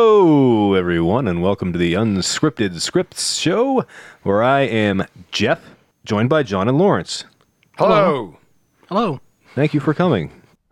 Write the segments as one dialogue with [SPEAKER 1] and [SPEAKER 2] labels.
[SPEAKER 1] Hello, everyone, and welcome to the Unscripted Scripts Show, where I am Jeff, joined by John and Lawrence.
[SPEAKER 2] Hello.
[SPEAKER 3] Hello.
[SPEAKER 1] Thank you for coming.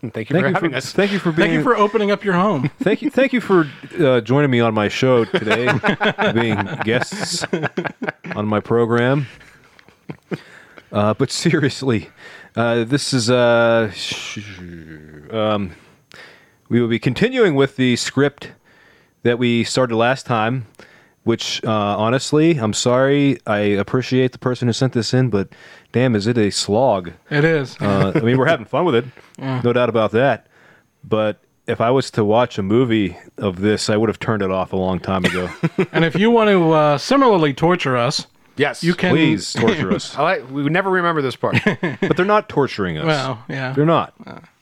[SPEAKER 2] Thank you
[SPEAKER 1] Thank
[SPEAKER 2] for
[SPEAKER 1] you
[SPEAKER 2] having
[SPEAKER 1] for,
[SPEAKER 2] us.
[SPEAKER 1] Thank you for being.
[SPEAKER 3] Thank you for opening up your home.
[SPEAKER 1] thank you, thank you for uh, joining me on my show today, being guests on my program. Uh, but seriously, uh, this is uh, sh- um, we will be continuing with the script that we started last time. Which uh, honestly, I'm sorry. I appreciate the person who sent this in, but damn, is it a slog?
[SPEAKER 3] It is.
[SPEAKER 1] Uh, I mean, we're having fun with it, no doubt about that. But if I was to watch a movie of this, I would have turned it off a long time ago.
[SPEAKER 3] and if you want to uh, similarly torture us,
[SPEAKER 2] Yes.
[SPEAKER 3] you can.
[SPEAKER 1] Please torture us,
[SPEAKER 2] I like, we would never remember this part.
[SPEAKER 1] but they're not torturing us.
[SPEAKER 3] Well, yeah. Uh.
[SPEAKER 1] they're not.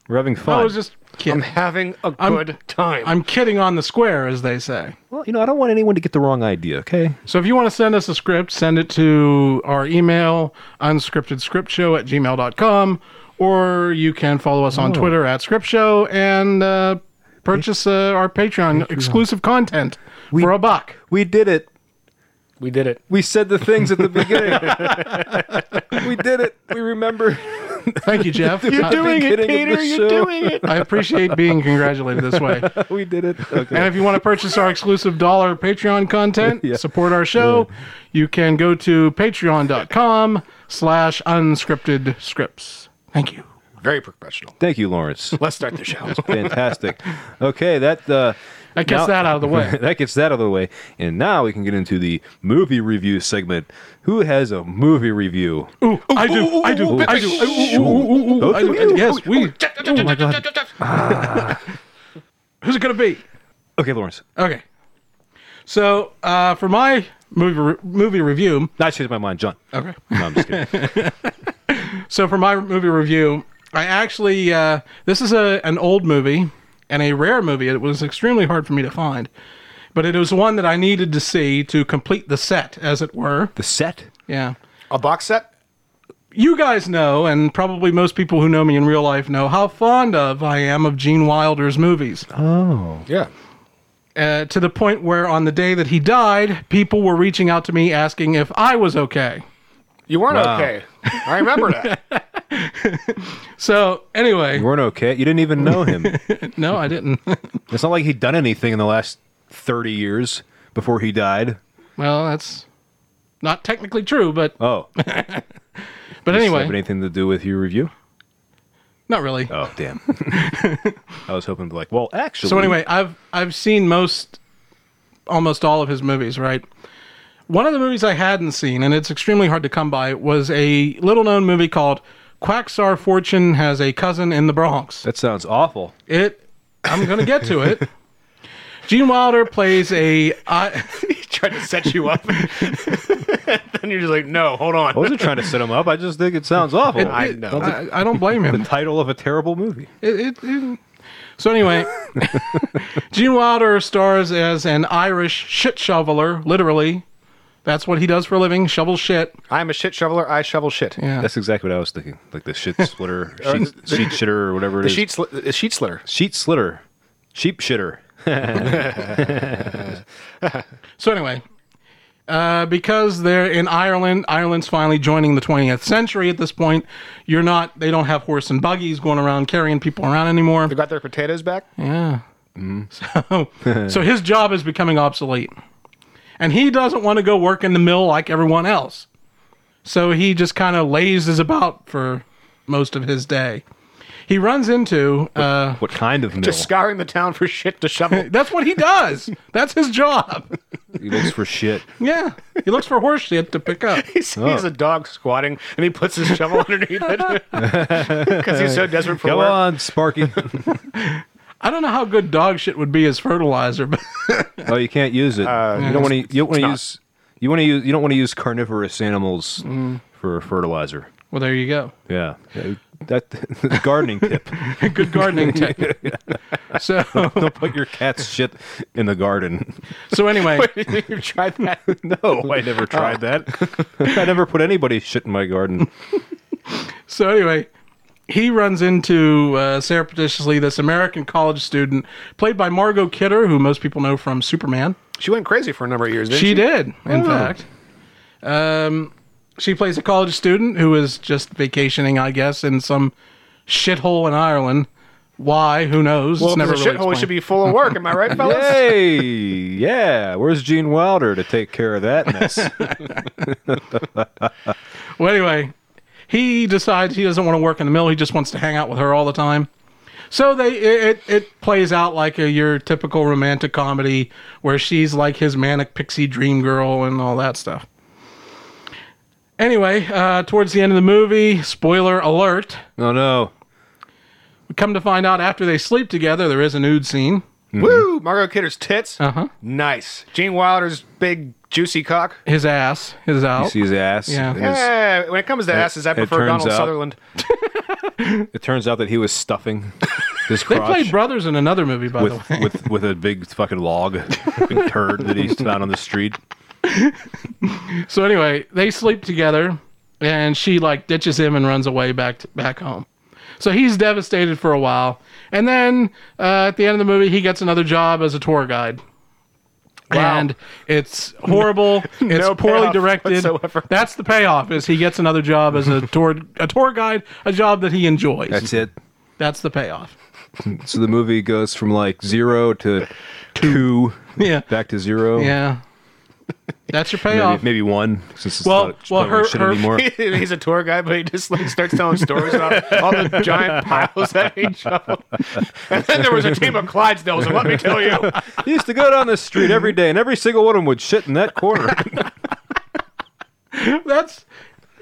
[SPEAKER 1] We're having fun.
[SPEAKER 3] I was just
[SPEAKER 2] I'm
[SPEAKER 3] kidding. I'm,
[SPEAKER 2] having a good time.
[SPEAKER 3] kidding on the square, as they say.
[SPEAKER 1] well, you know, I don't want anyone to get the wrong idea. Okay.
[SPEAKER 3] So if you want to send us a script, send it to our email, unscriptedscriptshow at gmail.com, or you can follow us on
[SPEAKER 1] Oh.
[SPEAKER 3] Twitter at scriptshow and uh, purchase uh, our Patreon, exclusive content for a buck.
[SPEAKER 1] We did it.
[SPEAKER 2] we did it.
[SPEAKER 1] We said the things at the beginning. we did it. We remember.
[SPEAKER 3] Thank you, Jeff.
[SPEAKER 1] You're
[SPEAKER 3] I-
[SPEAKER 1] doing it, Peter, you're doing
[SPEAKER 2] it.
[SPEAKER 3] I appreciate being congratulated this way.
[SPEAKER 1] we did it. Okay.
[SPEAKER 3] And if you want to purchase our exclusive dollar Patreon content,
[SPEAKER 1] Yeah.
[SPEAKER 3] support our show, you can go to patreon.com slash unscripted scripts. Thank you.
[SPEAKER 2] Very professional.
[SPEAKER 1] Thank you, Lawrence.
[SPEAKER 2] Let's start the show.
[SPEAKER 1] Fantastic. Okay, that uh,
[SPEAKER 3] That gets
[SPEAKER 1] now-
[SPEAKER 3] that out of the way.
[SPEAKER 1] that gets that out of the way, and now we can get into the movie review segment. Who has a movie review?
[SPEAKER 3] Ooh, I do, I do, I do, I- ooh, ooh, ooh, ooh, ooh, I do, and Yes, we. Oh my God. Who's it going to be?
[SPEAKER 1] Okay, Lawrence.
[SPEAKER 3] Okay. So uh, for my movie re- movie review,
[SPEAKER 1] That changed my mind, John.
[SPEAKER 3] okay.
[SPEAKER 1] No, I'm just kidding.
[SPEAKER 3] So for my movie review, I actually uh, this is a an old movie and a rare movie. It was extremely hard for me to find, but it was one that I needed to see to complete the set, as it were.
[SPEAKER 1] the set.
[SPEAKER 3] Yeah.
[SPEAKER 2] a box set?
[SPEAKER 3] You guys know, and probably most people who know me in real life know, how fond of I am of Gene Wilder's movies.
[SPEAKER 2] Yeah.
[SPEAKER 3] Uh, to the point where, on the day that he died, people were reaching out to me asking if I was okay.
[SPEAKER 2] You weren't
[SPEAKER 1] Wow.
[SPEAKER 2] okay. I remember that.
[SPEAKER 3] So, anyway,
[SPEAKER 1] You weren't okay. You didn't even know him.
[SPEAKER 3] no, I didn't.
[SPEAKER 1] it's not like he'd done anything in the last thirty years before he died.
[SPEAKER 3] well, that's not technically true, but
[SPEAKER 1] Oh, does
[SPEAKER 3] but
[SPEAKER 1] this
[SPEAKER 3] anyway,
[SPEAKER 1] have anything to do with your review?
[SPEAKER 3] Not really.
[SPEAKER 1] Oh, damn. I was hoping to be like, well, actually.
[SPEAKER 3] so anyway, I've I've seen most almost all of his movies, right? One of the movies I hadn't seen, and it's extremely hard to come by, was a little known movie called Quacksar Fortune Has a Cousin in the Bronx.
[SPEAKER 1] that sounds awful.
[SPEAKER 3] It I'm gonna get to it. Gene Wilder plays a I,
[SPEAKER 2] he tried to set you up. then you're just like, no, hold on.
[SPEAKER 1] I wasn't trying to set him up. I just think it sounds awful.
[SPEAKER 2] I
[SPEAKER 3] it-
[SPEAKER 2] know.
[SPEAKER 3] I, I don't blame him.
[SPEAKER 1] Title of a terrible movie.
[SPEAKER 3] It- it- it- so anyway, Gene Wilder stars as an Irish shit shoveler, literally. That's what he does for a living, shovel shit.
[SPEAKER 2] I'm a shit shoveler. I shovel shit.
[SPEAKER 3] Yeah.
[SPEAKER 1] That's exactly what I was thinking. Like the shit splitter, sheet, sheet shitter, or whatever it
[SPEAKER 2] The
[SPEAKER 1] is.
[SPEAKER 2] sheet, sl- the sheet slur.
[SPEAKER 1] sheet slitter, sheep shitter.
[SPEAKER 3] so anyway, uh, because they're in Ireland, Ireland's finally joining the 20th century at this point. You're not. They don't have horse and buggies going around carrying people around anymore.
[SPEAKER 2] They got their potatoes back?
[SPEAKER 3] Yeah. So, so his job is becoming obsolete. And he doesn't want to go work in the mill like everyone else. So he just kind of lazes about for most of his day. He runs into uh,
[SPEAKER 1] What kind of mill?
[SPEAKER 2] Just scouring the town for shit to shovel.
[SPEAKER 3] that's what he does. That's his job.
[SPEAKER 1] he looks for shit.
[SPEAKER 3] Yeah. He looks for horse shit to pick up.
[SPEAKER 2] He sees a dog squatting and he puts his shovel underneath it because he's so desperate for
[SPEAKER 1] Go
[SPEAKER 2] work.
[SPEAKER 1] on, Sparky.
[SPEAKER 3] I don't know how good dog shit would be as fertilizer, but
[SPEAKER 1] oh, you can't use it. you don't want to. You don't want to
[SPEAKER 2] Uh, not. Mm.
[SPEAKER 1] use. You want to use. You don't want to use carnivorous animals for fertilizer.
[SPEAKER 3] Well, there you go.
[SPEAKER 1] Yeah. That gardening tip.
[SPEAKER 3] Good gardening tip. So,
[SPEAKER 1] Don't put your cat's shit in the garden.
[SPEAKER 3] so anyway,
[SPEAKER 2] You've tried that. Oh,
[SPEAKER 1] No, I never tried that. Uh, I never put anybody's shit in my garden.
[SPEAKER 3] so anyway, he runs into uh, surreptitiously this American college student played by Margot Kidder, who most people know from Superman.
[SPEAKER 2] She went crazy for a number of years, didn't she?
[SPEAKER 3] She did, in fact. Um, she plays a college student who is just vacationing, I guess, in some shithole in Ireland. Why? Who knows?
[SPEAKER 2] Well, never shithole should be full of work. Am I right, fellas?
[SPEAKER 1] Hey, yeah. Where's Gene Wilder to take care of that mess?
[SPEAKER 3] Well, anyway, he decides he doesn't want to work in the mill. He just wants to hang out with her all the time. So they it it, it plays out like a, your typical romantic comedy where she's like his manic pixie dream girl and all that stuff. Anyway, uh, towards the end of the movie, spoiler alert.
[SPEAKER 1] oh no.
[SPEAKER 3] Come to find out, after they sleep together, there is a nude scene.
[SPEAKER 2] Woo! Margot Kidder's tits.
[SPEAKER 3] Uh huh.
[SPEAKER 2] Nice. Gene Wilder's big juicy cock.
[SPEAKER 3] His ass is out.
[SPEAKER 1] See his ass.
[SPEAKER 3] Oh. Yeah.
[SPEAKER 1] His-
[SPEAKER 2] Yeah, when it comes to asses, I
[SPEAKER 1] it
[SPEAKER 2] prefer
[SPEAKER 1] turns
[SPEAKER 2] Donald
[SPEAKER 1] out-
[SPEAKER 2] Sutherland.
[SPEAKER 1] It turns out that he was stuffing his
[SPEAKER 3] They
[SPEAKER 1] crotch
[SPEAKER 3] played brothers in another movie, by the
[SPEAKER 1] with,
[SPEAKER 3] way.
[SPEAKER 1] with with a big fucking log, big turd that he found on the street.
[SPEAKER 3] So anyway, they sleep together, and she like ditches him and runs away back to, back home. So he's devastated for a while, and then uh, at the end of the movie, he gets another job as a tour guide.
[SPEAKER 2] Wow.
[SPEAKER 3] And it's horrible. It's
[SPEAKER 2] No
[SPEAKER 3] poorly
[SPEAKER 2] payoff
[SPEAKER 3] directed.
[SPEAKER 2] whatsoever.
[SPEAKER 3] That's the payoff is he gets another job as a tour a tour guide, a job that he enjoys.
[SPEAKER 1] That's it.
[SPEAKER 3] That's the payoff.
[SPEAKER 1] So the movie goes from like zero to two,
[SPEAKER 3] Yeah.
[SPEAKER 1] back to zero.
[SPEAKER 3] Yeah. That's your
[SPEAKER 1] Maybe,
[SPEAKER 3] payoff.
[SPEAKER 1] maybe one. Since it's
[SPEAKER 3] Well-
[SPEAKER 1] not
[SPEAKER 3] well,
[SPEAKER 1] playing
[SPEAKER 3] her-
[SPEAKER 1] shit
[SPEAKER 3] her-
[SPEAKER 1] anymore.
[SPEAKER 2] He's a tour guy, but he just like starts telling stories about all the giant piles that he shoveled. And then there was a team of Clydesdales, and let me tell you,
[SPEAKER 1] He used to go down this street every day, and every single one of them would shit in that corner.
[SPEAKER 3] That's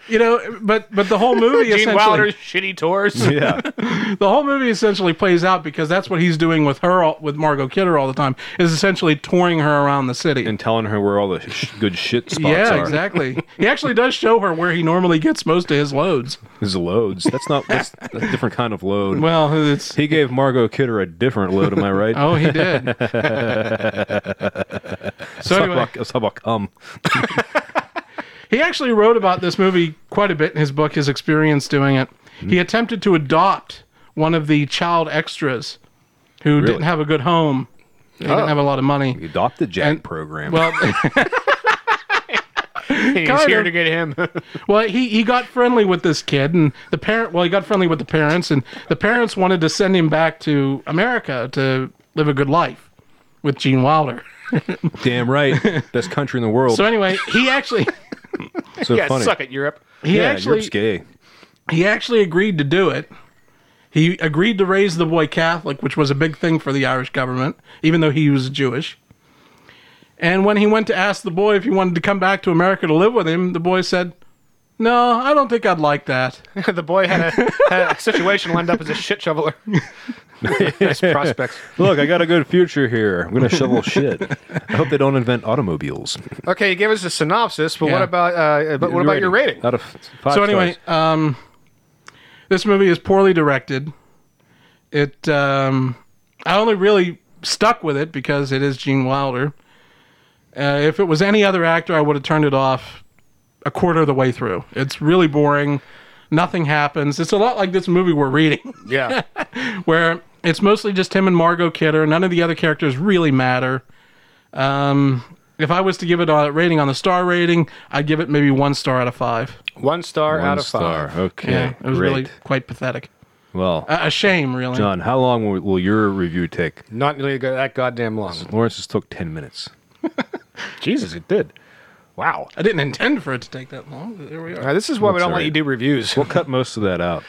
[SPEAKER 3] you know, but but the whole movie
[SPEAKER 2] Gene
[SPEAKER 3] essentially
[SPEAKER 2] Wilder's shitty tours.
[SPEAKER 1] yeah.
[SPEAKER 3] the whole movie essentially plays out because that's what he's doing with her all- with Margot Kidder all the time is essentially touring her around the city.
[SPEAKER 1] And telling her where all the sh- good shit spots
[SPEAKER 3] yeah,
[SPEAKER 1] are.
[SPEAKER 3] exactly. he actually does show her where he normally gets most of his loads.
[SPEAKER 1] His loads. That's not that's a different kind of load.
[SPEAKER 3] Well, it's
[SPEAKER 1] he gave Margot Kidder a different load, am I right?
[SPEAKER 3] oh, he did. so
[SPEAKER 1] Let's talk
[SPEAKER 3] anyway,
[SPEAKER 1] about- let's talk about cum.
[SPEAKER 3] he actually wrote about this movie quite a bit in his book. His experience doing it. He attempted to adopt one of the child extras who didn't have a good home. He didn't have a lot of money.
[SPEAKER 1] The Adopt the Jack
[SPEAKER 3] And-
[SPEAKER 1] program.
[SPEAKER 3] Well.
[SPEAKER 2] He's
[SPEAKER 3] Kind
[SPEAKER 2] here
[SPEAKER 3] of.
[SPEAKER 2] to get him.
[SPEAKER 3] Well, he, he got friendly with this kid, and the parent. Well, he got friendly with the parents, and the parents wanted to send him back to America to live a good life with Gene Wilder.
[SPEAKER 1] Damn right. Best country in the world.
[SPEAKER 3] So anyway, he actually
[SPEAKER 1] so
[SPEAKER 2] yeah,
[SPEAKER 1] funny.
[SPEAKER 2] suck it, Europe.
[SPEAKER 3] he
[SPEAKER 1] yeah,
[SPEAKER 3] actually
[SPEAKER 1] Europe's gay.
[SPEAKER 3] he actually agreed to do it. He agreed to raise the boy Catholic, which was a big thing for the Irish government, even though he was Jewish. And when he went to ask the boy if he wanted to come back to America to live with him, the boy said, "No, I don't think I'd like that."
[SPEAKER 2] the boy had a, had a situation lined up as a shit shoveler. Nice prospects.
[SPEAKER 1] Look, I got a good future here. I'm gonna shovel shit. I hope they don't invent automobiles.
[SPEAKER 2] Okay, you gave us a synopsis, but what
[SPEAKER 3] Yeah.
[SPEAKER 2] about uh, but what about your rating?
[SPEAKER 1] Out of five
[SPEAKER 3] so anyway,
[SPEAKER 1] stars.
[SPEAKER 3] um, this movie is poorly directed. It um, I only really stuck with it because it is Gene Wilder. Uh, if it was any other actor, I would have turned it off a quarter of the way through. It's really boring. Nothing happens. It's a lot like this movie we're reading,
[SPEAKER 2] Yeah,
[SPEAKER 3] where it's mostly just him and Margot Kidder. None of the other characters really matter. Um, if I was to give it a rating on the star rating, I'd give it maybe one star out of five.
[SPEAKER 2] one star
[SPEAKER 1] One
[SPEAKER 2] out of
[SPEAKER 1] star.
[SPEAKER 2] five.
[SPEAKER 1] Okay.
[SPEAKER 3] Yeah, it was
[SPEAKER 1] great.
[SPEAKER 3] really uh, quite pathetic.
[SPEAKER 1] well.
[SPEAKER 3] A, a shame, really.
[SPEAKER 1] John, how long will, will your review take?
[SPEAKER 2] Not nearly go- that goddamn long.
[SPEAKER 1] Lawrence just took ten minutes.
[SPEAKER 2] Jesus, it did. Wow.
[SPEAKER 3] I didn't intend for it to take that long. but There we are.
[SPEAKER 2] Now, Uh, this is why we
[SPEAKER 1] That's
[SPEAKER 2] don't
[SPEAKER 1] all
[SPEAKER 2] let
[SPEAKER 1] right.
[SPEAKER 2] you do reviews.
[SPEAKER 1] We'll cut most of that out.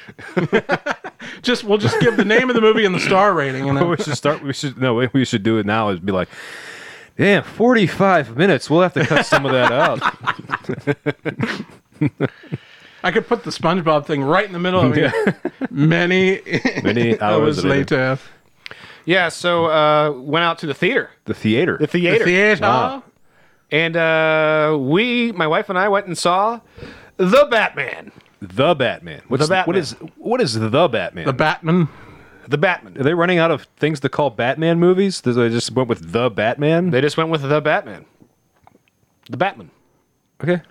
[SPEAKER 3] Just we'll just give the name of the movie and the star rating, and
[SPEAKER 1] we
[SPEAKER 3] then,
[SPEAKER 1] should start. We should no. What we should do it now is be like, damn, forty-five minutes. We'll have to cut some of that out.
[SPEAKER 3] I could put the SpongeBob thing right in the middle of it. Many
[SPEAKER 1] Many
[SPEAKER 3] hours
[SPEAKER 1] hours later,
[SPEAKER 3] later.
[SPEAKER 2] Yeah, so uh, went out to the theater.
[SPEAKER 1] the theater.
[SPEAKER 2] The
[SPEAKER 3] The
[SPEAKER 2] theater.
[SPEAKER 3] theater.
[SPEAKER 1] Wow.
[SPEAKER 2] and uh, we, my wife and I, went and saw The Batman.
[SPEAKER 1] the Batman. What's
[SPEAKER 2] The
[SPEAKER 1] What
[SPEAKER 2] Batman.
[SPEAKER 1] is what is the Batman?
[SPEAKER 3] The Batman.
[SPEAKER 2] The Batman.
[SPEAKER 1] Are they running out of things to call Batman movies? Did They just went with the Batman.
[SPEAKER 2] They just went with the Batman. The Batman.
[SPEAKER 1] okay.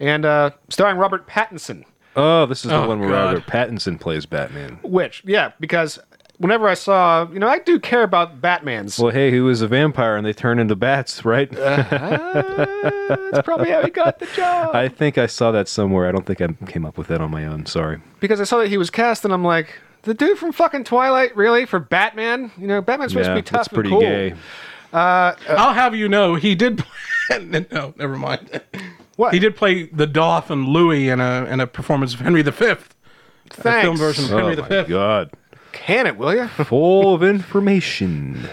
[SPEAKER 2] And uh, starring Robert Pattinson.
[SPEAKER 1] Oh, this is the
[SPEAKER 3] Oh,
[SPEAKER 1] one where
[SPEAKER 3] God.
[SPEAKER 1] Robert Pattinson plays Batman.
[SPEAKER 2] Which, yeah, because whenever I saw, you know, I do care about Batmans.
[SPEAKER 1] Well, hey, he was a vampire and they turn into bats, right?
[SPEAKER 2] Uh-huh. That's probably how he got the job.
[SPEAKER 1] I think I saw that somewhere. I don't think I came up with that on my own. Sorry.
[SPEAKER 2] because I saw that he was cast, and I'm like, the dude from fucking Twilight, really? For Batman? You know, Batman's supposed
[SPEAKER 1] yeah,
[SPEAKER 2] to be tough
[SPEAKER 1] that's pretty
[SPEAKER 2] and cool.
[SPEAKER 1] gay. Uh,
[SPEAKER 3] I'll have you know, he did. Play, no, never mind.
[SPEAKER 2] What?
[SPEAKER 3] He did play the Dolphin Louis in a in a performance of Henry V.
[SPEAKER 2] Thanks.
[SPEAKER 3] film version of
[SPEAKER 1] Oh
[SPEAKER 3] Henry
[SPEAKER 1] my
[SPEAKER 3] V.
[SPEAKER 1] god.
[SPEAKER 2] Can it, will you?
[SPEAKER 1] Full of information.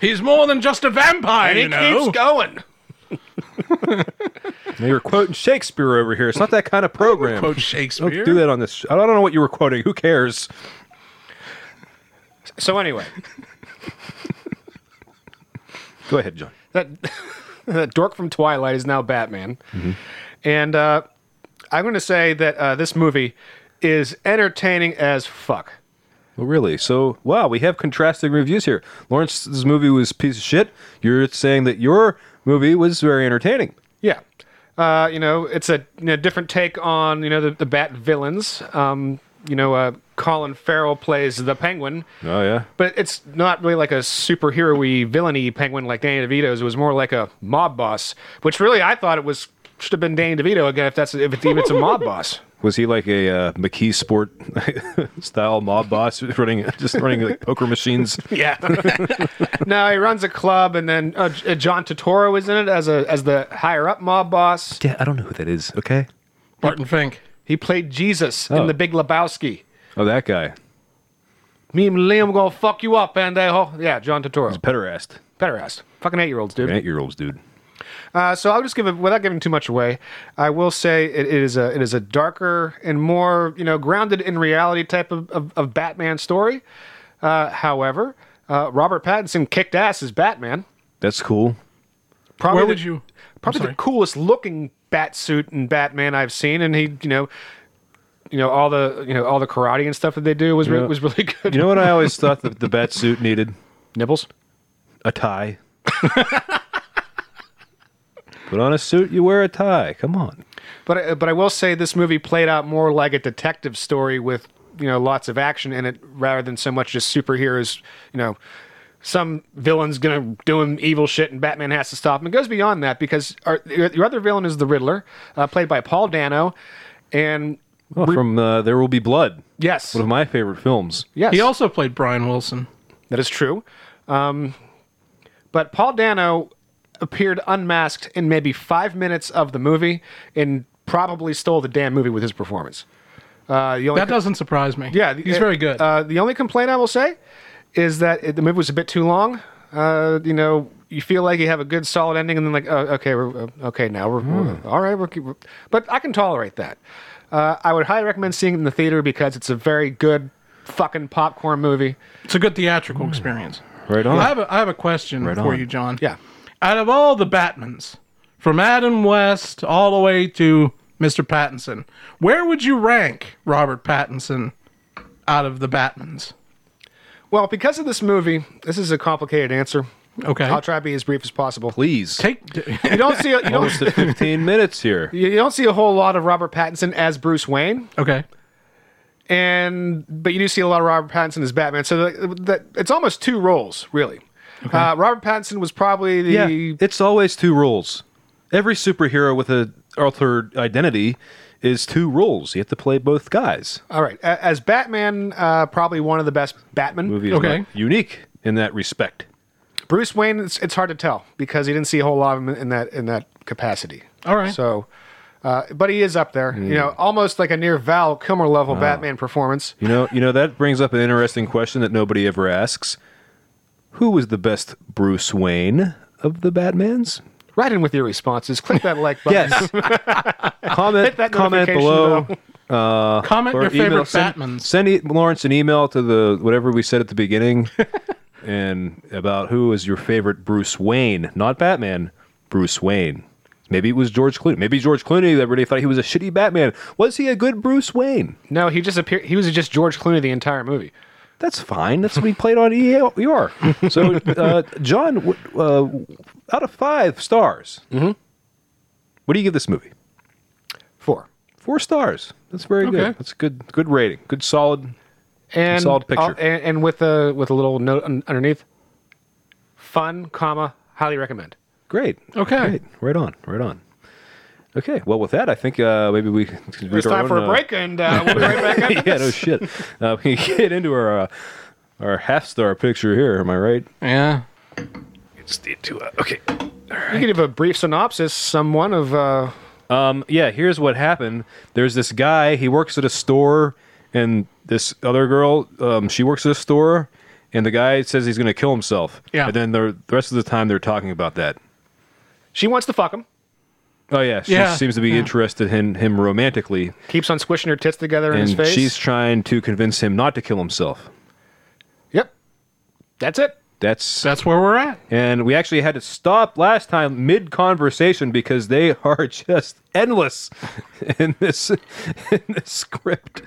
[SPEAKER 3] He's more than just a vampire,
[SPEAKER 2] And he
[SPEAKER 3] you know.
[SPEAKER 2] keeps going.
[SPEAKER 1] Now you're quoting Shakespeare over here. It's not that kind of program.
[SPEAKER 3] Quote Shakespeare.
[SPEAKER 1] don't do that on this. sh- I don't know what you were quoting. Who cares?
[SPEAKER 2] So anyway,
[SPEAKER 1] Go ahead, John.
[SPEAKER 2] that, that dork from Twilight is now Batman,
[SPEAKER 3] Mm-hmm.
[SPEAKER 2] and uh, I'm going to say that uh, this movie is entertaining as fuck.
[SPEAKER 1] Well, really? So, wow, we have contrasting reviews here. Lawrence's movie was a piece of shit. You're saying that your movie was very entertaining.
[SPEAKER 2] Yeah. Uh, you know, it's a you know, different take on, you know, the, the Bat villains. Um, you know, uh, Colin Farrell plays the Penguin,
[SPEAKER 1] Oh yeah.
[SPEAKER 2] but it's not really like a superhero-y, villainy Penguin like Danny DeVito's. It was more like a mob boss, which really I thought it was should have been Danny DeVito again if that's if it's, if it's a mob boss.
[SPEAKER 1] Was he like a uh, McKee Sport style mob boss running just running like poker machines?
[SPEAKER 2] Yeah. no, he runs a club, and then uh, J- uh, John Totoro is in it as a as the higher up mob boss.
[SPEAKER 1] Yeah, I don't know who that is. Okay.
[SPEAKER 3] Barton Fink.
[SPEAKER 2] He played Jesus
[SPEAKER 1] Oh.
[SPEAKER 2] in The Big Lebowski.
[SPEAKER 1] Oh, that guy,
[SPEAKER 2] Me and Liam gonna fuck you up, and uh, yeah, John Totoro,
[SPEAKER 1] pederast,
[SPEAKER 2] pederast, fucking eight year olds, dude.
[SPEAKER 1] eight year olds, dude.
[SPEAKER 2] Uh, so I'll just give it without giving too much away. I will say it, it is a it is a darker and more you know grounded in reality type of, of, of Batman story. Uh, however, uh, Robert Pattinson kicked ass as Batman.
[SPEAKER 1] That's cool.
[SPEAKER 2] Probably
[SPEAKER 3] Where
[SPEAKER 2] the-
[SPEAKER 3] would you?
[SPEAKER 2] probably the
[SPEAKER 3] sorry.
[SPEAKER 2] coolest looking bat suit in Batman I've seen, and he, you know, you know all the you know all the karate and stuff that they do was re-
[SPEAKER 1] Yeah.
[SPEAKER 2] was really good.
[SPEAKER 1] You know what I always thought that the bat suit needed?
[SPEAKER 2] Nibbles.
[SPEAKER 1] A tie. Put on a suit, you wear a tie. Come on.
[SPEAKER 2] But I- but I will say this movie played out more like a detective story with you know lots of action in it rather than so much just superheroes. You know, some villain's gonna do him evil shit and Batman has to stop him. It goes beyond that because our, your your other villain is the Riddler, uh, played by Paul Dano, and
[SPEAKER 1] Well, from uh, There Will Be Blood,
[SPEAKER 2] yes,
[SPEAKER 1] one of my favorite films.
[SPEAKER 2] yes,
[SPEAKER 3] He also played Brian Wilson.
[SPEAKER 2] That is true. Um, but Paul Dano appeared unmasked in maybe five minutes of the movie and probably stole the damn movie with his performance. Uh, the only
[SPEAKER 3] That doesn't surprise me.
[SPEAKER 2] yeah, the-
[SPEAKER 3] he's very good.
[SPEAKER 2] Uh, the only complaint I will say is that it, the movie was a bit too long. Uh, you know, you feel like you have a good solid ending, and then like, oh, okay, we're, uh, okay, now we're,
[SPEAKER 3] Hmm.
[SPEAKER 2] we're all right. We're, keep- we're, but I can tolerate that. Uh, I would highly recommend seeing it in the theater because it's a very good fucking popcorn movie.
[SPEAKER 3] it's a good theatrical experience.
[SPEAKER 1] Right on.
[SPEAKER 3] I have a, I have a question for
[SPEAKER 1] on.
[SPEAKER 3] you, John.
[SPEAKER 2] Yeah.
[SPEAKER 3] Out of all the Batmans, from Adam West all the way to Mr. Pattinson, where would you rank Robert Pattinson out of the Batmans?
[SPEAKER 2] Well, because of this movie, this is a complicated answer.
[SPEAKER 3] Okay.
[SPEAKER 2] I'll try to be as brief as possible.
[SPEAKER 1] Please.
[SPEAKER 3] Take
[SPEAKER 2] You don't see a, you don't
[SPEAKER 1] Almost at 15 minutes here.
[SPEAKER 2] you don't see a whole lot of Robert Pattinson as Bruce Wayne,
[SPEAKER 3] Okay.
[SPEAKER 2] and but you do see a lot of Robert Pattinson as Batman. So that, that it's almost two roles really. Uh, Robert Pattinson was probably the
[SPEAKER 1] Yeah, it's always two rules. Every superhero with a altered identity is two rules. You have to play both guys.
[SPEAKER 2] all right a- as Batman, uh, probably one of the best Batman.
[SPEAKER 1] Movie is
[SPEAKER 3] Okay.
[SPEAKER 1] not unique in that respect.
[SPEAKER 2] Bruce Wayne, it's, it's hard to tell because he didn't see a whole lot of him in that in that capacity.
[SPEAKER 3] All right.
[SPEAKER 2] So, uh, but he is up there.
[SPEAKER 1] Mm.
[SPEAKER 2] You know, almost like a near Val Kilmer level Batman performance.
[SPEAKER 1] You know, you know that brings up an interesting question that nobody ever asks. Who was the best Bruce Wayne of the Batmans?
[SPEAKER 2] Write in with your responses. Click that like button.
[SPEAKER 1] Yes. comment
[SPEAKER 2] that
[SPEAKER 1] comment
[SPEAKER 2] notification
[SPEAKER 1] below
[SPEAKER 2] bell.
[SPEAKER 3] Comment
[SPEAKER 1] Uh, or
[SPEAKER 3] your favorite
[SPEAKER 1] Send,
[SPEAKER 3] Batmans.
[SPEAKER 1] send e- Lawrence an email to the whatever we said at the beginning and about who is your favorite Bruce Wayne, not Batman, Bruce Wayne. Maybe it was George Clooney. Maybe George Clooney that really thought he was a shitty Batman. Was he a good Bruce Wayne?
[SPEAKER 2] No, he just appeared. He was just George Clooney the entire movie.
[SPEAKER 1] That's fine. That's what he played on ER. So, uh, John, w- uh, out of five stars, what do you give this movie?
[SPEAKER 2] Four.
[SPEAKER 1] Four stars. That's very good.
[SPEAKER 2] Okay.
[SPEAKER 1] That's a good. Good rating. Good solid.
[SPEAKER 2] And
[SPEAKER 1] Solid picture.
[SPEAKER 2] I'll- and, and with a with a little note un- underneath. Fun, comma, highly recommend.
[SPEAKER 1] Great.
[SPEAKER 3] Okay.
[SPEAKER 1] Great. Right on. Right on. Okay. Well, with that, I think uh, maybe we.
[SPEAKER 2] It's time for a break, and uh, we'll be right back. After
[SPEAKER 1] yeah. No
[SPEAKER 2] this.
[SPEAKER 1] shit. Uh, we get into our uh, our half star picture here. Am I right?
[SPEAKER 3] Yeah.
[SPEAKER 1] uh, Okay.
[SPEAKER 2] You can give a brief synopsis, someone of. Uh,
[SPEAKER 1] Um, yeah, here's what happened. There's this guy. He works at a store, and this other girl, um, she works at a store, and the guy says he's going to kill himself.
[SPEAKER 3] Yeah.
[SPEAKER 1] And then the the rest of the time they're talking about that.
[SPEAKER 2] she wants to fuck him.
[SPEAKER 1] Oh yeah, she
[SPEAKER 3] Yeah.
[SPEAKER 1] seems to be interested in him romantically,
[SPEAKER 2] Keeps on squishing her tits together in his
[SPEAKER 1] and
[SPEAKER 2] face.
[SPEAKER 1] she's trying to convince him not to kill himself.
[SPEAKER 2] Yep. That's it.
[SPEAKER 1] That's
[SPEAKER 3] That's where we're at.
[SPEAKER 1] and we actually had to stop last time mid conversation because they are just endless in this in this script.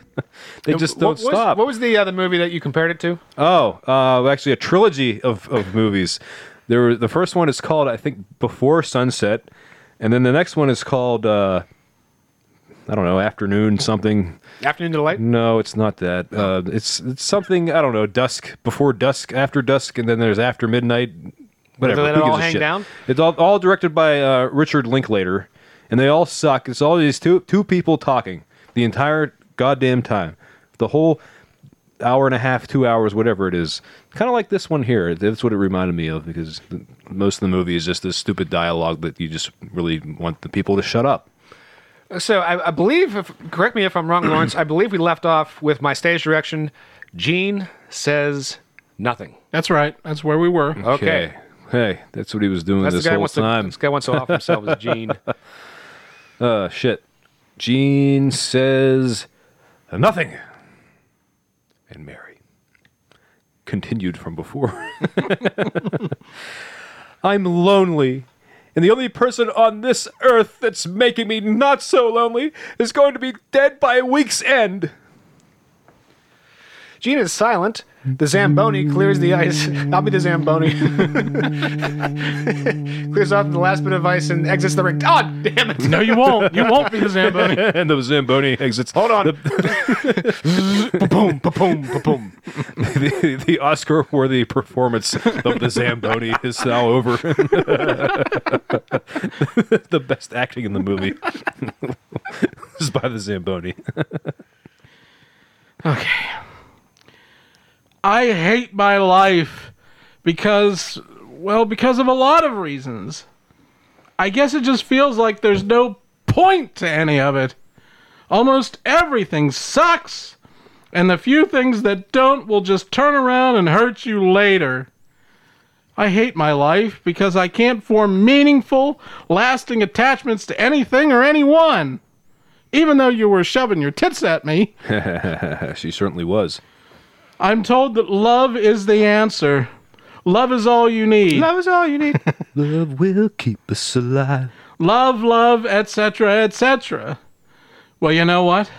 [SPEAKER 1] They just don't
[SPEAKER 2] what was,
[SPEAKER 1] stop.
[SPEAKER 2] What was the other movie that you compared it to?
[SPEAKER 1] Oh, uh, actually, a trilogy of, of movies. There, were, the first one is called, I think, Before Sunset, and then the next one is called, uh, I don't know, Afternoon something.
[SPEAKER 2] Afternoon Delight.
[SPEAKER 1] No, it's not that. Uh, it's it's something I don't know. Dusk before dusk, after dusk, and then there's after midnight. Whatever.
[SPEAKER 2] they
[SPEAKER 1] Who
[SPEAKER 2] all
[SPEAKER 1] gives a
[SPEAKER 2] hang
[SPEAKER 1] shit?
[SPEAKER 2] down?
[SPEAKER 1] It's all, all directed by uh, Richard Linklater, and they all suck. It's all these two two people talking the entire goddamn time, the whole hour and a half, two hours, whatever it is. Kind of like this one here. That's what it reminded me of because the, most of the movie is just this stupid dialogue that you just really want the people to shut up.
[SPEAKER 2] So I, I believe, if, correct me if I'm wrong, Lawrence. I believe we left off with my stage direction. Gene says nothing.
[SPEAKER 3] That's right. That's where we were.
[SPEAKER 1] Mm.
[SPEAKER 2] Okay.
[SPEAKER 1] Hey, that's what he was doing
[SPEAKER 2] That's
[SPEAKER 1] this
[SPEAKER 2] the guy who
[SPEAKER 1] whole
[SPEAKER 2] wants to.
[SPEAKER 1] time.
[SPEAKER 2] This guy wants to off himself as Gene.
[SPEAKER 1] Uh, shit. Gene says nothing. And Mary continued from before. I'm lonely. And the only person on this earth that's making me not so lonely is going to be dead by week's end.
[SPEAKER 2] Gene is silent. The Zamboni clears the ice. I'll be the Zamboni. clears off the last bit of ice and exits the ring. Oh, damn it!
[SPEAKER 3] No, you won't. You won't be the Zamboni.
[SPEAKER 1] and the Zamboni exits. Hold on. The,
[SPEAKER 2] Boom, boom, boom.
[SPEAKER 1] the, the Oscar worthy performance of the Zamboni is now over. the best acting in the movie is by the Zamboni.
[SPEAKER 3] Okay. I hate my life because, well, because of a lot of reasons. I guess it just feels like there's no point to any of it. Almost everything sucks, and the few things that don't will just turn around and hurt you later. I hate my life because I can't form meaningful, lasting attachments to anything or anyone. Even though you were shoving your tits at me.
[SPEAKER 1] she certainly was.
[SPEAKER 3] I'm told that love is the answer. Love is all you need.
[SPEAKER 2] That was all you need.
[SPEAKER 1] Love will keep us alive.
[SPEAKER 3] Love, love, etc., etc. Well, you know what?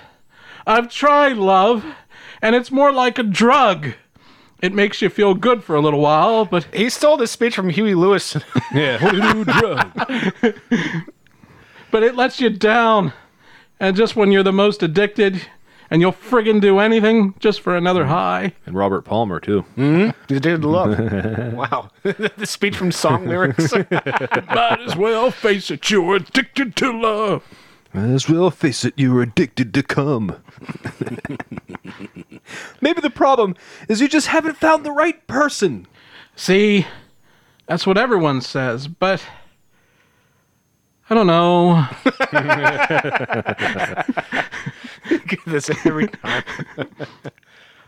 [SPEAKER 3] I've tried love, and it's more like a drug. It makes you feel good for a little while, but
[SPEAKER 2] He stole this speech from Huey Lewis.
[SPEAKER 1] Yeah, what a new drug.
[SPEAKER 3] but it lets you down. And just when you're the most addicted, and you'll friggin' do anything just for another high.
[SPEAKER 1] And Robert Palmer too.
[SPEAKER 2] He's addicted to love. wow. the speech from song lyrics.
[SPEAKER 3] Might as well face it, you're addicted to love.
[SPEAKER 1] As well face it, you're addicted to cum. Maybe the problem is you just haven't found the right person.
[SPEAKER 3] See, that's what everyone says, but I don't know.
[SPEAKER 2] Get this every time.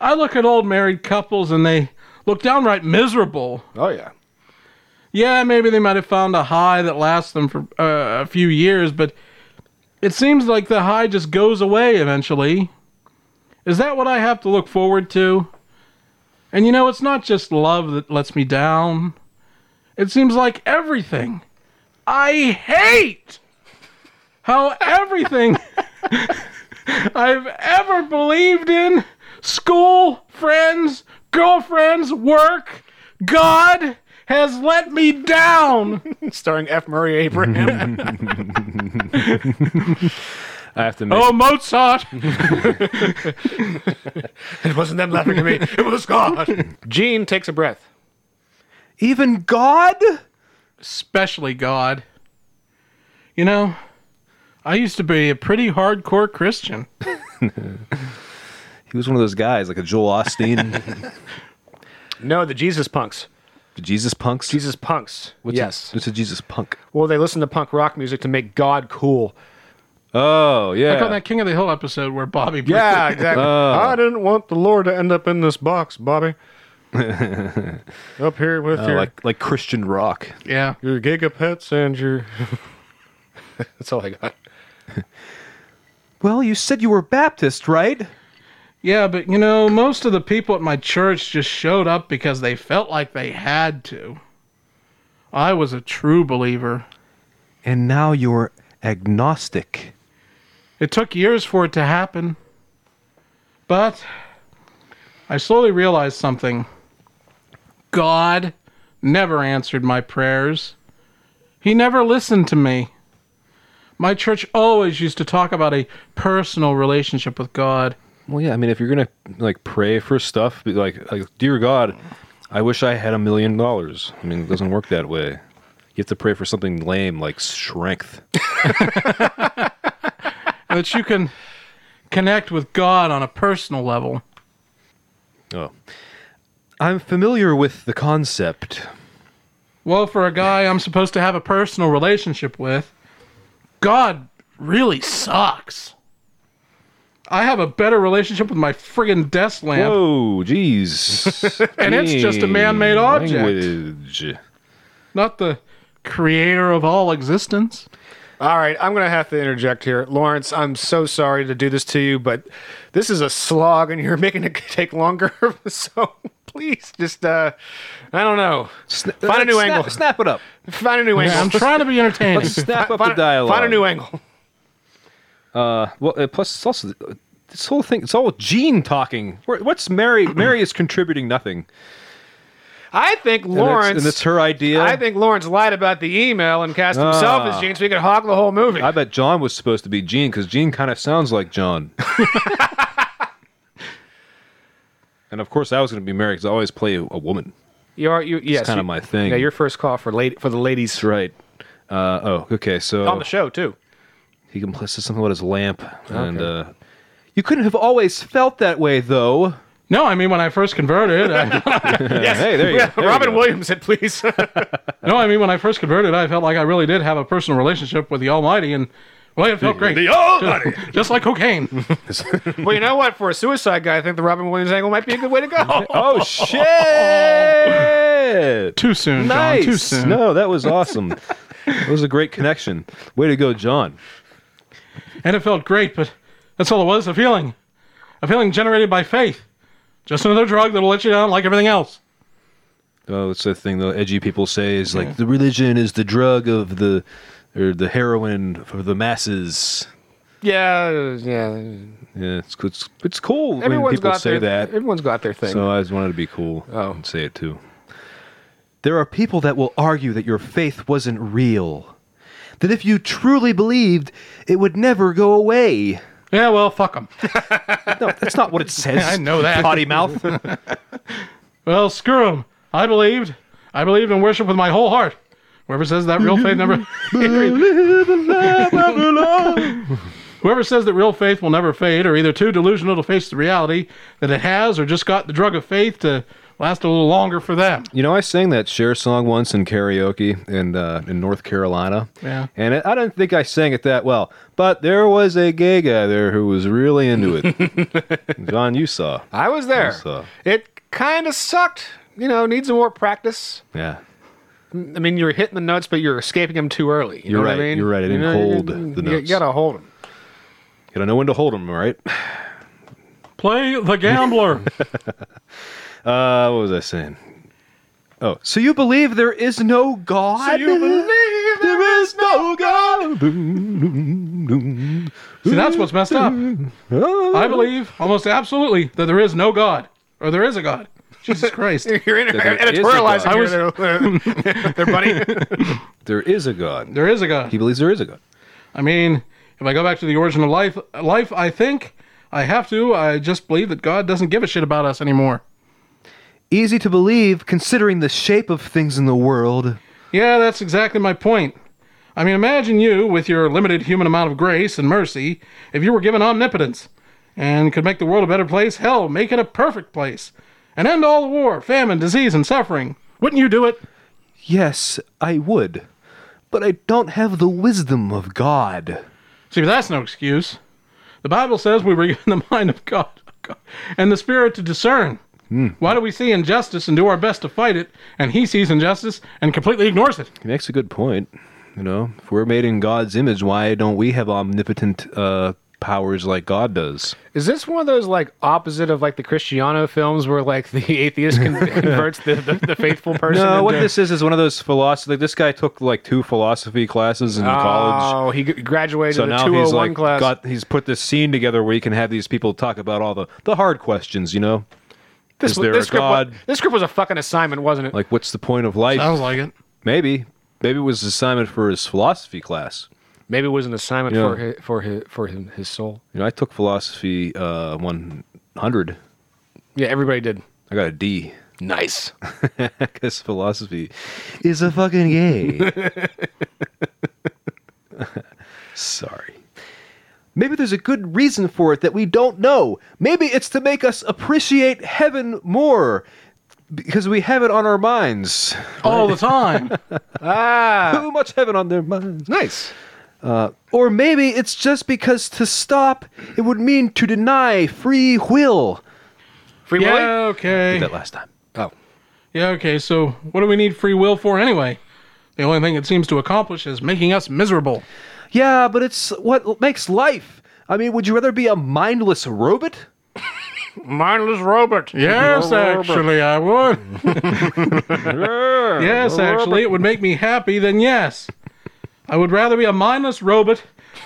[SPEAKER 3] I look at old married couples and they look downright miserable.
[SPEAKER 2] Oh, yeah.
[SPEAKER 3] Yeah, maybe they might have found a high that lasts them for uh, a few years, but it seems like the high just goes away eventually. Is that what I have to look forward to? And you know, it's not just love that lets me down. It seems like everything I hate how everything I've ever believed in school, friends, girlfriends, work, God has let me down.
[SPEAKER 2] starring F. Murray Abraham.
[SPEAKER 1] I have to make
[SPEAKER 3] Oh, Mozart.
[SPEAKER 2] it wasn't them laughing at me. It was God. Gene takes a breath.
[SPEAKER 1] even God.
[SPEAKER 3] Especially God. You know, I used to be a pretty hardcore Christian.
[SPEAKER 1] He was one of those guys, like a Joel Osteen,
[SPEAKER 2] No, the Jesus punks.
[SPEAKER 1] the Jesus punks.
[SPEAKER 2] Jesus punks.
[SPEAKER 1] What's a-
[SPEAKER 2] yes.
[SPEAKER 1] what's a Jesus punk?
[SPEAKER 2] Well, they listen to punk rock music to make God cool.
[SPEAKER 1] Oh
[SPEAKER 3] Like on
[SPEAKER 1] yeah,
[SPEAKER 3] that King of the Hill episode where Bobby.
[SPEAKER 2] Yeah, exactly.
[SPEAKER 1] Oh.
[SPEAKER 2] I didn't want the Lord to end up in this box, Bobby. Up here with
[SPEAKER 1] Oh,
[SPEAKER 2] your,
[SPEAKER 1] like like Christian rock.
[SPEAKER 3] Yeah.
[SPEAKER 2] your gigapets and your. That's all I got.
[SPEAKER 1] Well, you said you were Baptist, right?
[SPEAKER 3] Yeah, but you know, most of the people at my church just showed up because they felt like they had to. I was a true believer.
[SPEAKER 1] And now you're agnostic.
[SPEAKER 3] It took years for it to happen. But I slowly realized something. God never answered my prayers. He never listened to me. My church always used to talk about a personal relationship with God.
[SPEAKER 1] Well, yeah. I mean, if you're gonna like pray for stuff, be like, like dear God, I wish I had a million dollars. I mean, it doesn't work that way. You have to pray for something lame like strength.
[SPEAKER 3] and that you can connect with God on a personal level.
[SPEAKER 1] Oh, I'm familiar with the concept.
[SPEAKER 3] Well, for a guy I'm supposed to have a personal relationship with, God really sucks. I have a better relationship with my friggin' desk lamp.
[SPEAKER 1] Whoa, jeez.
[SPEAKER 3] And it's just a
[SPEAKER 1] Dang,
[SPEAKER 3] man-made object.
[SPEAKER 1] language.
[SPEAKER 3] not the creator of all existence.
[SPEAKER 2] All right, I'm going to have to interject here. Lawrence, I'm so sorry to do this to you, but this is a slog and you're making it take longer. so please just, uh, I don't know.
[SPEAKER 1] Sna-
[SPEAKER 2] Find a new
[SPEAKER 1] uh, snap-
[SPEAKER 2] angle.
[SPEAKER 1] Snap it up.
[SPEAKER 2] Find a new angle.
[SPEAKER 3] I'm trying to be entertaining.
[SPEAKER 1] Snap up
[SPEAKER 2] find,
[SPEAKER 1] the dialogue.
[SPEAKER 2] find a new angle.
[SPEAKER 1] Well, uh, plus it's also this whole thing. It's all Gene talking. Where- What's Mary? Mary is contributing nothing.
[SPEAKER 2] I think
[SPEAKER 1] And it's-
[SPEAKER 2] Lawrence.
[SPEAKER 1] and it's her idea.
[SPEAKER 2] I think Lawrence lied about the email and cast himself
[SPEAKER 1] Ah.
[SPEAKER 2] as Gene so he could hog the whole movie.
[SPEAKER 1] I bet John was supposed to be Gene because Gene kind of sounds like John. and of course, I was going to be Mary because I always play a woman.
[SPEAKER 2] you are you yes.
[SPEAKER 1] kinda
[SPEAKER 2] you-
[SPEAKER 1] my thing.
[SPEAKER 2] Yeah, your first call for lady for the ladies
[SPEAKER 1] That's right. Uh, oh, okay. So
[SPEAKER 2] on the show too.
[SPEAKER 1] he can says something about his lamp, and uh, you couldn't have always felt that way, though.
[SPEAKER 3] No, I mean when I first converted. I,
[SPEAKER 1] Yes. Hey, there you
[SPEAKER 2] Yeah,
[SPEAKER 1] go. There you
[SPEAKER 2] Robin
[SPEAKER 1] go.
[SPEAKER 2] Williams said please.
[SPEAKER 3] no, I mean when I first converted, I felt like I really did have a personal relationship with the Almighty, and well, it felt great. The Almighty, just like cocaine.
[SPEAKER 2] well, you know what? For a suicide guy, I think the Robin Williams angle might be a good way to go.
[SPEAKER 1] Oh shit!
[SPEAKER 3] Too soon,
[SPEAKER 1] nice.
[SPEAKER 3] John. Too soon.
[SPEAKER 1] No, that was awesome. that was a great connection. Way to go, John.
[SPEAKER 3] And it felt great, but that's all it was a feeling. A feeling generated by faith. Just another drug that'll let you down like everything else.
[SPEAKER 1] Oh, it's the thing the edgy people say is like the religion is the drug of the or the heroin for the masses.
[SPEAKER 2] yeah, yeah.
[SPEAKER 1] Yeah, it's it's, it's cool when
[SPEAKER 2] Everyone's
[SPEAKER 1] people
[SPEAKER 2] got
[SPEAKER 1] say
[SPEAKER 2] their
[SPEAKER 1] that.
[SPEAKER 2] everyone's got their thing.
[SPEAKER 1] So I just wanted to be cool
[SPEAKER 2] Oh.
[SPEAKER 1] and say it too. There are people that will argue that your faith wasn't real. That if you truly believed, it would never go away.
[SPEAKER 3] Yeah, well, fuck them.
[SPEAKER 1] No, that's not what it says.
[SPEAKER 3] I know that.
[SPEAKER 1] Potty mouth.
[SPEAKER 3] Well, screw them. I believed. I believed in worship with my whole heart. Whoever says that real faith never. Whoever says that real faith will never fade are either too delusional to face the reality that it has or just got the drug of faith to last a little longer for them.
[SPEAKER 1] You know, I sang that Cher song once in karaoke in uh, in North Carolina.
[SPEAKER 3] Yeah.
[SPEAKER 1] And I I don't think I sang it that well, but there was a gay guy there who was really into it. John, you saw.
[SPEAKER 2] I was there.
[SPEAKER 1] So-
[SPEAKER 2] It kind of sucked. You know, needs some more practice.
[SPEAKER 1] Yeah.
[SPEAKER 2] I mean, you're hitting the notes, but you're escaping them too early. You
[SPEAKER 1] You're
[SPEAKER 2] know what
[SPEAKER 1] right,
[SPEAKER 2] I mean?
[SPEAKER 1] you're right, I
[SPEAKER 2] You
[SPEAKER 1] didn't
[SPEAKER 2] know,
[SPEAKER 1] hold
[SPEAKER 2] you-
[SPEAKER 1] the
[SPEAKER 2] You
[SPEAKER 1] notes.
[SPEAKER 2] gotta hold them.
[SPEAKER 1] You know when to hold him, all right?
[SPEAKER 3] Play the gambler.
[SPEAKER 1] Uh, what was I saying? Oh, so you believe there is no God?
[SPEAKER 3] believe
[SPEAKER 1] there is
[SPEAKER 2] no God.
[SPEAKER 3] See, that's what's messed up. I believe almost absolutely that there is no God or there is a God. Jesus Christ.
[SPEAKER 2] You're in,
[SPEAKER 1] there is a
[SPEAKER 2] editorializing.
[SPEAKER 1] God.
[SPEAKER 2] I was there, buddy.
[SPEAKER 1] There is a God.
[SPEAKER 3] There is a God.
[SPEAKER 1] He believes there is a God.
[SPEAKER 3] I mean, if I go back to the origin of life, life, I think I have to. I just believe that God doesn't give a shit about us anymore.
[SPEAKER 1] Easy to believe considering the shape of things in the world.
[SPEAKER 3] Yeah, that's exactly my point. I mean, imagine you with your limited human amount of grace and mercy, if you were given omnipotence and could make the world a better place, hell, make it a perfect place and end all the war, famine, disease, and suffering. Wouldn't you do it?
[SPEAKER 1] Yes, I would. But I don't have the wisdom of God.
[SPEAKER 3] See, but that's no excuse. The Bible says we were given the mind of God and the Spirit to discern. Why do we see injustice and do our best to fight it, and he sees injustice and completely ignores it?
[SPEAKER 1] He makes a good point. You know, if we're made in God's image, why don't we have omnipotent uh, powers like God does?
[SPEAKER 2] Is this one of those like opposite of like the Cristiano films where like the atheist con- converts the, the, the faithful person?
[SPEAKER 1] No, what
[SPEAKER 2] into-
[SPEAKER 1] this is is one of those philosophy. This guy took like two philosophy classes in college.
[SPEAKER 2] Oh, he g- graduated
[SPEAKER 1] So
[SPEAKER 2] the
[SPEAKER 1] now he's
[SPEAKER 2] 201
[SPEAKER 1] like
[SPEAKER 2] class.
[SPEAKER 1] got he's put this scene together where he can have these people talk about all the the hard questions, you know.
[SPEAKER 2] this,
[SPEAKER 1] is
[SPEAKER 2] was-
[SPEAKER 1] there
[SPEAKER 2] this
[SPEAKER 1] a
[SPEAKER 2] script
[SPEAKER 1] God?
[SPEAKER 2] Was, this script was a fucking assignment, wasn't it?
[SPEAKER 1] Like what's the point of life?
[SPEAKER 3] Sounds like it.
[SPEAKER 1] Maybe maybe it was an assignment for his philosophy class.
[SPEAKER 2] Maybe it was an assignment
[SPEAKER 1] Yeah.
[SPEAKER 2] for his, for his, for him, his soul.
[SPEAKER 1] You know, I took philosophy uh 100.
[SPEAKER 2] Yeah, everybody did.
[SPEAKER 1] I got a D.
[SPEAKER 2] Nice.
[SPEAKER 1] Because philosophy is a fucking gay. Sorry. Maybe there's a good reason for it that we don't know. Maybe it's to make us appreciate heaven more because we have it on our minds.
[SPEAKER 3] All the time.
[SPEAKER 2] ah,
[SPEAKER 1] Too much heaven on their minds.
[SPEAKER 2] nice.
[SPEAKER 1] Or maybe it's just because to stop it would mean to deny free will.
[SPEAKER 2] Free Willy?
[SPEAKER 3] yeah, okay.
[SPEAKER 1] Did that last time.
[SPEAKER 2] Oh,
[SPEAKER 3] Yeah, okay, so what do we need free will for anyway? The only thing it seems to accomplish is making us miserable.
[SPEAKER 1] Yeah, but it's what makes life. I mean, would you rather be a mindless robot?
[SPEAKER 2] mindless robot.
[SPEAKER 3] Yes, actually, I would. yes, actually, it would make me happy, then yes. I would rather be a mindless robot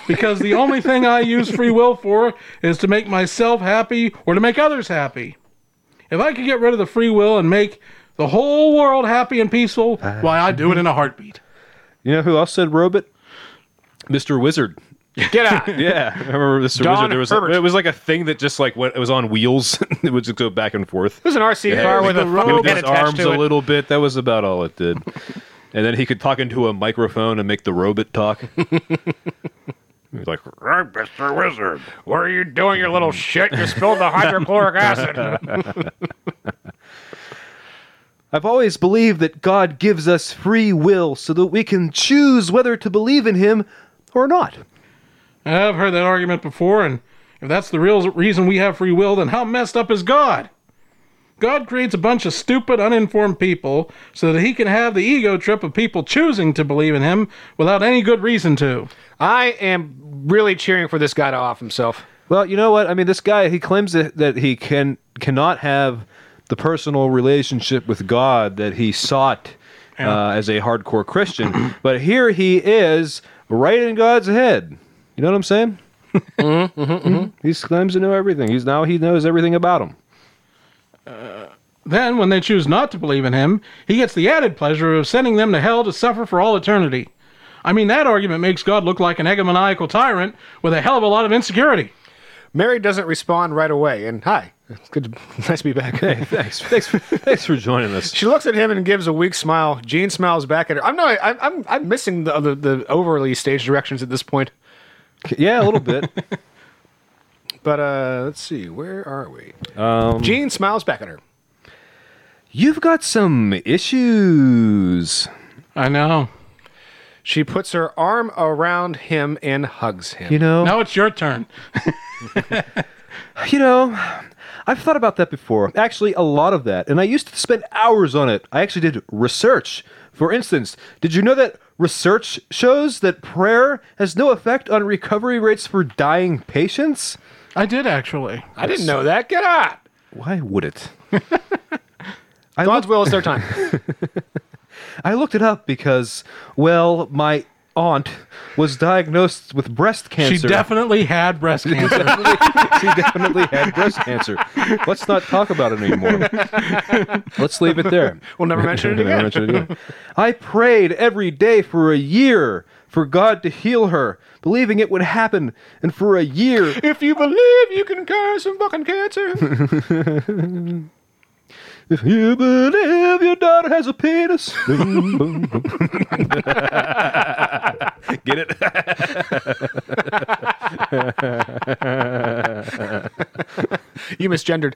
[SPEAKER 3] because the only thing I use free will for is to make myself happy or to make others happy. If I could get rid of the free will and make the whole world happy and peaceful, why, I'd do it in a heartbeat.
[SPEAKER 1] You know who else said robot? Mr. Wizard.
[SPEAKER 2] Get out.
[SPEAKER 1] Yeah, I remember Mr.
[SPEAKER 2] Don
[SPEAKER 1] Wizard. There was
[SPEAKER 2] Herbert.
[SPEAKER 1] it was like a thing that just like went. It was on wheels. it would just go back and forth.
[SPEAKER 2] It was an RC
[SPEAKER 1] Yeah,
[SPEAKER 2] car
[SPEAKER 1] like
[SPEAKER 2] with a
[SPEAKER 1] the
[SPEAKER 2] fucking
[SPEAKER 1] Moved
[SPEAKER 2] head
[SPEAKER 1] his
[SPEAKER 2] attached
[SPEAKER 1] arms
[SPEAKER 2] to
[SPEAKER 1] a
[SPEAKER 2] it.
[SPEAKER 1] little bit. That was about all it did. and then he could talk into a microphone and make the robot talk. he was like,
[SPEAKER 2] Right, Mr. Wizard. What are you doing, you little shit? You spilled the hydrochloric acid.
[SPEAKER 1] I've always believed that God gives us free will so that we can choose whether to believe in Him or not.
[SPEAKER 3] I've heard that argument before, and if that's the real reason we have free will, then how messed up is God? God creates a bunch of stupid, uninformed people so that he can have the ego trip of people choosing to believe in him without any good reason to.
[SPEAKER 2] I am really cheering for this guy to off himself.
[SPEAKER 1] Well, you know what? I mean, this guy he claims that, that he can cannot have the personal relationship with God that he sought uh, as a hardcore Christian, but here he is right in God's head. You know what I'm saying? mm-hmm. He claims to know everything. He's now he knows everything about him.
[SPEAKER 3] Then, when they choose not to believe in him, he gets the added pleasure of sending them to hell to suffer for all eternity. I mean, that argument makes God look like an egomaniacal tyrant with a hell of a lot of insecurity.
[SPEAKER 2] Mary doesn't respond right away, and hi, it's good, nice to be back.
[SPEAKER 1] Thanks, thanks, for, thanks for joining us.
[SPEAKER 2] She looks at him and gives a weak smile. Gene smiles back at her. I'm not. I'm. I'm, I'm missing the, the the overly staged directions at this point.
[SPEAKER 1] Yeah, a little bit.
[SPEAKER 2] But uh let's see. Where are we? Gene smiles back at her.
[SPEAKER 1] You've got some issues.
[SPEAKER 3] I know.
[SPEAKER 2] She puts her arm around him and hugs him.
[SPEAKER 1] You know,
[SPEAKER 3] Now it's your turn.
[SPEAKER 1] You know, I've thought about that before. Actually, a lot of that. And I used to spend hours on it. I actually did research. For instance, did you know that research shows that prayer has no effect on recovery rates for dying patients?
[SPEAKER 3] I did actually.
[SPEAKER 2] I didn't know that. Get out.
[SPEAKER 1] Why would it? I,
[SPEAKER 2] God's
[SPEAKER 1] looked,
[SPEAKER 2] will is their time.
[SPEAKER 1] I looked it up because, well, my aunt was diagnosed with breast cancer.
[SPEAKER 3] She definitely had breast cancer.
[SPEAKER 1] she definitely had breast cancer. Let's not talk about it anymore. Let's leave it there.
[SPEAKER 2] We'll never mention it
[SPEAKER 1] Never
[SPEAKER 2] again.
[SPEAKER 1] mention it again. I prayed every day for a year for God to heal her, believing it would happen, and for a year
[SPEAKER 2] If you believe you can cure some fucking cancer.
[SPEAKER 1] If you believe your daughter has a penis. Boom, boom, boom. Get it?
[SPEAKER 2] you misgendered.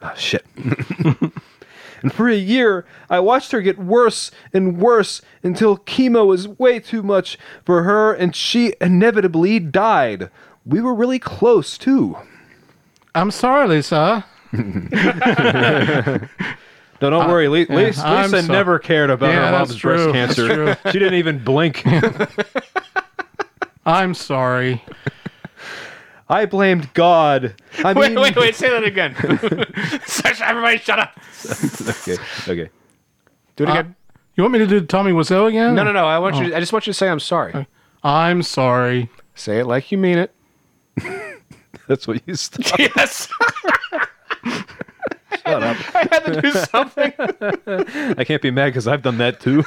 [SPEAKER 1] Oh, shit. and for a year, I watched her get worse and worse until chemo was way too much for her and she inevitably died. We were really close, too.
[SPEAKER 3] I'm sorry, Lisa.
[SPEAKER 1] No, don't worry. Le- Lisa,
[SPEAKER 3] I'm
[SPEAKER 1] Lisa
[SPEAKER 3] so-
[SPEAKER 1] never cared about
[SPEAKER 3] Yeah,
[SPEAKER 1] her
[SPEAKER 3] that's
[SPEAKER 1] mom's
[SPEAKER 3] true.
[SPEAKER 1] breast cancer.
[SPEAKER 3] That's
[SPEAKER 1] She didn't even blink.
[SPEAKER 3] I'm sorry.
[SPEAKER 1] I blamed God. I
[SPEAKER 2] Wait,
[SPEAKER 1] mean,
[SPEAKER 2] wait, wait. Say that again. Sasha, Everybody shut up.
[SPEAKER 1] Okay, okay.
[SPEAKER 2] Do it
[SPEAKER 3] Uh,
[SPEAKER 2] again. Oh.
[SPEAKER 3] you want me to do Tommy Wiseau again?
[SPEAKER 2] Uh, No, no, no. I want you. To, I just want you to say I'm sorry.
[SPEAKER 3] I'm sorry.
[SPEAKER 2] Say it like you mean it.
[SPEAKER 1] That's what you stopped.
[SPEAKER 2] Yes,
[SPEAKER 1] Shut up.
[SPEAKER 2] I had to do something.
[SPEAKER 1] I can't be mad because I've done that too.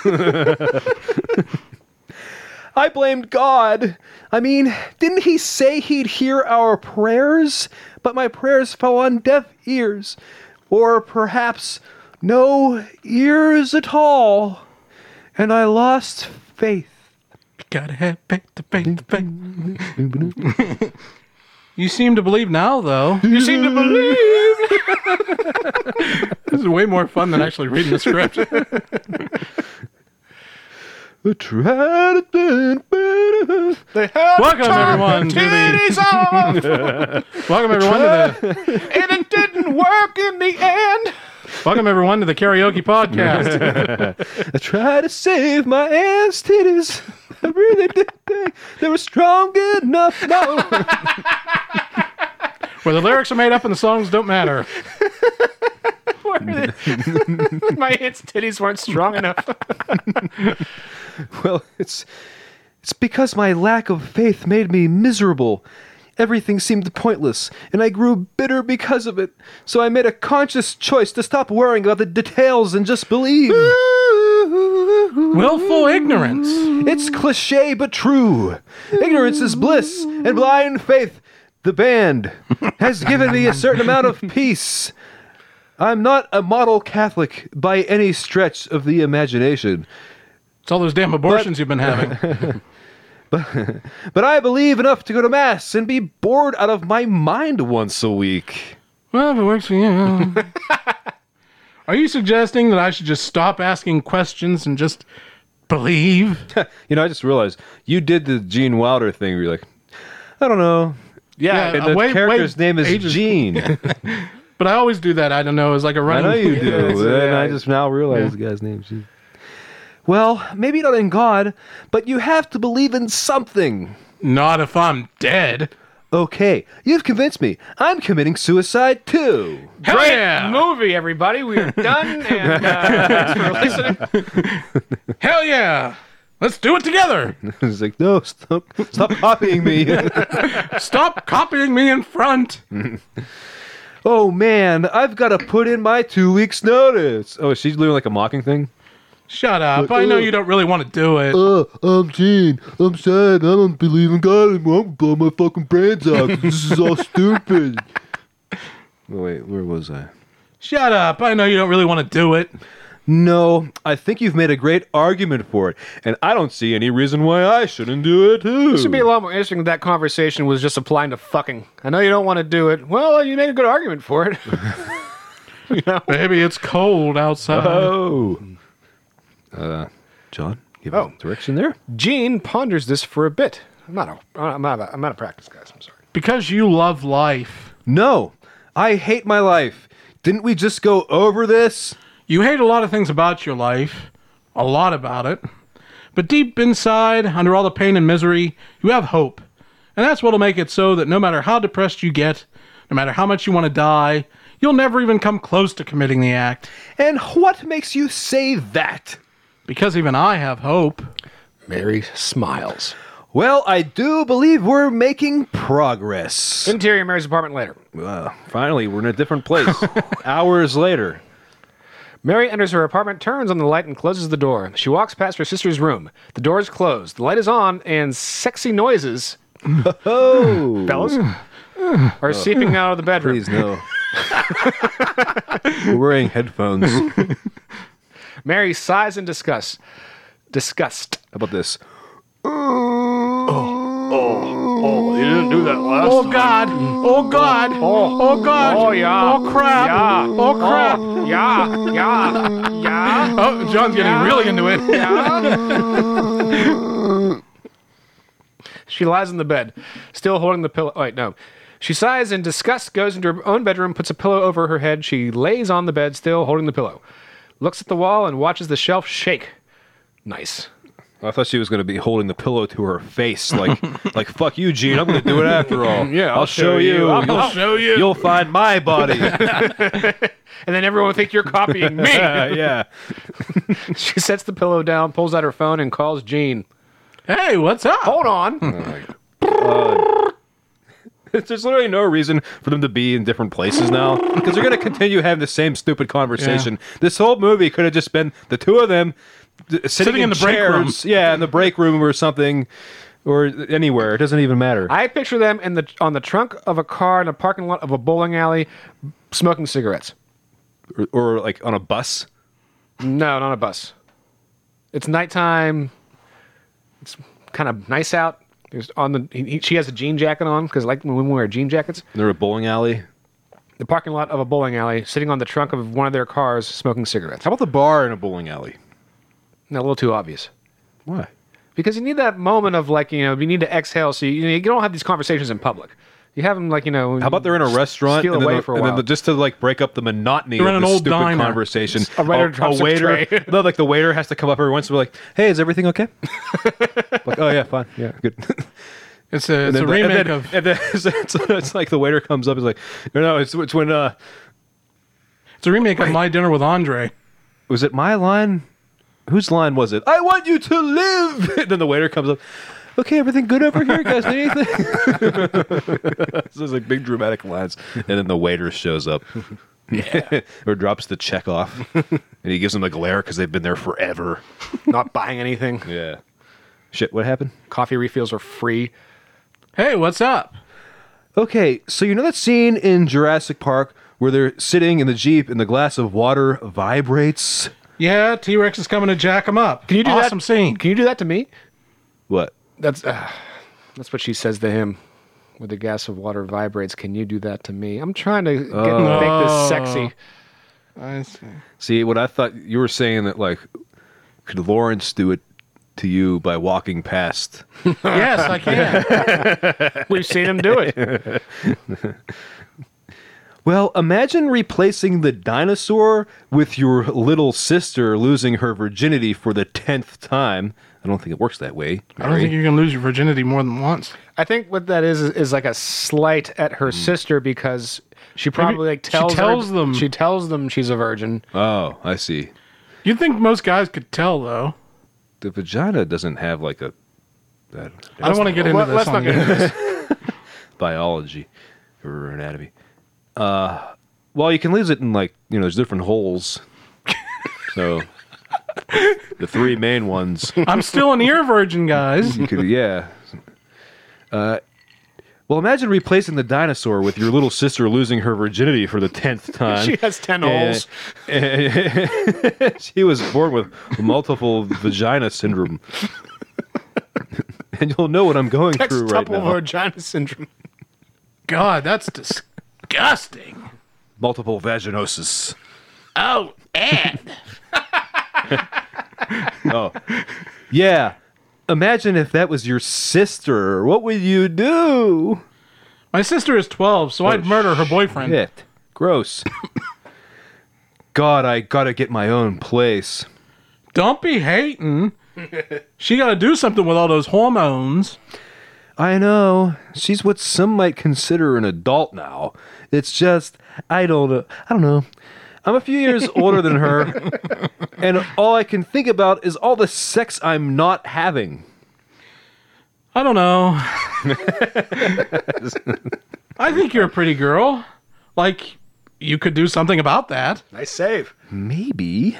[SPEAKER 1] I blamed God. I mean, didn't he say he'd hear our prayers? But my prayers fell on deaf ears. Or perhaps no ears at all. And I lost faith.
[SPEAKER 3] Gotta have faith, the faith, the faith. You seem to believe now, though.
[SPEAKER 2] You seem to believe.
[SPEAKER 3] This is way more fun than actually reading the script.
[SPEAKER 1] I tried to do better.
[SPEAKER 2] They have
[SPEAKER 3] Welcome,
[SPEAKER 2] turned
[SPEAKER 3] everyone, to
[SPEAKER 2] the
[SPEAKER 3] the-
[SPEAKER 2] titties off,
[SPEAKER 3] welcome everyone to the
[SPEAKER 2] and it didn't work in the end.
[SPEAKER 3] welcome everyone to the karaoke podcast.
[SPEAKER 1] I tried to save my ass titties. I really did think they were strong enough. No.
[SPEAKER 3] Where the lyrics are made up and the songs don't matter.
[SPEAKER 2] Where the- My aunt's titties weren't strong enough.
[SPEAKER 1] Well, it's it's because my lack of faith made me miserable. Everything seemed pointless, and I grew bitter because of it. So I made a conscious choice to stop worrying about the details and just believe.
[SPEAKER 3] Willful ignorance.
[SPEAKER 1] It's cliche but true. Ignorance is bliss, and blind faith, the band, has given me a certain amount of peace. I'm not a model Catholic by any stretch of the imagination.
[SPEAKER 3] It's all those damn abortions you've been having.
[SPEAKER 1] But I believe enough to go to mass and be bored out of my mind once a week.
[SPEAKER 3] Well, if it works for you. Are you suggesting that I should just stop asking questions and just believe?
[SPEAKER 1] You know, I just realized you did the Gene Wilder thing. Where you're like, I don't know.
[SPEAKER 3] Yeah,
[SPEAKER 1] And the
[SPEAKER 3] uh, wait-
[SPEAKER 1] character's
[SPEAKER 3] wait,
[SPEAKER 1] name is
[SPEAKER 3] ages-
[SPEAKER 1] Gene.
[SPEAKER 3] But I always do that. I don't know. It's like a
[SPEAKER 1] I
[SPEAKER 3] running.
[SPEAKER 1] know you do.
[SPEAKER 2] it's-
[SPEAKER 1] and
[SPEAKER 2] yeah,
[SPEAKER 1] I just now realize the guy's name is Gene. Well, maybe not in God, but you have to believe in something.
[SPEAKER 3] Not if I'm dead.
[SPEAKER 1] Okay, you've convinced me. I'm committing suicide too.
[SPEAKER 3] Hell
[SPEAKER 2] Great
[SPEAKER 3] yeah!
[SPEAKER 2] movie, everybody. We are done, and uh, thanks for listening.
[SPEAKER 3] Hell yeah! Let's do it together.
[SPEAKER 1] it's like, no, stop, stop copying me.
[SPEAKER 3] Stop copying me in front.
[SPEAKER 1] Oh man, I've got to put in my two weeks notice. Oh, is she doing like a mocking thing?
[SPEAKER 3] Shut up. I know you don't really want to do it.
[SPEAKER 1] Uh, I'm Gene. I'm sad. I don't believe in God anymore. I'm gonna blow my fucking brains out. This is all stupid. Wait, where was I?
[SPEAKER 3] Shut up. I know you don't really want to do it.
[SPEAKER 1] No, I think you've made a great argument for it, and I don't see any reason why I shouldn't do it too.
[SPEAKER 2] It should be a lot more interesting if that conversation was just applying to fucking. I know you don't want to do it. Well, uh, you made a good argument for it.
[SPEAKER 3] Baby, it's cold outside.
[SPEAKER 1] oh. Uh, John, give
[SPEAKER 2] Oh.
[SPEAKER 1] a direction there.
[SPEAKER 2] Gene ponders this for a bit. I'm not a. I'm not a. I'm not a practice, guys. I'm sorry.
[SPEAKER 3] because you love life.
[SPEAKER 1] No, I hate my life. Didn't we just go over this?
[SPEAKER 3] You hate a lot of things about your life, a lot about it. But deep inside, under all the pain and misery, you have hope. And that's what'll make it so that no matter how depressed you get, no matter how much you want to die, you'll never even come close to committing the act.
[SPEAKER 1] And what makes you say that?
[SPEAKER 3] Because even I have hope.
[SPEAKER 2] Mary smiles.
[SPEAKER 1] Well, I do believe we're making progress.
[SPEAKER 2] Interior Mary's apartment later.
[SPEAKER 1] Uh, finally, we're in a different place. Hours later.
[SPEAKER 2] Mary enters her apartment, turns on the light, and closes the door. She walks past her sister's room. The door is closed. The light is on, and sexy noises,
[SPEAKER 1] Oh,
[SPEAKER 2] fellas, are seeping out of the bedroom.
[SPEAKER 1] please no. we're wearing headphones. How
[SPEAKER 2] Mary sighs in disgust. Disgust.
[SPEAKER 1] about this?
[SPEAKER 2] Oh, you didn't do that last
[SPEAKER 3] Oh God! Oh God! Oh, God!
[SPEAKER 2] Oh, yeah.
[SPEAKER 3] Oh crap!
[SPEAKER 2] Yeah.
[SPEAKER 3] Oh crap!
[SPEAKER 2] Yeah, yeah, yeah,
[SPEAKER 3] Oh, John's getting
[SPEAKER 2] Yeah.
[SPEAKER 3] really into it.
[SPEAKER 2] yeah. she lies in the bed, still holding the pillow. Wait, no. She sighs in disgust, goes into her own bedroom, puts a pillow over her head. She lays on the bed, still holding the pillow. Looks at the wall and watches the shelf shake. Nice.
[SPEAKER 1] I thought she was going to be holding the pillow to her face, like, like fuck you, Gene. I'm going to do it after all.
[SPEAKER 2] Yeah,
[SPEAKER 1] I'll, show you.
[SPEAKER 2] I'll-
[SPEAKER 1] You'll-
[SPEAKER 3] I'll show you.
[SPEAKER 1] You'll find my body. Uh,
[SPEAKER 2] And then everyone will think you're copying me.
[SPEAKER 1] yeah.
[SPEAKER 2] she sets the pillow down, pulls out her phone, and calls Jean.
[SPEAKER 3] Hey, what's up?
[SPEAKER 2] Hold on.
[SPEAKER 1] There's literally no reason for them to be in different places now because they're going to continue having the same stupid conversation. This whole movie could have just been the two of them d- sitting, in,
[SPEAKER 3] in the break room.
[SPEAKER 1] chairs, yeah, in the break room or something, or anywhere. It doesn't even matter.
[SPEAKER 2] I picture them in the on the trunk of a car in a parking lot of a bowling alley, smoking cigarettes.
[SPEAKER 1] or, or like on a bus.
[SPEAKER 2] No, not a bus. It's nighttime. It's kind of nice out. There's on the he, he- she has a jean jacket on because like when women wear jean jackets.
[SPEAKER 1] They're a bowling alley.
[SPEAKER 2] The parking lot of a bowling alley, sitting on the trunk of one of their cars, smoking cigarettes.
[SPEAKER 1] How about the bar in a bowling alley?
[SPEAKER 2] Now, a little too obvious.
[SPEAKER 1] Why?
[SPEAKER 2] because you need that moment of like you know you need to exhale so you, you, know, you don't have these conversations in public you have them like you know
[SPEAKER 1] How about they're in a restaurant
[SPEAKER 2] steal
[SPEAKER 1] and, then,
[SPEAKER 2] away
[SPEAKER 1] the-
[SPEAKER 2] for a
[SPEAKER 1] and then
[SPEAKER 2] while
[SPEAKER 1] the- just to like break up the monotony
[SPEAKER 3] They're
[SPEAKER 1] of
[SPEAKER 3] in an
[SPEAKER 1] this
[SPEAKER 3] old
[SPEAKER 1] stupid
[SPEAKER 3] diner.
[SPEAKER 1] conversation.
[SPEAKER 2] A waiter drops a
[SPEAKER 1] waiter,
[SPEAKER 2] tray.
[SPEAKER 1] no, like the waiter has to come up every once in a while, like, "Hey, is everything okay?" like, "Oh yeah, fine, yeah, good."
[SPEAKER 3] It's a, it's a
[SPEAKER 1] And then-
[SPEAKER 3] remake
[SPEAKER 1] and then-
[SPEAKER 3] of
[SPEAKER 1] and then it's, it's- it's like the waiter comes up, is like, no, no, it's, it's when uh,
[SPEAKER 3] it's a remake of My Dinner with Andre.
[SPEAKER 1] was it my line? Whose line was it? I want you to live. And then the waiter comes up. Okay, everything good over here, guys? Need anything? this is like big dramatic lines, and then the waiter shows up. or drops the check off, and he gives them a glare because they've been there forever.
[SPEAKER 2] not buying anything
[SPEAKER 1] Yeah. Shit, what happened?
[SPEAKER 2] coffee refills are free
[SPEAKER 3] Hey, what's up?
[SPEAKER 1] Okay, so you know that scene in Jurassic Park where they're sitting in the jeep and the glass of water vibrates?
[SPEAKER 3] Yeah, T Rex is coming to jack him up. Can
[SPEAKER 2] you do that?
[SPEAKER 3] awesome scene?
[SPEAKER 2] can you do that to me
[SPEAKER 1] What?
[SPEAKER 2] that's uh, that's what she says to him where the gas of water vibrates can you do that to me i'm trying to get, make
[SPEAKER 3] Oh.
[SPEAKER 2] this sexy
[SPEAKER 3] I see.
[SPEAKER 1] See, what I thought you were saying that like, could Lawrence do it to you by walking past?
[SPEAKER 3] yes, I can.
[SPEAKER 2] we've seen him do it
[SPEAKER 1] Well, imagine replacing the dinosaur with your little sister losing her virginity for the tenth time. I don't think it works that way.
[SPEAKER 3] I don't think you can lose your virginity more than once.
[SPEAKER 2] i think what that is is, is like a slight at her sister because she probably like
[SPEAKER 3] she
[SPEAKER 2] tells, her-
[SPEAKER 3] tells them.
[SPEAKER 2] she tells them she's a virgin
[SPEAKER 1] Oh, I see.
[SPEAKER 3] You'd think most guys could tell, though.
[SPEAKER 1] The vagina doesn't have like a I don't know,
[SPEAKER 3] I don't want to get into
[SPEAKER 2] Let-
[SPEAKER 3] this
[SPEAKER 2] let's not
[SPEAKER 3] on
[SPEAKER 2] get
[SPEAKER 3] here.
[SPEAKER 2] into this.
[SPEAKER 1] biology or anatomy. Uh, well, you can lose it in like you know, there's different holes. so the three main ones.
[SPEAKER 3] I'm still an ear virgin, guys.
[SPEAKER 1] You could- yeah. Uh, well, imagine replacing the dinosaur with your little sister losing her virginity for the tenth time.
[SPEAKER 2] she has 10 holes
[SPEAKER 1] And- she was born with multiple vagina syndrome. and you'll know what I'm going through right
[SPEAKER 2] Sextuple
[SPEAKER 1] now.
[SPEAKER 2] vagina syndrome.
[SPEAKER 3] God, that's disgusting.
[SPEAKER 1] multiple vaginosis.
[SPEAKER 3] Oh, and
[SPEAKER 1] Yeah. Imagine if that was your sister. What would you do?
[SPEAKER 3] my sister is 12, so I'd murder her boyfriend.
[SPEAKER 1] Shit. Gross. God, I gotta get my own place.
[SPEAKER 3] Don't be hating. she got to do something with all those hormones.
[SPEAKER 1] I know. She's what some might consider an adult now. It's just I don't I don't know. I'm a few years older than her and all I can think about is all the sex I'm not having.
[SPEAKER 3] I don't know. I think you're a pretty girl. Like, you could do something about that.
[SPEAKER 2] Nice save.
[SPEAKER 1] Maybe.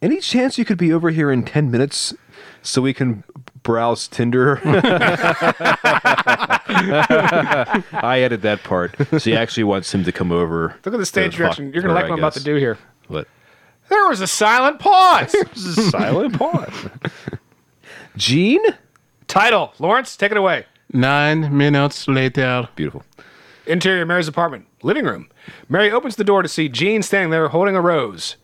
[SPEAKER 1] Any chance you could be over here in 10 minutes so we can browse Tinder? I added that part. She actually wants him to come over.
[SPEAKER 2] Look at the
[SPEAKER 1] to
[SPEAKER 2] stage
[SPEAKER 1] fuck
[SPEAKER 2] direction. You're
[SPEAKER 1] her,
[SPEAKER 2] gonna like
[SPEAKER 1] I
[SPEAKER 2] what I'm about to
[SPEAKER 1] guess.
[SPEAKER 2] do here.
[SPEAKER 1] What?
[SPEAKER 2] There was a silent pause.
[SPEAKER 1] Silent pause. Gene?
[SPEAKER 2] Title: Lawrence, take it away.
[SPEAKER 3] Nine minutes later.
[SPEAKER 1] Beautiful.
[SPEAKER 2] Interior Mary's apartment, living room. Mary opens the door to see Jean standing there holding a rose.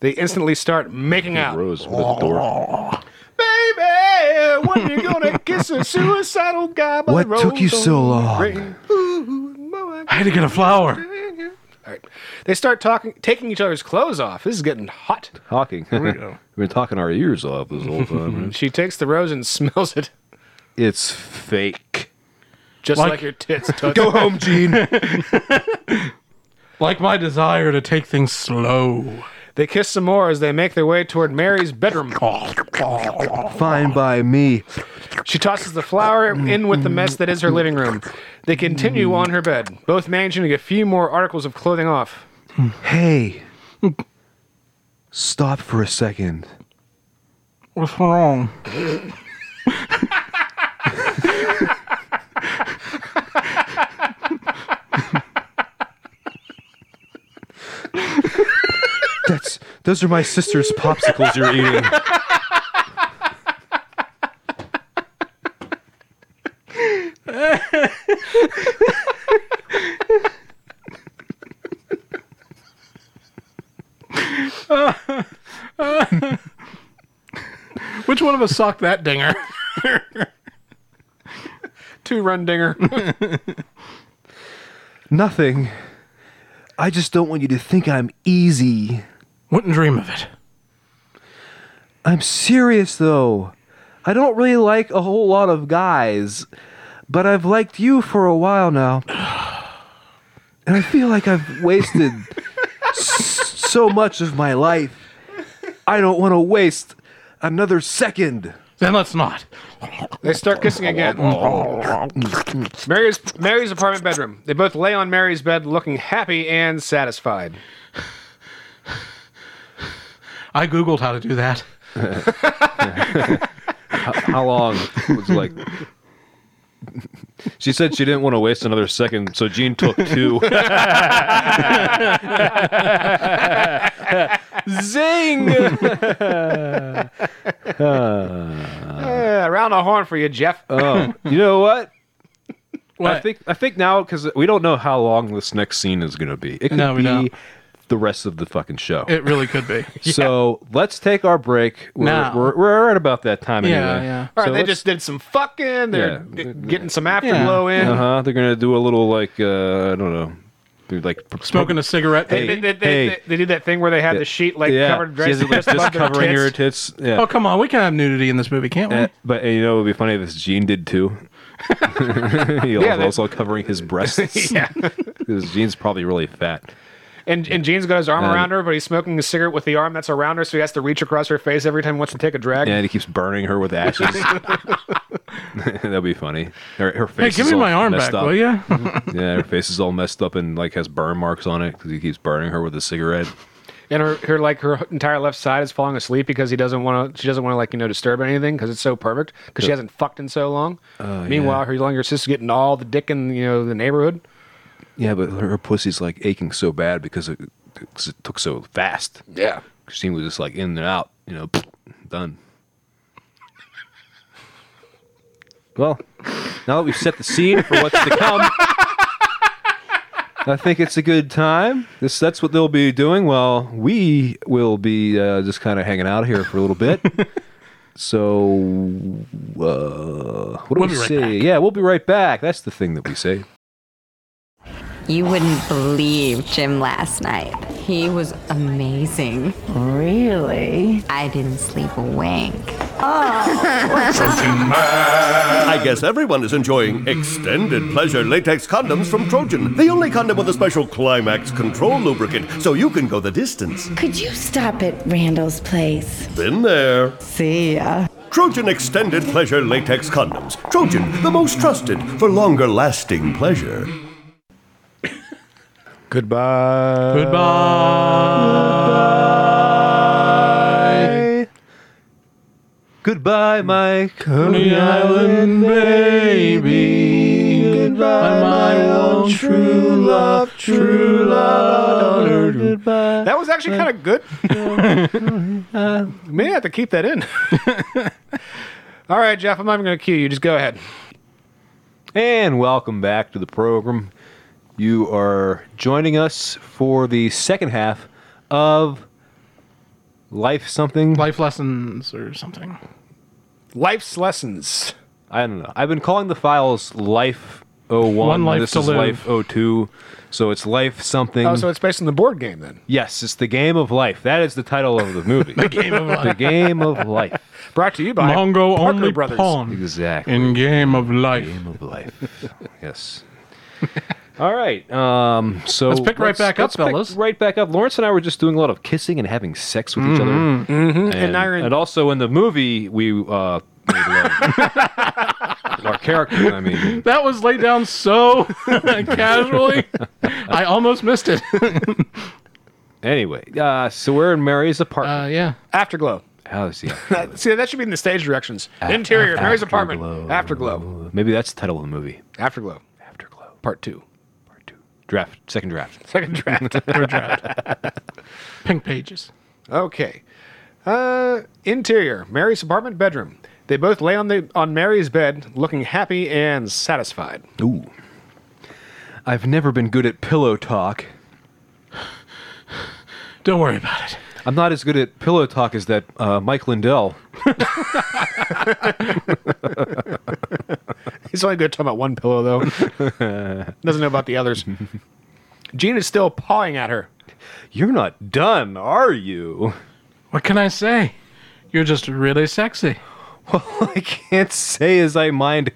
[SPEAKER 2] They instantly start making out.
[SPEAKER 1] Rose with a door.
[SPEAKER 2] Baby, when you gonna kiss a suicidal guy? by
[SPEAKER 1] What
[SPEAKER 2] the
[SPEAKER 1] took you
[SPEAKER 2] rose
[SPEAKER 1] so
[SPEAKER 2] on the
[SPEAKER 1] long?
[SPEAKER 2] ring?
[SPEAKER 3] I had to get a flower.
[SPEAKER 2] All right. They start talking, taking each other's clothes off. This is getting hot.
[SPEAKER 1] Talking. we have been talking our ears off this whole time.
[SPEAKER 2] She takes the rose and smells it,
[SPEAKER 1] it's fake.
[SPEAKER 2] just like,
[SPEAKER 3] Like-
[SPEAKER 2] your tits. Toots.
[SPEAKER 1] Go home, Gene.
[SPEAKER 3] Like my desire to take things slow.
[SPEAKER 2] They kiss some more as they make their way toward Mary's bedroom.
[SPEAKER 1] Fine by me.
[SPEAKER 2] She tosses the flower in with the mess that is her living room. They continue on her bed, both managing to get a few more articles of clothing off.
[SPEAKER 1] Hey, stop for a second.
[SPEAKER 3] What's wrong?
[SPEAKER 1] That's those are my sister's popsicles you're eating.
[SPEAKER 3] Which one of us socked that dinger?
[SPEAKER 2] Two run dinger.
[SPEAKER 1] Nothing. I just don't want you to think I'm easy.
[SPEAKER 3] Wouldn't dream of it.
[SPEAKER 1] I'm serious though. I don't really like a whole lot of guys, but I've liked you for a while now. And I feel like I've wasted s- so much of my life. I don't want to waste another second.
[SPEAKER 3] Then let's not.
[SPEAKER 2] They start kissing again. Mary's Mary's apartment bedroom. They both lay on Mary's bed, looking happy and satisfied.
[SPEAKER 3] I Googled how to do that.
[SPEAKER 1] How long? It was like. She said she didn't want to waste another second, so Gene took two.
[SPEAKER 2] Zing! Yeah, around the horn for you, Jeff.
[SPEAKER 1] oh, you know what?
[SPEAKER 3] What?
[SPEAKER 1] I think I think now because we don't know how long this next scene is going to be. It could
[SPEAKER 3] No, we
[SPEAKER 1] be
[SPEAKER 3] don't.
[SPEAKER 1] the rest of the fucking show.
[SPEAKER 3] it really could be.
[SPEAKER 1] So let's take our break. We're,
[SPEAKER 3] Now.
[SPEAKER 1] we're, we're right about that time
[SPEAKER 3] Yeah,
[SPEAKER 1] anyway.
[SPEAKER 3] yeah.
[SPEAKER 2] All right,
[SPEAKER 1] So
[SPEAKER 2] they
[SPEAKER 1] let's-
[SPEAKER 2] just did some fucking. They're
[SPEAKER 1] Yeah.
[SPEAKER 2] getting some afterglow in.
[SPEAKER 1] uh-huh, they're going to do a little like uh, I don't know, do like
[SPEAKER 3] Smoking a cigarette.
[SPEAKER 2] They,
[SPEAKER 3] maybe?
[SPEAKER 2] they, they,
[SPEAKER 1] Hey.
[SPEAKER 2] they, they did that thing where they had the sheet like
[SPEAKER 1] yeah,
[SPEAKER 2] covered right
[SPEAKER 1] just,
[SPEAKER 2] just above
[SPEAKER 1] just
[SPEAKER 2] their
[SPEAKER 1] covering
[SPEAKER 2] tits.
[SPEAKER 1] your tits. Yeah.
[SPEAKER 3] Oh, come on. We can have nudity in this movie, can't we?
[SPEAKER 1] Uh, but uh, you know, it would be funny if this Gene did too. he was
[SPEAKER 2] Yeah, they-
[SPEAKER 1] also covering his breasts.
[SPEAKER 2] Yeah.
[SPEAKER 1] Because Gene's probably really fat.
[SPEAKER 2] And and Gene's got his arm around her, but he's smoking a cigarette with the arm that's around her, so he has to reach across her face every time he wants to take a drag.
[SPEAKER 1] And he keeps burning her with ashes. That'd be funny. Her, her
[SPEAKER 3] hey,
[SPEAKER 1] face
[SPEAKER 3] give
[SPEAKER 1] is
[SPEAKER 3] me
[SPEAKER 1] all
[SPEAKER 3] my arm
[SPEAKER 1] messed
[SPEAKER 3] back,
[SPEAKER 1] up.
[SPEAKER 3] will you?
[SPEAKER 1] Yeah, her face is all messed up and like has burn marks on it because he keeps burning her with a cigarette.
[SPEAKER 2] And her, her like her entire left side is falling asleep because he doesn't want to. She doesn't want to like you know disturb anything because it's so perfect because she hasn't fucked in so long.
[SPEAKER 1] Oh,
[SPEAKER 2] Meanwhile, her younger sister's getting all the dick in you know the neighborhood.
[SPEAKER 1] Yeah, but her, her pussy's like aching so bad because it, 'cause it took so fast.
[SPEAKER 2] Yeah.
[SPEAKER 1] Christine was just like in and out, you know, done. Well, now that we've set the scene for what's to come, I think it's a good time. This that's what they'll be doing. Well, we will be uh, just kind of hanging out here for a little bit. so, uh, what do
[SPEAKER 3] We'll
[SPEAKER 1] we
[SPEAKER 3] be right
[SPEAKER 1] say?
[SPEAKER 3] back.
[SPEAKER 1] Yeah, we'll be right back. That's the thing that we say.
[SPEAKER 4] You wouldn't believe Jim last night. He was amazing.
[SPEAKER 5] Really?
[SPEAKER 4] I didn't sleep a wink.
[SPEAKER 5] I guess everyone is enjoying extended pleasure latex condoms from Trojan, the only condom with a special climax control lubricant, so you can go the distance.
[SPEAKER 6] Could you stop at Randall's place?
[SPEAKER 5] Been there.
[SPEAKER 6] See ya.
[SPEAKER 5] Trojan Extended Pleasure Latex Condoms. Trojan, the most trusted for longer lasting pleasure.
[SPEAKER 1] Goodbye.
[SPEAKER 3] Goodbye.
[SPEAKER 1] Goodbye. Goodbye, my
[SPEAKER 3] Coney Island baby. Goodbye, my own true love, true love.
[SPEAKER 1] Goodbye.
[SPEAKER 2] That was actually kind of good. May have to keep that in. All right, Jeff, I'm not even going to cue you. Just go ahead.
[SPEAKER 1] And welcome back to the program. You are joining us for the second half of Life Something.
[SPEAKER 3] Life lessons or something.
[SPEAKER 2] Life's lessons.
[SPEAKER 1] I don't know. I've been calling the files Life 01.
[SPEAKER 3] One life
[SPEAKER 1] this
[SPEAKER 3] to
[SPEAKER 1] is
[SPEAKER 3] live.
[SPEAKER 1] Life 02. So it's Life Something.
[SPEAKER 2] Oh, so it's based on the board game then.
[SPEAKER 1] yes, it's the game of life. That is the title of the movie. the game of life. The game of life.
[SPEAKER 2] Brought to you by
[SPEAKER 3] Mongo
[SPEAKER 2] Parker
[SPEAKER 3] only
[SPEAKER 2] Brothers.
[SPEAKER 3] pawn
[SPEAKER 1] Exactly.
[SPEAKER 3] in game of life.
[SPEAKER 1] Game of life. yes. All right. Um, so
[SPEAKER 3] Let's pick right back up,
[SPEAKER 1] let's pick
[SPEAKER 3] fellas.
[SPEAKER 1] right back up. Lawrence and I were just doing a lot of kissing and having sex with each other. And, and,
[SPEAKER 2] now you're in-
[SPEAKER 1] also in the movie, we uh, made love. our characters. I mean,
[SPEAKER 3] That was laid down so casually. I almost missed it.
[SPEAKER 1] anyway. Uh, so we're in Mary's
[SPEAKER 3] Uh,
[SPEAKER 1] apartment.
[SPEAKER 3] yeah.
[SPEAKER 2] Afterglow. Uh,
[SPEAKER 1] How's the
[SPEAKER 2] See, that should be in the stage directions. Interior, Mary's apartment. Afterglow.
[SPEAKER 1] Maybe that's the title of the movie.
[SPEAKER 2] Afterglow.
[SPEAKER 1] Afterglow.
[SPEAKER 2] Part two.
[SPEAKER 1] Part two. Draft. Second draft.
[SPEAKER 2] Second draft.
[SPEAKER 3] Pink pages.
[SPEAKER 2] Okay. Uh, interior. Mary's apartment bedroom. They both lay on the on Mary's bed, looking happy and satisfied.
[SPEAKER 1] Ooh. I've never been good at pillow talk.
[SPEAKER 3] Don't worry about it.
[SPEAKER 1] I'm not as good at pillow talk as that uh, Mike Lindell.
[SPEAKER 2] He's only good talking about one pillow though. Doesn't know about the others. Gene is still pawing at her.
[SPEAKER 1] You're not done, are you?
[SPEAKER 3] What can I say? You're just really sexy.
[SPEAKER 1] Well, I can't say as I mind.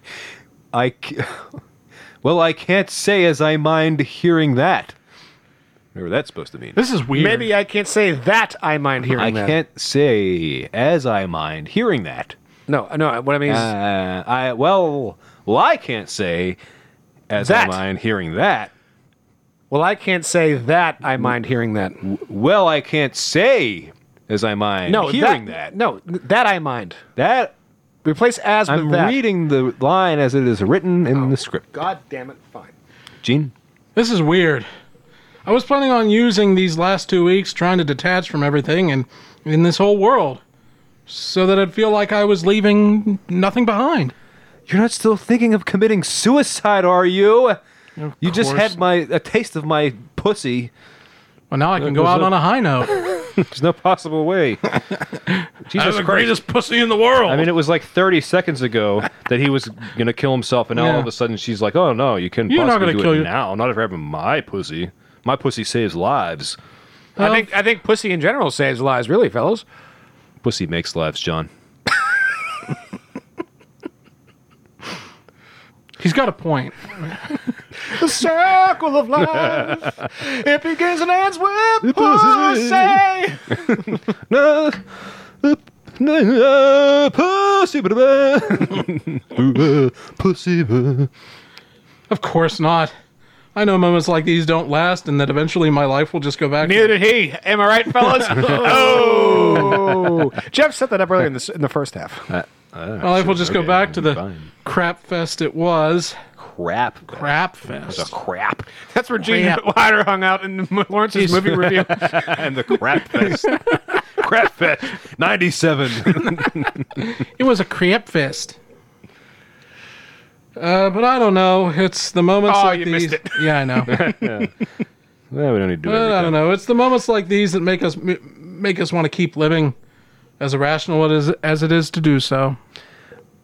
[SPEAKER 1] I. c- Well, I can't say as I mind hearing that. Whatever that's supposed to mean.
[SPEAKER 3] This is weird.
[SPEAKER 2] Maybe I can't say that I mind hearing
[SPEAKER 1] I
[SPEAKER 2] that.
[SPEAKER 1] can't say as I mind hearing that.
[SPEAKER 2] No, no. What I mean is
[SPEAKER 1] Uh, I well, well, I can't say as
[SPEAKER 2] That.
[SPEAKER 1] I mind hearing that.
[SPEAKER 2] Well, I can't say that I mind hearing that.
[SPEAKER 1] Well, I can't say as I mind
[SPEAKER 2] No,
[SPEAKER 1] hearing
[SPEAKER 2] that,
[SPEAKER 1] that.
[SPEAKER 2] No, that I mind.
[SPEAKER 1] That
[SPEAKER 2] Replace as with
[SPEAKER 1] I'm
[SPEAKER 2] that.
[SPEAKER 1] reading the line as it is written in the script.
[SPEAKER 2] God damn it! Fine.
[SPEAKER 1] Gene,
[SPEAKER 3] This is weird. I was planning on using these last two weeks trying to detach from everything and in this whole world so that I'd feel like I was leaving nothing behind.
[SPEAKER 1] you're not still thinking of committing suicide, are you? you just
[SPEAKER 3] course.
[SPEAKER 1] had my a taste of my pussy.
[SPEAKER 3] Well, now I can go out on a high note.
[SPEAKER 1] There's no possible way. Jesus Christ.
[SPEAKER 3] pussy in the world.
[SPEAKER 1] I mean, it was like 30 seconds ago that he was gonna kill himself, and now all
[SPEAKER 3] Yeah.
[SPEAKER 1] of a sudden she's like, "Oh no, you couldn't
[SPEAKER 3] You're not
[SPEAKER 1] possibly
[SPEAKER 3] gonna
[SPEAKER 1] do
[SPEAKER 3] kill
[SPEAKER 1] it
[SPEAKER 3] your-
[SPEAKER 1] now. Not if you're having my pussy. My pussy saves lives.
[SPEAKER 2] I think I think pussy in general saves lives, really, fellas.
[SPEAKER 1] Pussy makes lives, John.
[SPEAKER 3] He's got a point.
[SPEAKER 2] The circle of life it begins and ends with pussy.
[SPEAKER 1] No, uh, no, no, pussy, ba-da-ba. Uh, pussy. ba.
[SPEAKER 3] Of course not. I know moments like these don't last and that eventually my life will just go back
[SPEAKER 2] Neither did he. Am I right, fellas? oh, Jeff set that up earlier in the s- in the first half.
[SPEAKER 3] my life will just go
[SPEAKER 1] Okay,
[SPEAKER 3] back to the
[SPEAKER 1] fine.
[SPEAKER 3] crap fest it was.
[SPEAKER 1] Crap.
[SPEAKER 3] Crap
[SPEAKER 1] The
[SPEAKER 3] fest.
[SPEAKER 1] crap.
[SPEAKER 2] That's where Gene
[SPEAKER 3] Crap.
[SPEAKER 2] Wilder hung out in Lawrence's movie review.
[SPEAKER 1] and the crap fest. crap fest. 97.
[SPEAKER 3] It was a crap fest. Uh, but I don't know. It's the moments
[SPEAKER 2] Oh,
[SPEAKER 3] like
[SPEAKER 2] you
[SPEAKER 3] these.
[SPEAKER 2] missed it.
[SPEAKER 3] Yeah, I know.
[SPEAKER 1] well, we don't need to do
[SPEAKER 3] But I
[SPEAKER 1] that.
[SPEAKER 3] don't know. It's the moments like these that make us m- make us want to keep living, as irrational it is as it is to do so.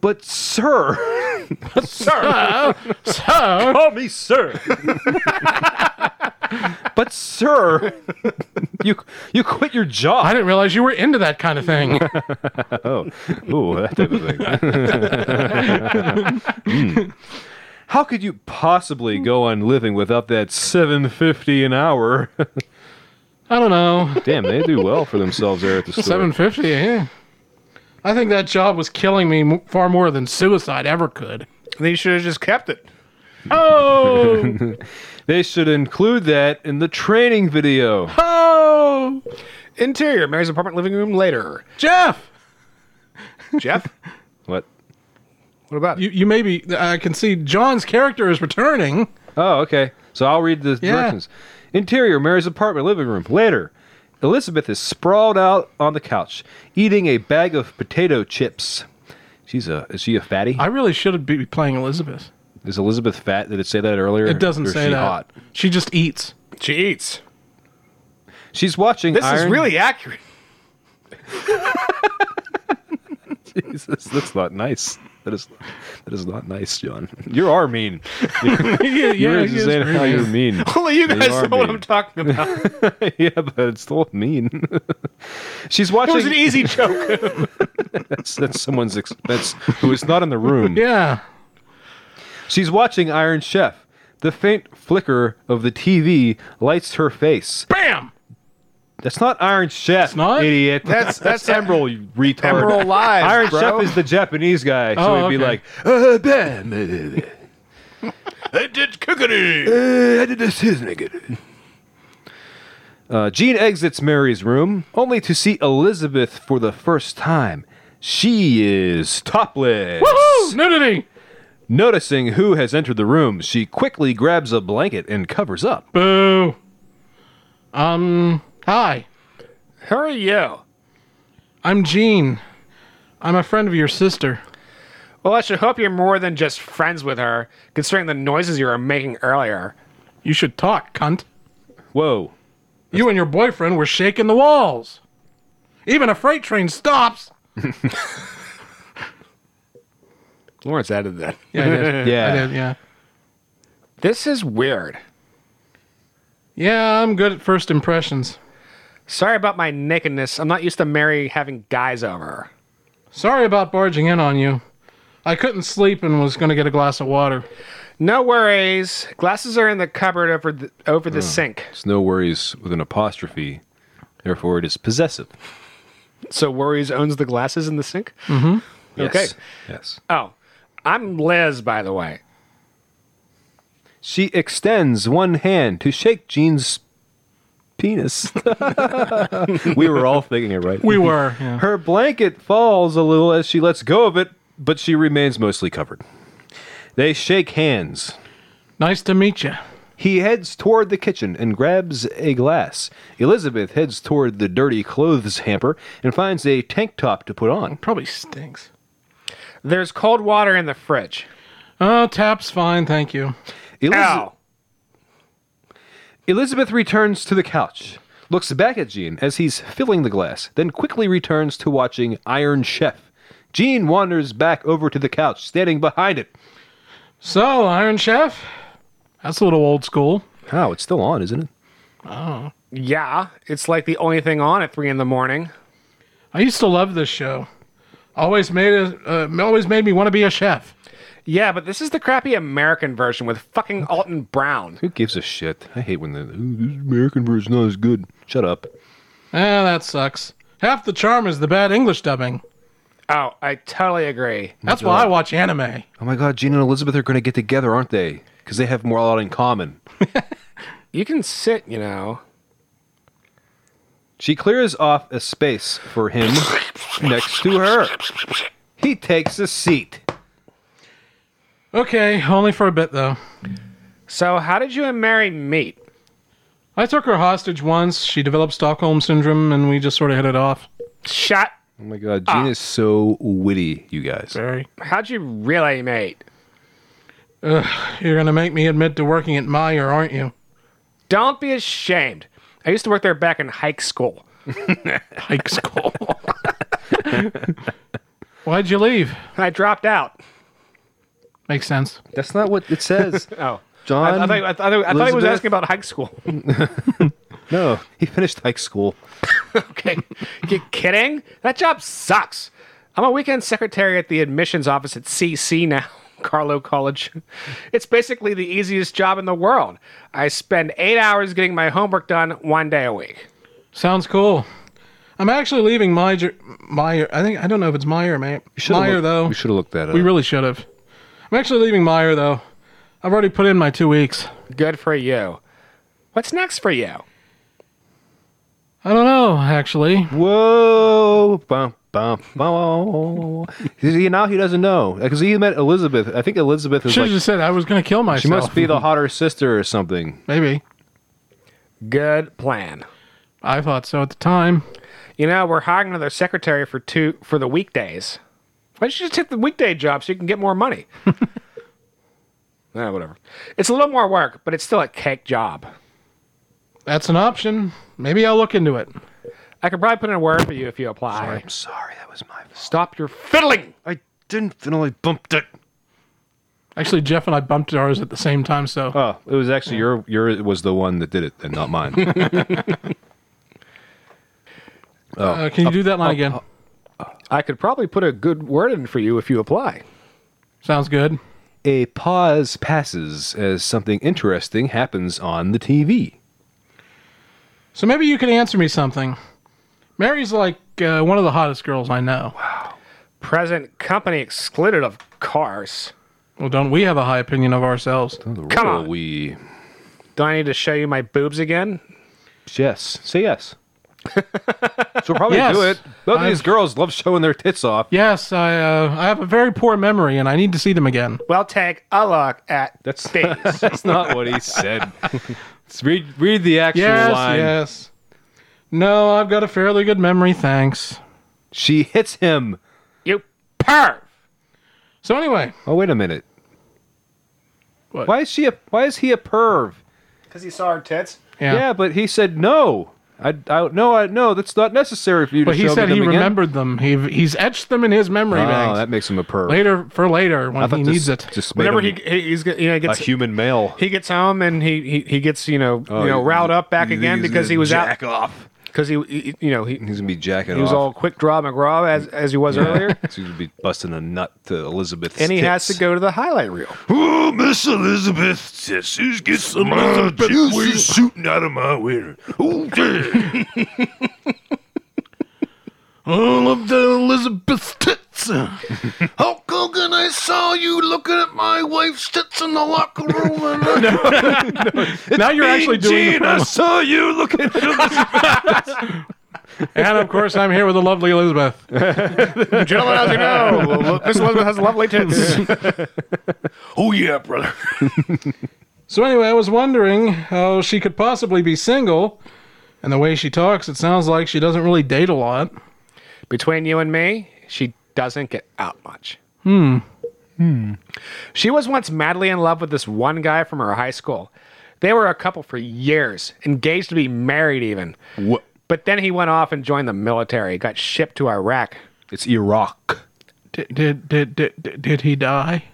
[SPEAKER 1] But, sir.
[SPEAKER 3] Sir,
[SPEAKER 1] Call me sir. But sir, you you quit your job.
[SPEAKER 3] I didn't realize you were into that kind of thing.
[SPEAKER 1] Ooh, that type of thing. Mm. How could you possibly go on living without that seven fifty an hour?
[SPEAKER 3] I don't know.
[SPEAKER 1] Damn, they do well for themselves there at the store.
[SPEAKER 3] Seven fifty. Yeah. I think that job was killing me m- far more than suicide ever could.
[SPEAKER 2] They should have just kept it.
[SPEAKER 3] Oh,
[SPEAKER 1] They should include that in the training video.
[SPEAKER 3] oh,
[SPEAKER 2] Interior, Mary's apartment living room later.
[SPEAKER 3] Jeff.
[SPEAKER 2] Jeff,
[SPEAKER 1] What?
[SPEAKER 2] what about
[SPEAKER 3] You, you maybe I can see John's character is returning.
[SPEAKER 1] Oh, okay. So I'll read the
[SPEAKER 3] Yeah.
[SPEAKER 1] directions. Interior, Mary's apartment, living room. Later, Elizabeth is sprawled out on the couch, eating a bag of potato chips. She's a is she a fatty?
[SPEAKER 3] I really should be playing Elizabeth.
[SPEAKER 1] is Elizabeth fat? Did it say that earlier?
[SPEAKER 3] It doesn't
[SPEAKER 1] Or is
[SPEAKER 3] say
[SPEAKER 1] she
[SPEAKER 3] that.
[SPEAKER 1] Hot?
[SPEAKER 3] She just eats.
[SPEAKER 2] She eats.
[SPEAKER 1] She's watching.
[SPEAKER 2] This is
[SPEAKER 1] Iron-
[SPEAKER 2] really accurate.
[SPEAKER 1] Jesus, that's not nice. That is that is not nice, John. You are mean. You're
[SPEAKER 3] yeah, yeah,
[SPEAKER 1] just saying how you're mean.
[SPEAKER 2] Only you guys
[SPEAKER 1] are
[SPEAKER 2] know what
[SPEAKER 1] mean.
[SPEAKER 2] I'm talking about.
[SPEAKER 1] yeah, but it's still mean. She's
[SPEAKER 2] It
[SPEAKER 1] watching.
[SPEAKER 2] was an e- easy joke.
[SPEAKER 1] that's, that's someone's expense who is not in the room.
[SPEAKER 3] yeah.
[SPEAKER 1] She's watching Iron Chef. The faint flicker of the TV lights her face.
[SPEAKER 3] Bam.
[SPEAKER 1] That's not Iron Chef,
[SPEAKER 3] not?
[SPEAKER 1] idiot.
[SPEAKER 2] That's- that's
[SPEAKER 1] Emerald, you retard.
[SPEAKER 2] Emerald Live,
[SPEAKER 1] Iron
[SPEAKER 2] bro.
[SPEAKER 1] Chef is the Japanese guy, so
[SPEAKER 3] Oh,
[SPEAKER 1] he'd be
[SPEAKER 3] okay.
[SPEAKER 1] like, uh, bam. uh,
[SPEAKER 2] I did cookery.
[SPEAKER 1] Eh, I did this his nigga. Uh, Jean exits Mary's room, only to see Elizabeth for the first time. She is topless.
[SPEAKER 3] Woohoo! Nudity.
[SPEAKER 1] Noticing who has entered the room, she quickly grabs a blanket and covers up.
[SPEAKER 3] Boo. Um. Hi.
[SPEAKER 2] Hurry, yo.
[SPEAKER 3] I'm Gene. I'm a friend of your sister.
[SPEAKER 2] Well, I should hope you're more than just friends with her, considering the noises you were making earlier.
[SPEAKER 3] You should talk, cunt.
[SPEAKER 1] Whoa.
[SPEAKER 3] You and your boyfriend were shaking the walls. Even a freight train stops.
[SPEAKER 2] Lawrence added that.
[SPEAKER 3] Yeah, I did.
[SPEAKER 1] Yeah.
[SPEAKER 3] I did, yeah.
[SPEAKER 2] This is weird.
[SPEAKER 3] Yeah, I'm good at first impressions.
[SPEAKER 2] Sorry about my nakedness. I'm not used to Mary having guys over.
[SPEAKER 3] Sorry about barging in on you. I couldn't sleep and was going to get a glass of water.
[SPEAKER 2] No worries. Glasses are in the cupboard over the, over the sink.
[SPEAKER 1] It's no worries with an apostrophe. Therefore, it is possessive.
[SPEAKER 2] So Worries owns the glasses in the sink? Okay.
[SPEAKER 1] Yes.
[SPEAKER 2] Oh, I'm Liz, by the way.
[SPEAKER 1] She extends one hand to shake Jean's penis. we were all thinking it, right?
[SPEAKER 3] We were. yeah.
[SPEAKER 1] Her blanket falls a little as she lets go of it, but she remains mostly covered. They shake hands.
[SPEAKER 3] Nice to meet you.
[SPEAKER 1] He heads toward the kitchen and grabs a glass. Elizabeth heads toward the dirty clothes hamper and finds a tank top to put on.
[SPEAKER 3] Probably stinks.
[SPEAKER 2] There's cold water in the fridge.
[SPEAKER 3] Oh, tap's fine, thank you.
[SPEAKER 1] Eliz-
[SPEAKER 2] Ow.
[SPEAKER 1] Elizabeth returns to the couch, looks back at Jean as he's filling the glass, then quickly returns to watching Iron Chef. Jean wanders back over to the couch, standing behind it.
[SPEAKER 3] So, Iron Chef? That's a little old school.
[SPEAKER 1] Oh, it's still on, isn't it?
[SPEAKER 2] Yeah, it's like the only thing on at three in the morning.
[SPEAKER 3] I used to love this show. Always made a, uh, always made me want to be a chef.
[SPEAKER 2] Yeah, but this is the crappy American version with fucking Alton Brown.
[SPEAKER 1] Who gives a shit? I hate when the "Ooh, this American version not as good. Shut up.
[SPEAKER 3] Eh, that sucks. Half the charm is the bad English dubbing.
[SPEAKER 2] Oh, I totally agree.
[SPEAKER 3] That's why I watch anime.
[SPEAKER 1] Oh my God, Jean and Elizabeth are going to get together, aren't they? Because they have more a lot in common.
[SPEAKER 2] You can sit, you know.
[SPEAKER 1] She clears off a space for him next to her. He takes a seat. Oh
[SPEAKER 3] Okay, only for a bit though.
[SPEAKER 2] So, how did you and Mary meet?
[SPEAKER 3] I took her hostage once. She developed Stockholm syndrome, and we just sort of hit it off.
[SPEAKER 2] Shut.
[SPEAKER 1] Oh my God, Jean is so witty, you guys.
[SPEAKER 3] Very.
[SPEAKER 2] How'd you really meet?
[SPEAKER 3] You're gonna make me admit to working at Meyer, aren't you?
[SPEAKER 2] Don't be ashamed. I used to work there back in hike school.
[SPEAKER 3] Hike school. Why'd you leave?
[SPEAKER 2] I dropped out.
[SPEAKER 3] Makes sense.
[SPEAKER 1] That's not what it says.
[SPEAKER 2] Oh,
[SPEAKER 1] John.
[SPEAKER 2] I, I, thought, I, thought, I thought he was
[SPEAKER 1] Elizabeth?
[SPEAKER 2] asking about high school.
[SPEAKER 1] No, he finished high school.
[SPEAKER 2] okay. You kidding? That job sucks. I'm a weekend secretary at the admissions office at CC now, Carlo College. It's basically the easiest job in the world. I spend eight hours getting my homework done one day a week.
[SPEAKER 3] Sounds cool. I'm actually leaving Meyer. Meyer. I think I don't know if it's Meyer, man.
[SPEAKER 1] Should've
[SPEAKER 3] Meyer
[SPEAKER 1] looked-
[SPEAKER 3] though.
[SPEAKER 1] We should have looked that up.
[SPEAKER 3] We really should have. I'm actually leaving Meyer though. I've already put in my two weeks.
[SPEAKER 2] Good for you. What's next for you?
[SPEAKER 3] I don't know actually.
[SPEAKER 1] Whoa! Bum, bum, bum. See, now he doesn't know because he met Elizabeth. I think Elizabeth is
[SPEAKER 3] Should have
[SPEAKER 1] like
[SPEAKER 3] just said I was gonna kill myself.
[SPEAKER 1] she must be the hotter sister or something.
[SPEAKER 3] Maybe.
[SPEAKER 2] Good plan.
[SPEAKER 3] I thought so at the time.
[SPEAKER 2] You know, we're hiring another secretary for two for the weekdays. Why don't you just take the weekday job so you can get more money? nah, whatever. It's a little more work, but it's still a cake job.
[SPEAKER 3] That's an option. Maybe I'll look into it.
[SPEAKER 2] I could probably put in a word for you if you apply.
[SPEAKER 1] I'm sorry, that was my. fault.
[SPEAKER 2] Stop your fiddling.
[SPEAKER 1] I didn't finally bumped it.
[SPEAKER 3] Actually, Jeff and I bumped ours at the same time, so
[SPEAKER 1] Oh, it was actually your your was the one that did it, and not mine.
[SPEAKER 3] uh, can you do
[SPEAKER 1] Oh.
[SPEAKER 3] that line again?
[SPEAKER 2] I could probably put a good word in for you if you apply.
[SPEAKER 3] Sounds good.
[SPEAKER 1] A pause passes as something interesting happens on the TV.
[SPEAKER 3] So maybe you could answer me something. Mary's like uh, one of the hottest girls I know.
[SPEAKER 2] Present company excluded, of course.
[SPEAKER 3] Well, don't we have a high opinion of ourselves?
[SPEAKER 1] Come
[SPEAKER 2] on.
[SPEAKER 1] we
[SPEAKER 2] Do I need to show you my boobs again?
[SPEAKER 1] yes, say yes. so probably
[SPEAKER 3] Yes.
[SPEAKER 1] do it. Both of
[SPEAKER 3] I've-
[SPEAKER 1] these girls love showing their tits off.
[SPEAKER 3] Yes, I uh, I have a very poor memory, and I need to see them again.
[SPEAKER 2] Well, take a look at
[SPEAKER 1] That's-
[SPEAKER 2] these.
[SPEAKER 1] That's not what he said. Let's read read the actual
[SPEAKER 3] Yes,
[SPEAKER 1] line.
[SPEAKER 3] yes. No, I've got a fairly good memory, thanks.
[SPEAKER 1] She hits him.
[SPEAKER 2] you perv.
[SPEAKER 3] So anyway,
[SPEAKER 1] Oh wait a minute.
[SPEAKER 3] What?
[SPEAKER 1] Why is she a why is he a perv?
[SPEAKER 2] Because he saw her tits.
[SPEAKER 3] yeah.
[SPEAKER 1] Yeah, but he said no. I, I no I no that's not necessary for you
[SPEAKER 3] but
[SPEAKER 1] to
[SPEAKER 3] he
[SPEAKER 1] show
[SPEAKER 3] said
[SPEAKER 1] me
[SPEAKER 3] he
[SPEAKER 1] them again.
[SPEAKER 3] remembered them. He he's etched them in his memory
[SPEAKER 1] Oh,
[SPEAKER 3] banks.
[SPEAKER 1] that makes him a perv.
[SPEAKER 3] later for later when he
[SPEAKER 1] this
[SPEAKER 3] needs it.
[SPEAKER 1] Just made
[SPEAKER 2] Whenever he,
[SPEAKER 1] him
[SPEAKER 2] he he's get- you know
[SPEAKER 1] a
[SPEAKER 2] gets
[SPEAKER 1] human male. Oh,
[SPEAKER 2] he gets home and he he, he gets you know you know
[SPEAKER 1] he-
[SPEAKER 2] riled up back
[SPEAKER 1] you think
[SPEAKER 2] again
[SPEAKER 1] he's
[SPEAKER 2] because
[SPEAKER 1] gonna
[SPEAKER 2] Oh, he was
[SPEAKER 1] jack
[SPEAKER 2] out
[SPEAKER 1] off.
[SPEAKER 2] because he, he you know he
[SPEAKER 1] He's gonna be jacking
[SPEAKER 2] he was
[SPEAKER 1] off.
[SPEAKER 2] all quick draw McGraw as as he was earlier,
[SPEAKER 1] He's gonna be busting a nut to Elizabeth's
[SPEAKER 2] and he has to
[SPEAKER 1] tits.
[SPEAKER 2] go to the highlight reel.
[SPEAKER 7] Oh, Miss Elizabeth, says who's get some of the juices shooting out of my wiener. Okay. All of the Elizabeth's tits. Hulk Hogan, I saw you looking at my wife's tits in the locker room. And I,
[SPEAKER 3] now you're actually doing the
[SPEAKER 7] Gene, I
[SPEAKER 3] promo.
[SPEAKER 7] saw you looking at
[SPEAKER 3] and of course I'm here with the lovely Elizabeth.
[SPEAKER 2] Gentlemen, as you know, Miss Elizabeth has lovely tits.
[SPEAKER 7] Oh, yeah, brother.
[SPEAKER 3] So anyway, I was wondering how she could possibly be single, and the way she talks, it sounds like she doesn't really date a lot.
[SPEAKER 2] Between you and me, she doesn't get out much. Hmm. Hmm. She was once madly in love with this one guy from her high school. They were a couple for years, engaged to be married even.
[SPEAKER 1] What?
[SPEAKER 2] But then he went off and joined the military, got shipped to Iraq.
[SPEAKER 1] It's Iraq.
[SPEAKER 3] Did did did did, did he die?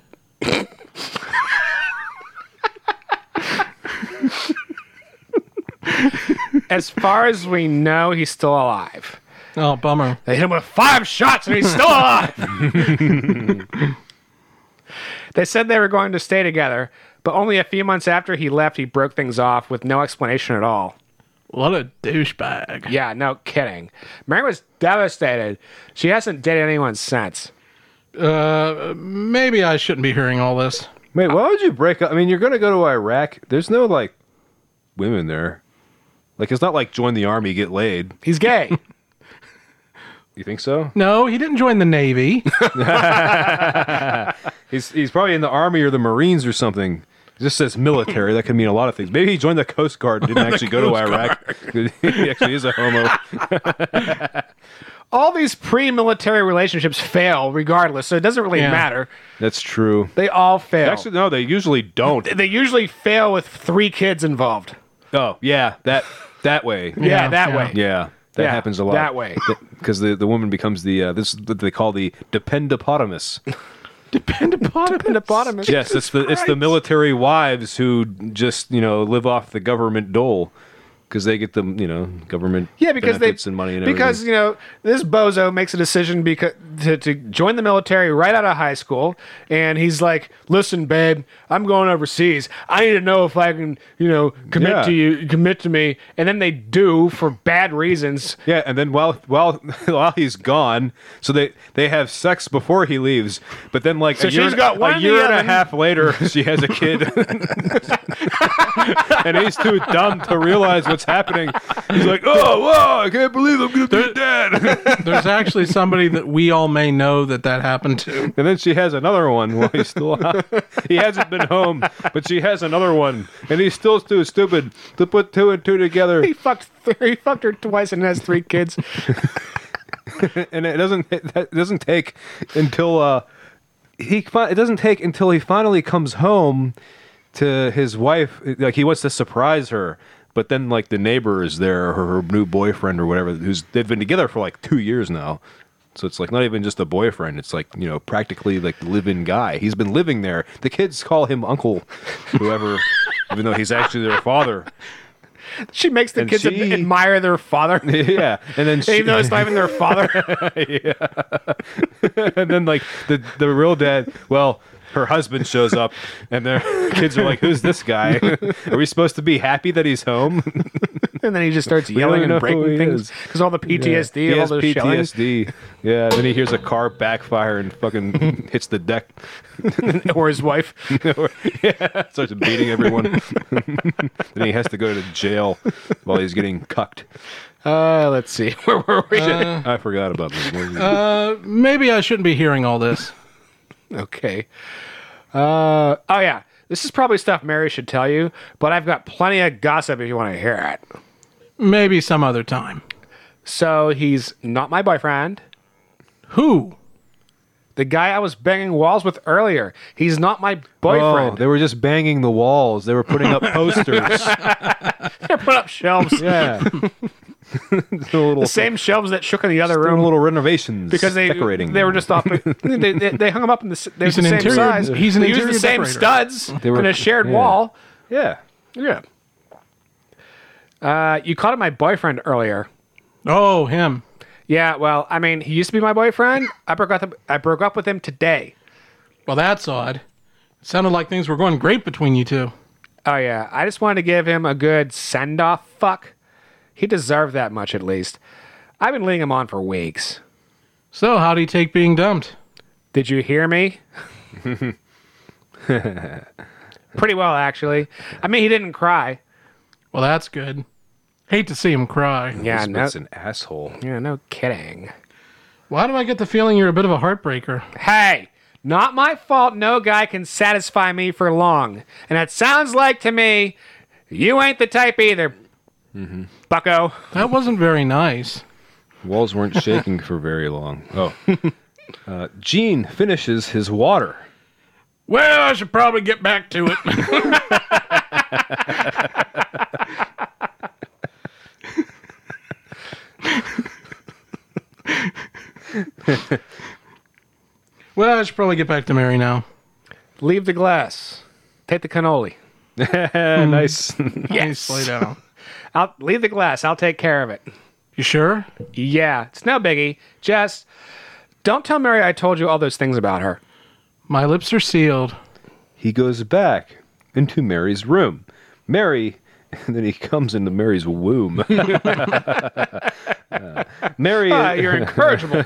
[SPEAKER 2] As far as we know, he's still alive.
[SPEAKER 3] Oh, bummer.
[SPEAKER 2] They hit him with five shots and he's still alive. they said they were going to stay together, but only a few months after he left, he broke things off with no explanation at all.
[SPEAKER 3] What a douchebag.
[SPEAKER 2] Yeah, no kidding. Mary was devastated. She hasn't dated anyone since.
[SPEAKER 3] Uh, maybe I shouldn't be hearing all this.
[SPEAKER 1] Wait, why would you break up? I mean, you're gonna go to Iraq. There's no like women there. Like it's not like join the army, get laid.
[SPEAKER 2] He's gay.
[SPEAKER 1] You think so?
[SPEAKER 3] No, he didn't join the navy.
[SPEAKER 1] He's he's probably in the army or the marines or something. It just says military. That could mean a lot of things. Maybe he joined the Coast Guard. and Didn't actually go to Iraq. he actually is a homo.
[SPEAKER 2] All these pre-military relationships fail regardless, so it doesn't really
[SPEAKER 3] Yeah.
[SPEAKER 2] matter.
[SPEAKER 1] That's true.
[SPEAKER 2] They all fail.
[SPEAKER 1] Actually, no, they usually don't.
[SPEAKER 2] they usually fail with three kids involved.
[SPEAKER 1] Oh, yeah, that that way.
[SPEAKER 2] Yeah,
[SPEAKER 3] Yeah,
[SPEAKER 2] that
[SPEAKER 3] yeah.
[SPEAKER 2] way.
[SPEAKER 1] Yeah, that
[SPEAKER 2] Yeah,
[SPEAKER 1] happens a lot.
[SPEAKER 2] that way.
[SPEAKER 1] because the the woman becomes the uh, this is what they call the dependopotamus.
[SPEAKER 3] Dependipotamus.
[SPEAKER 2] Hippopotamus.
[SPEAKER 1] yes, it's the it's the military wives who just you know live off the government dole because they get the you know government
[SPEAKER 2] Yeah, because they
[SPEAKER 1] benefits and money and
[SPEAKER 2] because
[SPEAKER 1] everything.
[SPEAKER 2] you know this bozo makes a decision because to, to join the military right out of high school, and he's like, "Listen, babe, I'm going overseas. I need to know if I can, you know, commit
[SPEAKER 1] Yeah.
[SPEAKER 2] to you, commit to me." And then they do for bad reasons.
[SPEAKER 1] Yeah, and then while while while he's gone, so they they have sex before he leaves, but then like
[SPEAKER 2] So
[SPEAKER 1] a year,
[SPEAKER 2] she's got one
[SPEAKER 1] a
[SPEAKER 2] in
[SPEAKER 1] year
[SPEAKER 2] the
[SPEAKER 1] and a
[SPEAKER 2] oven.
[SPEAKER 1] half later, she has a kid, and he's too dumb to realize what's happening. He's like, oh, whoa, I can't believe I'm gonna be dead.
[SPEAKER 3] There's actually somebody that we all may know that that happened to.
[SPEAKER 1] and then she has another one while he's still out. he hasn't been home, but she has another one, and he's still too stupid to put two and two together.
[SPEAKER 2] He fucked th- he fucked her twice and has three kids.
[SPEAKER 1] and it doesn't it doesn't take until uh he fi- it doesn't take until he finally comes home to his wife like he wants to surprise her but then like the neighbor is there or her new boyfriend or whatever who's they've been together for like 2 years now so it's like not even just a boyfriend it's like you know practically like the live-in guy he's been living there the kids call him uncle whoever even though he's actually their father
[SPEAKER 2] She makes the
[SPEAKER 1] And
[SPEAKER 2] kids
[SPEAKER 1] she-
[SPEAKER 2] admire their father.
[SPEAKER 1] yeah and then she,
[SPEAKER 2] Even though it's not even their father,
[SPEAKER 1] and then like the the real dad well her husband shows up and their kids are like who's this guy are we supposed to be happy that he's home
[SPEAKER 2] and then he just starts
[SPEAKER 1] don't
[SPEAKER 2] yelling
[SPEAKER 1] know who
[SPEAKER 2] and
[SPEAKER 1] he
[SPEAKER 2] breaking things
[SPEAKER 1] is.
[SPEAKER 2] because all the PTSD,
[SPEAKER 1] he
[SPEAKER 2] and all
[SPEAKER 1] has
[SPEAKER 2] those shelling.
[SPEAKER 1] ptsd yeah then he hears a car backfire and fucking hits the deck
[SPEAKER 2] or his wife.
[SPEAKER 1] yeah, starts beating everyone then he has to go to jail while he's getting cucked
[SPEAKER 2] Uh, let's see. Where were we?
[SPEAKER 1] i forgot about this
[SPEAKER 2] Uh,
[SPEAKER 3] Maybe I shouldn't be hearing all this.
[SPEAKER 2] okay. Uh, oh, yeah. This is probably stuff Mary should tell you, but I've got plenty of gossip if you want to hear it.
[SPEAKER 3] Maybe some other time.
[SPEAKER 2] So he's not my boyfriend.
[SPEAKER 3] Who?
[SPEAKER 2] The guy I was banging walls with earlier. He's not my
[SPEAKER 1] oh
[SPEAKER 2] boyfriend.
[SPEAKER 1] they were just banging the walls they were putting up posters
[SPEAKER 2] they put up shelves.
[SPEAKER 1] yeah the little
[SPEAKER 2] The same shelves that shook in the other
[SPEAKER 1] doing
[SPEAKER 2] room.
[SPEAKER 1] little renovations
[SPEAKER 2] because they
[SPEAKER 1] decorating
[SPEAKER 2] they were just off. they, they, they hung them up in the, s- they were
[SPEAKER 3] He's
[SPEAKER 2] the same
[SPEAKER 3] an interior-
[SPEAKER 2] size.
[SPEAKER 3] he's an
[SPEAKER 2] they used the
[SPEAKER 3] interior
[SPEAKER 2] same
[SPEAKER 3] decorator.
[SPEAKER 2] studs
[SPEAKER 1] were-
[SPEAKER 2] in a shared
[SPEAKER 1] yeah.
[SPEAKER 2] wall.
[SPEAKER 1] yeah
[SPEAKER 2] Yeah. Uh, you called him my boyfriend earlier.
[SPEAKER 3] Oh, him.
[SPEAKER 2] Yeah, well, I mean, he used to be my boyfriend. I broke up. I broke up with him today.
[SPEAKER 3] Well, that's odd. It sounded like things were going great between you two.
[SPEAKER 2] Oh yeah, I just wanted to give him a good send off. Fuck, he deserved that much at least. I've been leading him on for weeks.
[SPEAKER 3] So, how'd he take being dumped?
[SPEAKER 2] Did you hear me? Pretty well, actually. I mean, he didn't cry.
[SPEAKER 3] Well, that's good. Hate to see him cry.
[SPEAKER 2] Yeah,
[SPEAKER 1] This
[SPEAKER 2] no,
[SPEAKER 1] bit's an asshole.
[SPEAKER 2] yeah, no kidding.
[SPEAKER 3] Why do I get the feeling you're a bit of a heartbreaker?
[SPEAKER 2] Hey, not my fault no guy can satisfy me for long. And it sounds like to me, you ain't the type either, Mm-hmm. bucko.
[SPEAKER 3] That wasn't very nice.
[SPEAKER 1] Walls weren't shaking for very long. Oh. Uh, Gene finishes his water.
[SPEAKER 3] Well, I should probably get back to it. well, I should probably get back to Mary now.
[SPEAKER 2] Leave the glass. Take the cannoli.
[SPEAKER 1] nice.
[SPEAKER 2] Yes.
[SPEAKER 3] Lay down.
[SPEAKER 2] I'll leave the glass. I'll take care of it.
[SPEAKER 3] You sure?
[SPEAKER 2] Yeah, it's no biggie. Just don't tell Mary I told you all those things about her.
[SPEAKER 3] My lips are sealed.
[SPEAKER 1] he goes back into Mary's room. Mary, and then he comes into Mary's womb. Uh, Mary,
[SPEAKER 2] Ah, you're incorrigible.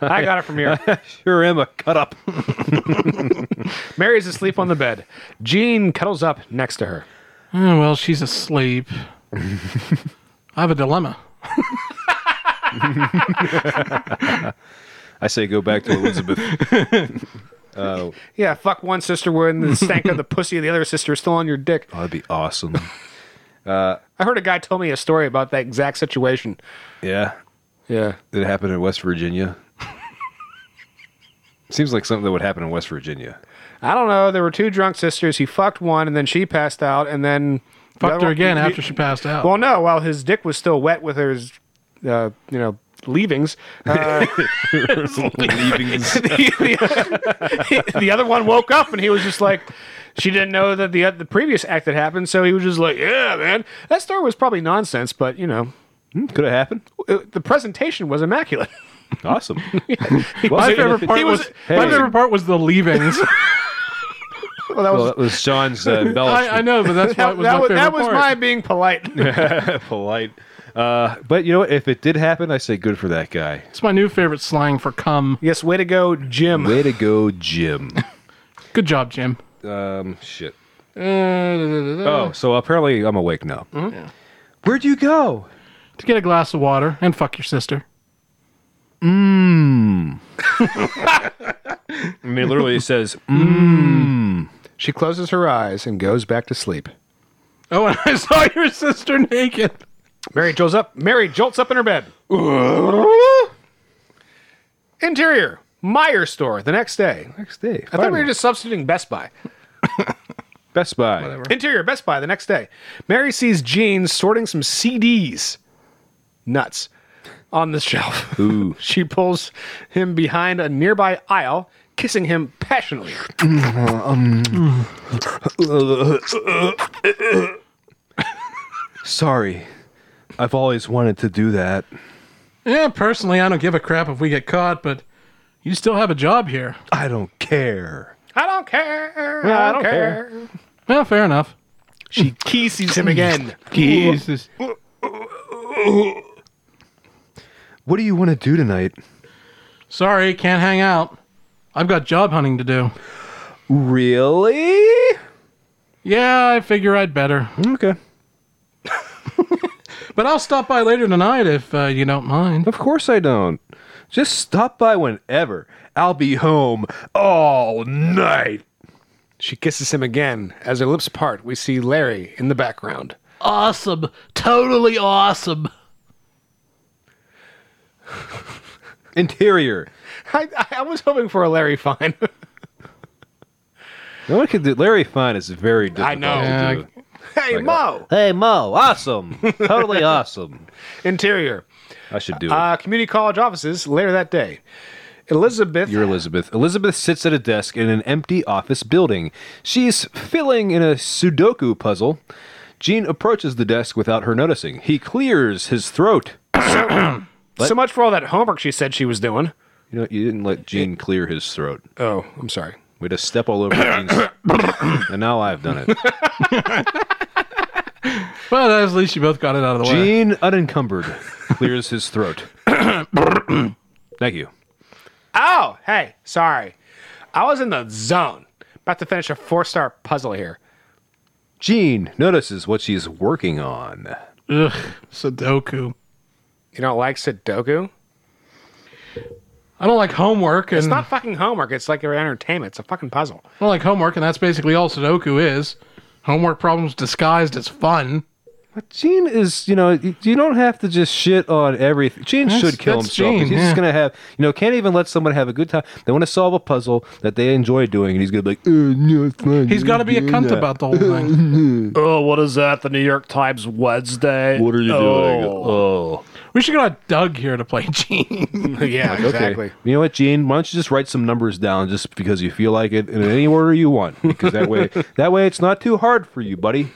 [SPEAKER 2] I got it from here.
[SPEAKER 1] sure am a cut up.
[SPEAKER 2] Mary's asleep on the bed. Jean cuddles up next to her.
[SPEAKER 3] Oh, well, she's asleep. I have a dilemma.
[SPEAKER 1] I say go back to Elizabeth. Oh,
[SPEAKER 2] Yeah, fuck one sister when the stank of the pussy of the other sister is still on your dick.
[SPEAKER 1] that'd be awesome.
[SPEAKER 2] I heard a guy tell me a story about that exact situation.
[SPEAKER 1] Yeah,
[SPEAKER 2] Yeah.
[SPEAKER 1] it happened in West Virginia. Seems like something that would happen in West Virginia.
[SPEAKER 2] I don't know. There were two drunk sisters. He fucked one, and then she passed out, and then
[SPEAKER 3] Fucked her
[SPEAKER 2] Well,
[SPEAKER 3] again
[SPEAKER 2] he-
[SPEAKER 3] after she passed out.
[SPEAKER 2] Well, no. While his dick was still wet with hers, uh, you know leavings. Uh, the, the- the other one woke up and he was just like, she didn't know that the the previous act had happened, so he was just like, yeah, man, that story was probably nonsense, but you know,
[SPEAKER 1] Could have Hmm, happened.
[SPEAKER 2] it- the presentation was immaculate.
[SPEAKER 1] Awesome.
[SPEAKER 3] My
[SPEAKER 1] Well,
[SPEAKER 3] favorite part
[SPEAKER 2] he
[SPEAKER 3] was,
[SPEAKER 2] was-
[SPEAKER 3] my
[SPEAKER 1] hey.
[SPEAKER 3] favorite part was the leavings.
[SPEAKER 2] Well, that was.
[SPEAKER 1] Well, that was Sean's uh,
[SPEAKER 3] I, I
[SPEAKER 1] embellishment.
[SPEAKER 3] know, but that's why
[SPEAKER 2] that,
[SPEAKER 3] it was
[SPEAKER 2] that
[SPEAKER 3] my
[SPEAKER 2] was,
[SPEAKER 3] favorite
[SPEAKER 2] that was
[SPEAKER 3] part.
[SPEAKER 2] my being polite.
[SPEAKER 1] Polite. Uh, but you know what? If it did happen, I say good for that guy.
[SPEAKER 3] It's my new favorite slang for cum.
[SPEAKER 2] yes, way to go, Jim.
[SPEAKER 1] Way to go, Jim.
[SPEAKER 3] Good job, Jim.
[SPEAKER 1] Um, shit.
[SPEAKER 3] Uh, to
[SPEAKER 1] Oh, so apparently I'm awake now. Where'd you go?
[SPEAKER 3] get a glass of water and fuck your sister.
[SPEAKER 1] I mean, it literally says,
[SPEAKER 2] She closes her eyes and goes back to sleep.
[SPEAKER 3] Oh, and I saw your sister naked.
[SPEAKER 2] Mary jolts up. Mary jolts up in her bed. Interior Meyer store. The next day.
[SPEAKER 1] next day.
[SPEAKER 2] I thought we were just substituting Best Buy.
[SPEAKER 1] Best Buy.
[SPEAKER 2] Interior Best Buy. The next day. Mary sees Jean sorting some CDs. Nuts. On the shelf.
[SPEAKER 1] Ooh.
[SPEAKER 2] she pulls him behind a nearby aisle, kissing him passionately.
[SPEAKER 1] Sorry. I've always wanted to do that.
[SPEAKER 3] Yeah, personally, I don't give a crap if we get caught, but you still have a job here.
[SPEAKER 1] I don't care.
[SPEAKER 2] I don't care.
[SPEAKER 1] Yeah,
[SPEAKER 2] I don't care.
[SPEAKER 3] Well, fair enough.
[SPEAKER 2] She kisses him again.
[SPEAKER 3] Jesus.
[SPEAKER 1] What do you want to do tonight?
[SPEAKER 3] Sorry, can't hang out. I've got job hunting to do.
[SPEAKER 1] Really?
[SPEAKER 3] Yeah, I figure I'd better.
[SPEAKER 1] Okay.
[SPEAKER 3] But I'll stop by later tonight if uh, you don't mind.
[SPEAKER 1] Of course I don't. Just stop by whenever. I'll be home all night.
[SPEAKER 2] She kisses him again. As their lips part, we see Larry in the background.
[SPEAKER 3] Awesome. Totally awesome.
[SPEAKER 1] Interior.
[SPEAKER 2] I, I was hoping for a Larry Fine.
[SPEAKER 1] No one can do. Larry Fine is very difficult.
[SPEAKER 2] know.
[SPEAKER 1] to
[SPEAKER 3] Yeah,
[SPEAKER 1] do.
[SPEAKER 2] hey, Mo!
[SPEAKER 1] Hey Mo, awesome, totally awesome.
[SPEAKER 2] Interior.
[SPEAKER 1] I should do it.
[SPEAKER 2] Uh, community college offices later that day. Elizabeth.
[SPEAKER 1] You're Elizabeth. Elizabeth sits at a desk in an empty office building. She's filling in a Sudoku puzzle. Jean approaches the desk without her noticing. He clears his throat.
[SPEAKER 2] so much for all that homework she said she was doing.
[SPEAKER 1] You know, you didn't let Jean clear his throat.
[SPEAKER 2] Oh, I'm sorry.
[SPEAKER 1] We just step all over Jean's. and now I've done it.
[SPEAKER 3] But at least you both got it out of the way.
[SPEAKER 1] Jean, unencumbered, clears his throat. Thank you.
[SPEAKER 2] Oh, hey, sorry. I was in the zone. About to finish a four star puzzle here.
[SPEAKER 1] Jean notices what she's working on.
[SPEAKER 3] Ugh, Sudoku.
[SPEAKER 2] You don't like Sudoku?
[SPEAKER 3] I don't like homework, and
[SPEAKER 2] It's not fucking homework. It's like your entertainment. It's a fucking puzzle.
[SPEAKER 3] I don't like homework, and that's basically all Sudoku is. Homework problems disguised as fun.
[SPEAKER 1] Gene is, you know, y- you don't have to just shit on everything. Gene
[SPEAKER 3] That's-
[SPEAKER 1] should kill
[SPEAKER 3] that's
[SPEAKER 1] himself. 'cause
[SPEAKER 3] Gene,
[SPEAKER 1] he's just
[SPEAKER 3] yeah.
[SPEAKER 1] gonna have, you know, can't even let someone have a good time. They want to solve a puzzle that they enjoy doing, and he's gonna be like, oh, no, it's fun.
[SPEAKER 3] He's got to be a cunt about the whole thing.
[SPEAKER 2] Oh, what is that? The New York Times Wednesday?
[SPEAKER 1] What are you doing? Oh,
[SPEAKER 3] We should get Doug here to play Gene.
[SPEAKER 2] yeah,
[SPEAKER 1] okay.
[SPEAKER 2] exactly.
[SPEAKER 1] You know what, Gene? Why don't you just write some numbers down just because you feel like it, in any order you want? Because that way, that way, it's not too hard for you, buddy.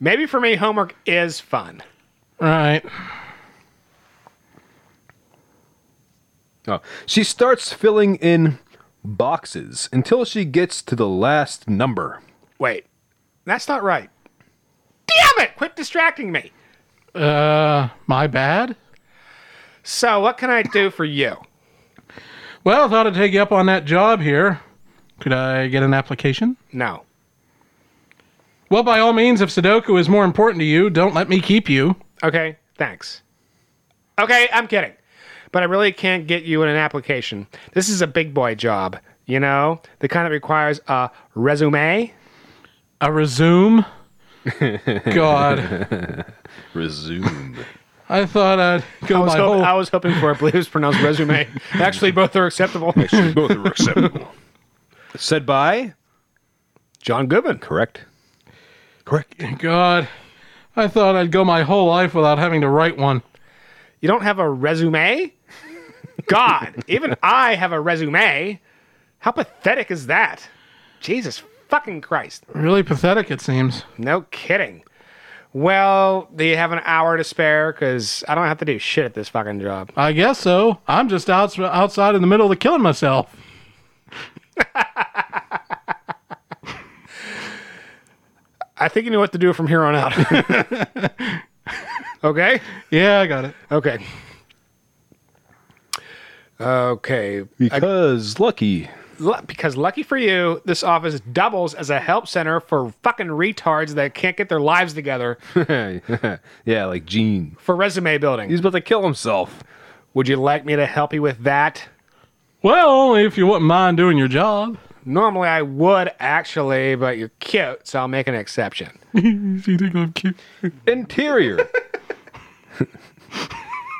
[SPEAKER 2] Maybe for me, homework is fun.
[SPEAKER 3] right.
[SPEAKER 1] Oh. She starts filling in boxes until she gets to the last number.
[SPEAKER 2] Wait, that's not right. Damn it! Quit distracting me.
[SPEAKER 3] Uh, my bad.
[SPEAKER 2] So, what can I do for you?
[SPEAKER 3] Well, thought I'd take you up on that job here. Could I get an application?
[SPEAKER 2] No.
[SPEAKER 3] Well, by all means, if Sudoku is more important to you, don't let me keep you.
[SPEAKER 2] Okay, thanks. Okay, I'm kidding. But I really can't get you in an application. This is a big boy job, you know? The kind that requires a resume.
[SPEAKER 3] I resume. God,
[SPEAKER 1] Resume.
[SPEAKER 3] I thought I'd
[SPEAKER 2] I
[SPEAKER 3] go
[SPEAKER 2] was,
[SPEAKER 3] Oh, my
[SPEAKER 2] hoping,
[SPEAKER 3] whole.
[SPEAKER 2] I was hoping for, I believe it's pronounced resume. Actually, both are acceptable.
[SPEAKER 1] Both are acceptable. Said by?
[SPEAKER 2] John Goodman.
[SPEAKER 1] Correct. Correct.
[SPEAKER 3] God, I thought I'd go my whole life without having to write one.
[SPEAKER 2] You don't have a resume? God, even I have a resume. How pathetic is that? Jesus fucking Christ.
[SPEAKER 3] Really pathetic, it seems.
[SPEAKER 2] No kidding. Well, do you have an hour to spare? Because I don't have to do shit at this fucking job.
[SPEAKER 3] I guess so. I'm just out, outside in the middle of killing myself.
[SPEAKER 2] I think you know what to do from here on out. okay?
[SPEAKER 3] Yeah, I got it.
[SPEAKER 2] Okay. Okay.
[SPEAKER 1] Because lucky.
[SPEAKER 2] Lu- because lucky for you, this office doubles as a help center for fucking retards that can't get their lives together
[SPEAKER 1] yeah, like Gene.
[SPEAKER 2] for resume building.
[SPEAKER 1] He's about to kill himself.
[SPEAKER 2] Would you like me to help you with that?
[SPEAKER 3] Well, only if you wouldn't mind doing your job.
[SPEAKER 2] Normally I would actually, but you're cute, so I'll make an exception.
[SPEAKER 3] You think I'm cute?
[SPEAKER 1] Interior.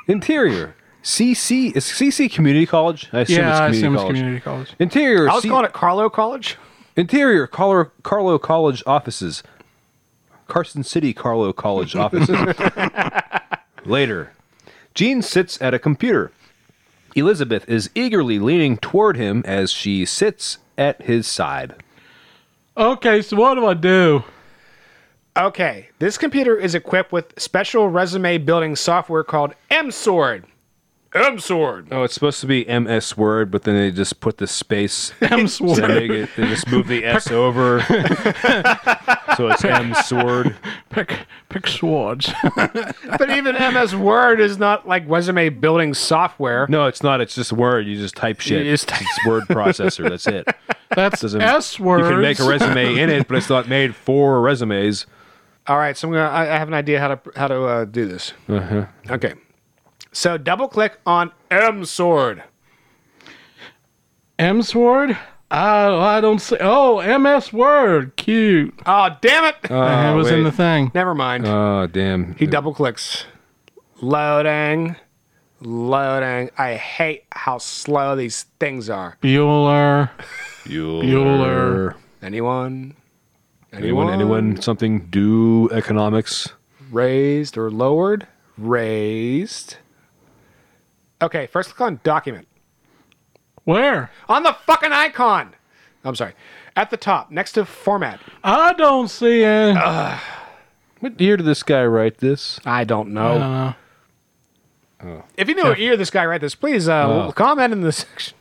[SPEAKER 1] Interior. CC is CC Community College. I assume
[SPEAKER 3] Yeah, I
[SPEAKER 1] it's community
[SPEAKER 3] assume it's
[SPEAKER 1] college.
[SPEAKER 3] community college.
[SPEAKER 1] Interior.
[SPEAKER 2] I was
[SPEAKER 1] C-
[SPEAKER 2] calling it Carlo College.
[SPEAKER 1] Interior Carlo, Carlo College offices. Carson City Carlo College offices. Later, Jean sits at a computer. Elizabeth is eagerly leaning toward him as she sits at his side.
[SPEAKER 3] Okay, so what do I do?
[SPEAKER 2] Okay, this computer is equipped with special resume building software called M Sword. M Sword.
[SPEAKER 1] Oh, it's supposed to be MS Word, but then they just put the space.
[SPEAKER 3] M
[SPEAKER 1] They,
[SPEAKER 3] sword.
[SPEAKER 1] make it, they just move the S over. so it's M Sword.
[SPEAKER 3] Pick, pick swords.
[SPEAKER 2] But even MS Word is not like resume building software.
[SPEAKER 1] No, it's not. It's just Word. You just type shit.
[SPEAKER 2] You just
[SPEAKER 1] it's Word processor. That's it.
[SPEAKER 3] That's
[SPEAKER 1] Doesn't-
[SPEAKER 3] S words.
[SPEAKER 1] You can make a resume in it, but it's not made for resumes.
[SPEAKER 2] All right, so I'm gonna. I, I have an idea how to how to uh, do this.
[SPEAKER 1] Uh-huh.
[SPEAKER 2] Okay, so double click on M Sword.
[SPEAKER 3] M sword? I, I don't see. Oh, MS word. Cute.
[SPEAKER 2] Oh damn it!
[SPEAKER 1] Uh,
[SPEAKER 3] it was in
[SPEAKER 1] Ah, wait.
[SPEAKER 3] the thing.
[SPEAKER 2] Never mind.
[SPEAKER 1] Oh, damn.
[SPEAKER 2] he double clicks. Loading, loading. I hate how slow these things are.
[SPEAKER 3] Bueller. Bueller.
[SPEAKER 2] Anyone?
[SPEAKER 1] Anyone, anyone, something, do economics.
[SPEAKER 2] Raised or lowered? Raised. Okay, first click on document.
[SPEAKER 3] Where?
[SPEAKER 2] On the fucking icon. I'm sorry. At the top, next to format.
[SPEAKER 3] I don't see it.
[SPEAKER 1] What year did this guy write this?
[SPEAKER 2] I don't know.
[SPEAKER 3] know.
[SPEAKER 2] If you know what year this guy wrote this, please uh, comment in the section.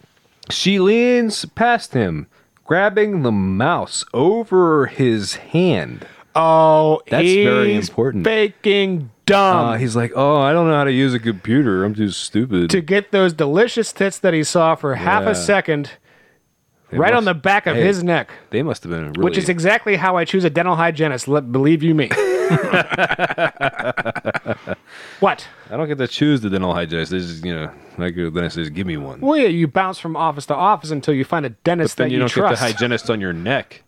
[SPEAKER 1] She leans past him, grabbing the mouse over his hand.
[SPEAKER 2] Oh,
[SPEAKER 1] That's
[SPEAKER 2] he's
[SPEAKER 1] very important.
[SPEAKER 2] Faking dumb
[SPEAKER 1] Uh, he's like, oh, I don't know how to use a computer. I'm too stupid.
[SPEAKER 2] to get those delicious tits that he saw for half
[SPEAKER 1] Yeah.
[SPEAKER 2] a second, right on
[SPEAKER 1] must-
[SPEAKER 2] the back of
[SPEAKER 1] hey,
[SPEAKER 2] his neck,
[SPEAKER 1] they must have been really.
[SPEAKER 2] which is exactly how I choose a dental hygienist. Let, believe you me. what?
[SPEAKER 1] I don't get to choose the dental hygienist. They just, you know, I go, then I say, give me one.
[SPEAKER 2] Well, yeah, you bounce from office to office until you find a dentist
[SPEAKER 1] But then
[SPEAKER 2] that
[SPEAKER 1] you
[SPEAKER 2] you,
[SPEAKER 1] don't
[SPEAKER 2] trust.
[SPEAKER 1] get the hygienist on your neck.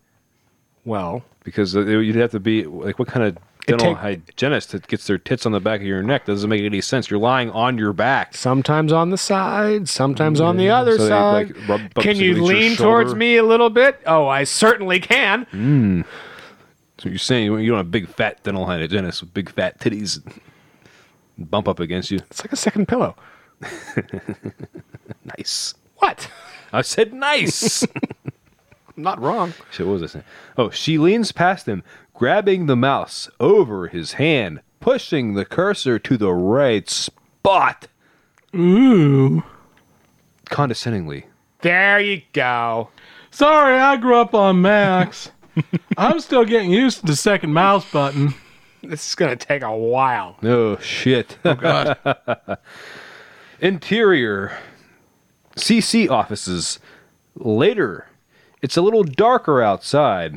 [SPEAKER 2] well,
[SPEAKER 1] because it, you'd have to be like what kind of dental
[SPEAKER 2] take-
[SPEAKER 1] hygienist that gets their tits on the back of your neck doesn't make any sense you're lying on your back
[SPEAKER 2] sometimes on the side, sometimes on the other
[SPEAKER 1] So they,
[SPEAKER 2] side.
[SPEAKER 1] like, rub up
[SPEAKER 2] can you
[SPEAKER 1] against your shoulder?
[SPEAKER 2] lean towards me a little bit? Oh, I certainly can.
[SPEAKER 1] so you're saying you don't have big fat dental hygienist with big fat titties bump up against you
[SPEAKER 2] It's like a second pillow.
[SPEAKER 1] nice
[SPEAKER 2] What?
[SPEAKER 1] i said nice
[SPEAKER 2] I'm not wrong.
[SPEAKER 1] shit what was i saying oh she leans past him grabbing the mouse over his hand pushing the cursor to the right spot
[SPEAKER 3] Ooh.
[SPEAKER 1] condescendingly
[SPEAKER 2] There you go.
[SPEAKER 3] Sorry, I grew up on Macs. I'm still getting used to the second mouse button.
[SPEAKER 2] This is gonna take a while.
[SPEAKER 1] oh shit
[SPEAKER 3] God.
[SPEAKER 1] Interior CC offices. Later, it's a little darker outside,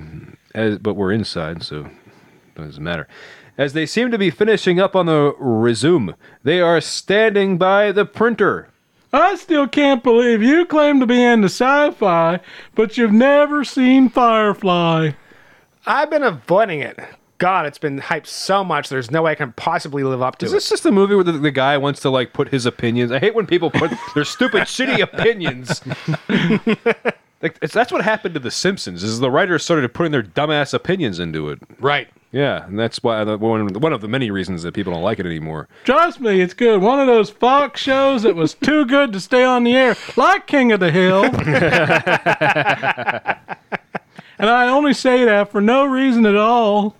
[SPEAKER 1] as, but we're inside, so it doesn't matter. As they seem to be finishing up on the resume, they are standing by the printer.
[SPEAKER 3] I still can't believe you claim to be into sci fi, but you've never seen Firefly.
[SPEAKER 2] I've been avoiding it. God, it's been hyped so much. There's no way I can possibly live up to
[SPEAKER 1] Is
[SPEAKER 2] it.
[SPEAKER 1] this just a movie where the, the guy wants to like put his opinions? I hate when people put their stupid, shitty opinions. Like, it's, that's what happened to The Simpsons. Is the writers started putting their dumbass opinions into it.
[SPEAKER 3] Right.
[SPEAKER 1] Yeah, and that's why the, one one of the many reasons that people don't like it anymore.
[SPEAKER 3] Trust me, it's good. One of those Fox shows that was too good to stay on the air, like King of the Hill. and I only say that for no reason at all.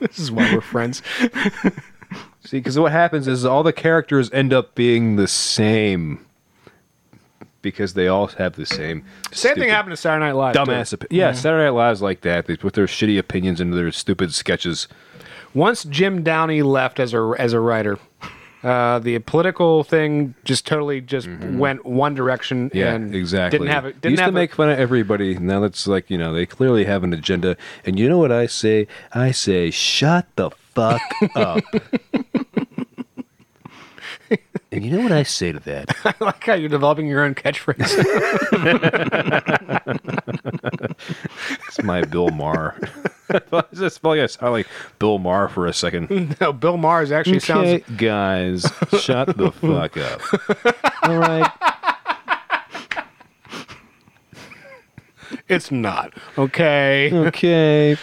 [SPEAKER 2] This is why we're friends.
[SPEAKER 1] See, because what happens is all the characters end up being the same because they all have the same
[SPEAKER 2] Same
[SPEAKER 1] stupid
[SPEAKER 2] thing Mm-hmm. happened to Saturday Night Live. too.
[SPEAKER 1] dumbass. Opi- yeah, Saturday Night Live's like that. They put their shitty opinions into their stupid sketches.
[SPEAKER 2] Once Jim Downey left as a as a writer, uh, the political thing just totally just went one direction.
[SPEAKER 1] Mm-hmm. Yeah,
[SPEAKER 2] and
[SPEAKER 1] exactly.
[SPEAKER 2] Didn't have it.
[SPEAKER 1] They
[SPEAKER 2] Didn't
[SPEAKER 1] used
[SPEAKER 2] have
[SPEAKER 1] to make fun of everybody. Now it's like you know they clearly have an agenda. And you know what I say? I say shut the fuck up. and you know what I say to that?
[SPEAKER 2] I like how you're developing your own catchphrase.
[SPEAKER 1] It's my Bill Mahr. I just felt like I sound like Bill Maher for a second.
[SPEAKER 2] no, Bill Mars actually sounds.
[SPEAKER 1] guys, shut the fuck up. All right.
[SPEAKER 2] It's not okay.
[SPEAKER 1] Okay.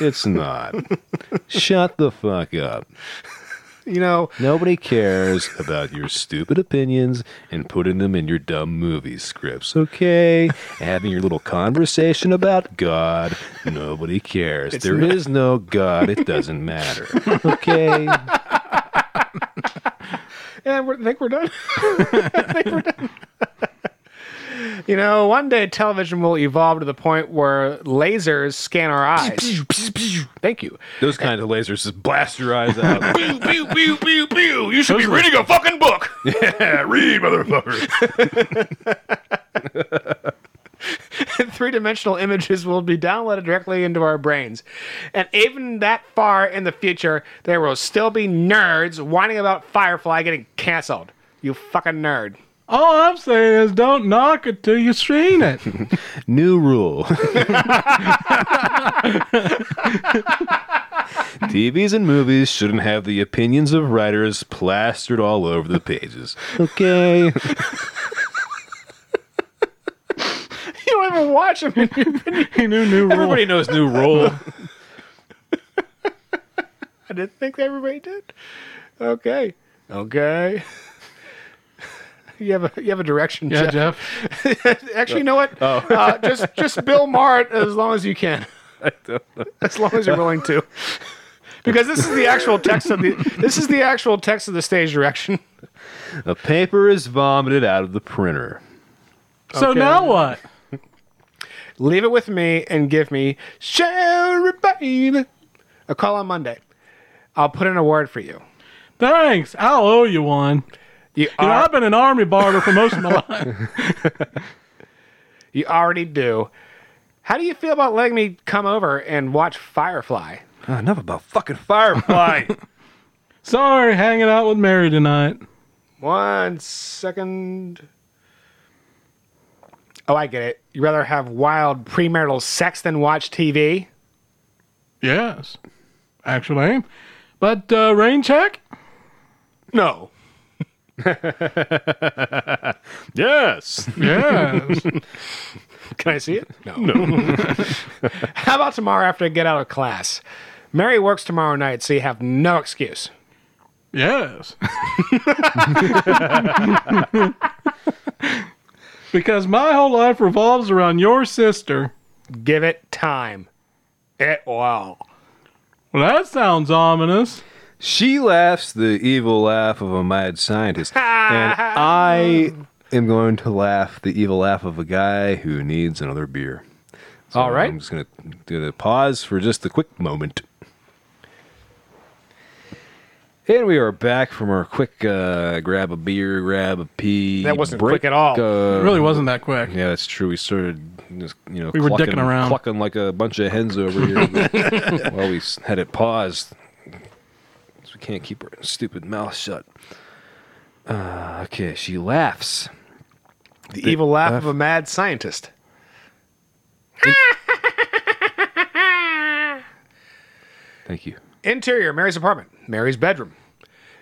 [SPEAKER 1] It's not. Shut the fuck up. Hmm.
[SPEAKER 2] you know,
[SPEAKER 1] Nobody cares about your stupid opinions and putting them in your dumb movie scripts, okay? Having your little conversation about God, nobody cares. There is no God, it doesn't matter, okay?
[SPEAKER 2] and we're, I think we're done. I think we're done. you know, one day television will evolve to the point where lasers scan our eyes. Thank you.
[SPEAKER 1] Those kind of lasers just blast your eyes out.
[SPEAKER 7] Pew, pew, pew, pew. You should be reading a fucking book.
[SPEAKER 1] yeah, read, motherfucker.
[SPEAKER 2] three dimensional images will be downloaded directly into our brains. And even that far in the future, there will still be nerds whining about Firefly getting canceled. You fucking nerd.
[SPEAKER 3] All I'm saying is don't knock it till you've seen it.
[SPEAKER 1] New rule. TVs and movies shouldn't have the opinions of writers plastered all over the pages. Okay.
[SPEAKER 2] You don't even watch them.
[SPEAKER 3] He knew new rule.
[SPEAKER 1] Everybody knows new rule.
[SPEAKER 2] I didn't think everybody did. Okay. Okay. You have a you have a direction,
[SPEAKER 3] yeah,
[SPEAKER 2] Jeff.
[SPEAKER 3] Jeff.
[SPEAKER 2] Actually, you know what? Uh, just just Bill Mart as long as you can. As long as you're willing to, because this is the actual text of the this is the actual text of the stage direction.
[SPEAKER 1] The paper is vomited out of the printer.
[SPEAKER 3] So now what?
[SPEAKER 2] Leave it with me and give me Sherry Babe a call on Monday. I'll put in a word for you.
[SPEAKER 3] Thanks. I'll owe you one.
[SPEAKER 2] You,
[SPEAKER 3] You know,
[SPEAKER 2] al-
[SPEAKER 3] I've been an army barber for most of my life.
[SPEAKER 2] you already do. How do you feel about letting me come over and watch Firefly?
[SPEAKER 1] Ah, enough about fucking Firefly.
[SPEAKER 3] Sorry, hanging out with Mary tonight.
[SPEAKER 2] One second. Oh, I get it. You'd rather have wild premarital sex than watch TV?
[SPEAKER 3] Yes. Actually. But uh, rain check?
[SPEAKER 2] No.
[SPEAKER 1] yes.
[SPEAKER 3] Yes.
[SPEAKER 2] Can I see it? No. No. How about tomorrow after I get out of class? Mary works tomorrow night, so you have no excuse.
[SPEAKER 3] yes. because my whole life revolves around your sister.
[SPEAKER 2] Give it time. It will.
[SPEAKER 3] Well, that sounds ominous.
[SPEAKER 1] She laughs the evil laugh of a mad scientist. and I am going to laugh the evil laugh of a guy who needs another beer. So
[SPEAKER 2] All right.
[SPEAKER 1] I'm just going to do the pause for just a quick moment. And we are back from our quick uh, grab a beer, grab a pee.
[SPEAKER 2] That wasn't quick at all.
[SPEAKER 1] uh,
[SPEAKER 3] It really wasn't that quick.
[SPEAKER 1] Yeah, that's true. We started, just, you know,
[SPEAKER 3] We were
[SPEAKER 1] clucking,
[SPEAKER 3] dicking around.
[SPEAKER 1] clucking like a bunch of hens over here while we s- had it paused. 'Cause we can't keep our stupid mouth shut. Uh, okay, she laughs.
[SPEAKER 2] The evil laugh of a mad scientist.
[SPEAKER 1] Thank you.
[SPEAKER 2] Interior Mary's apartment, Mary's bedroom.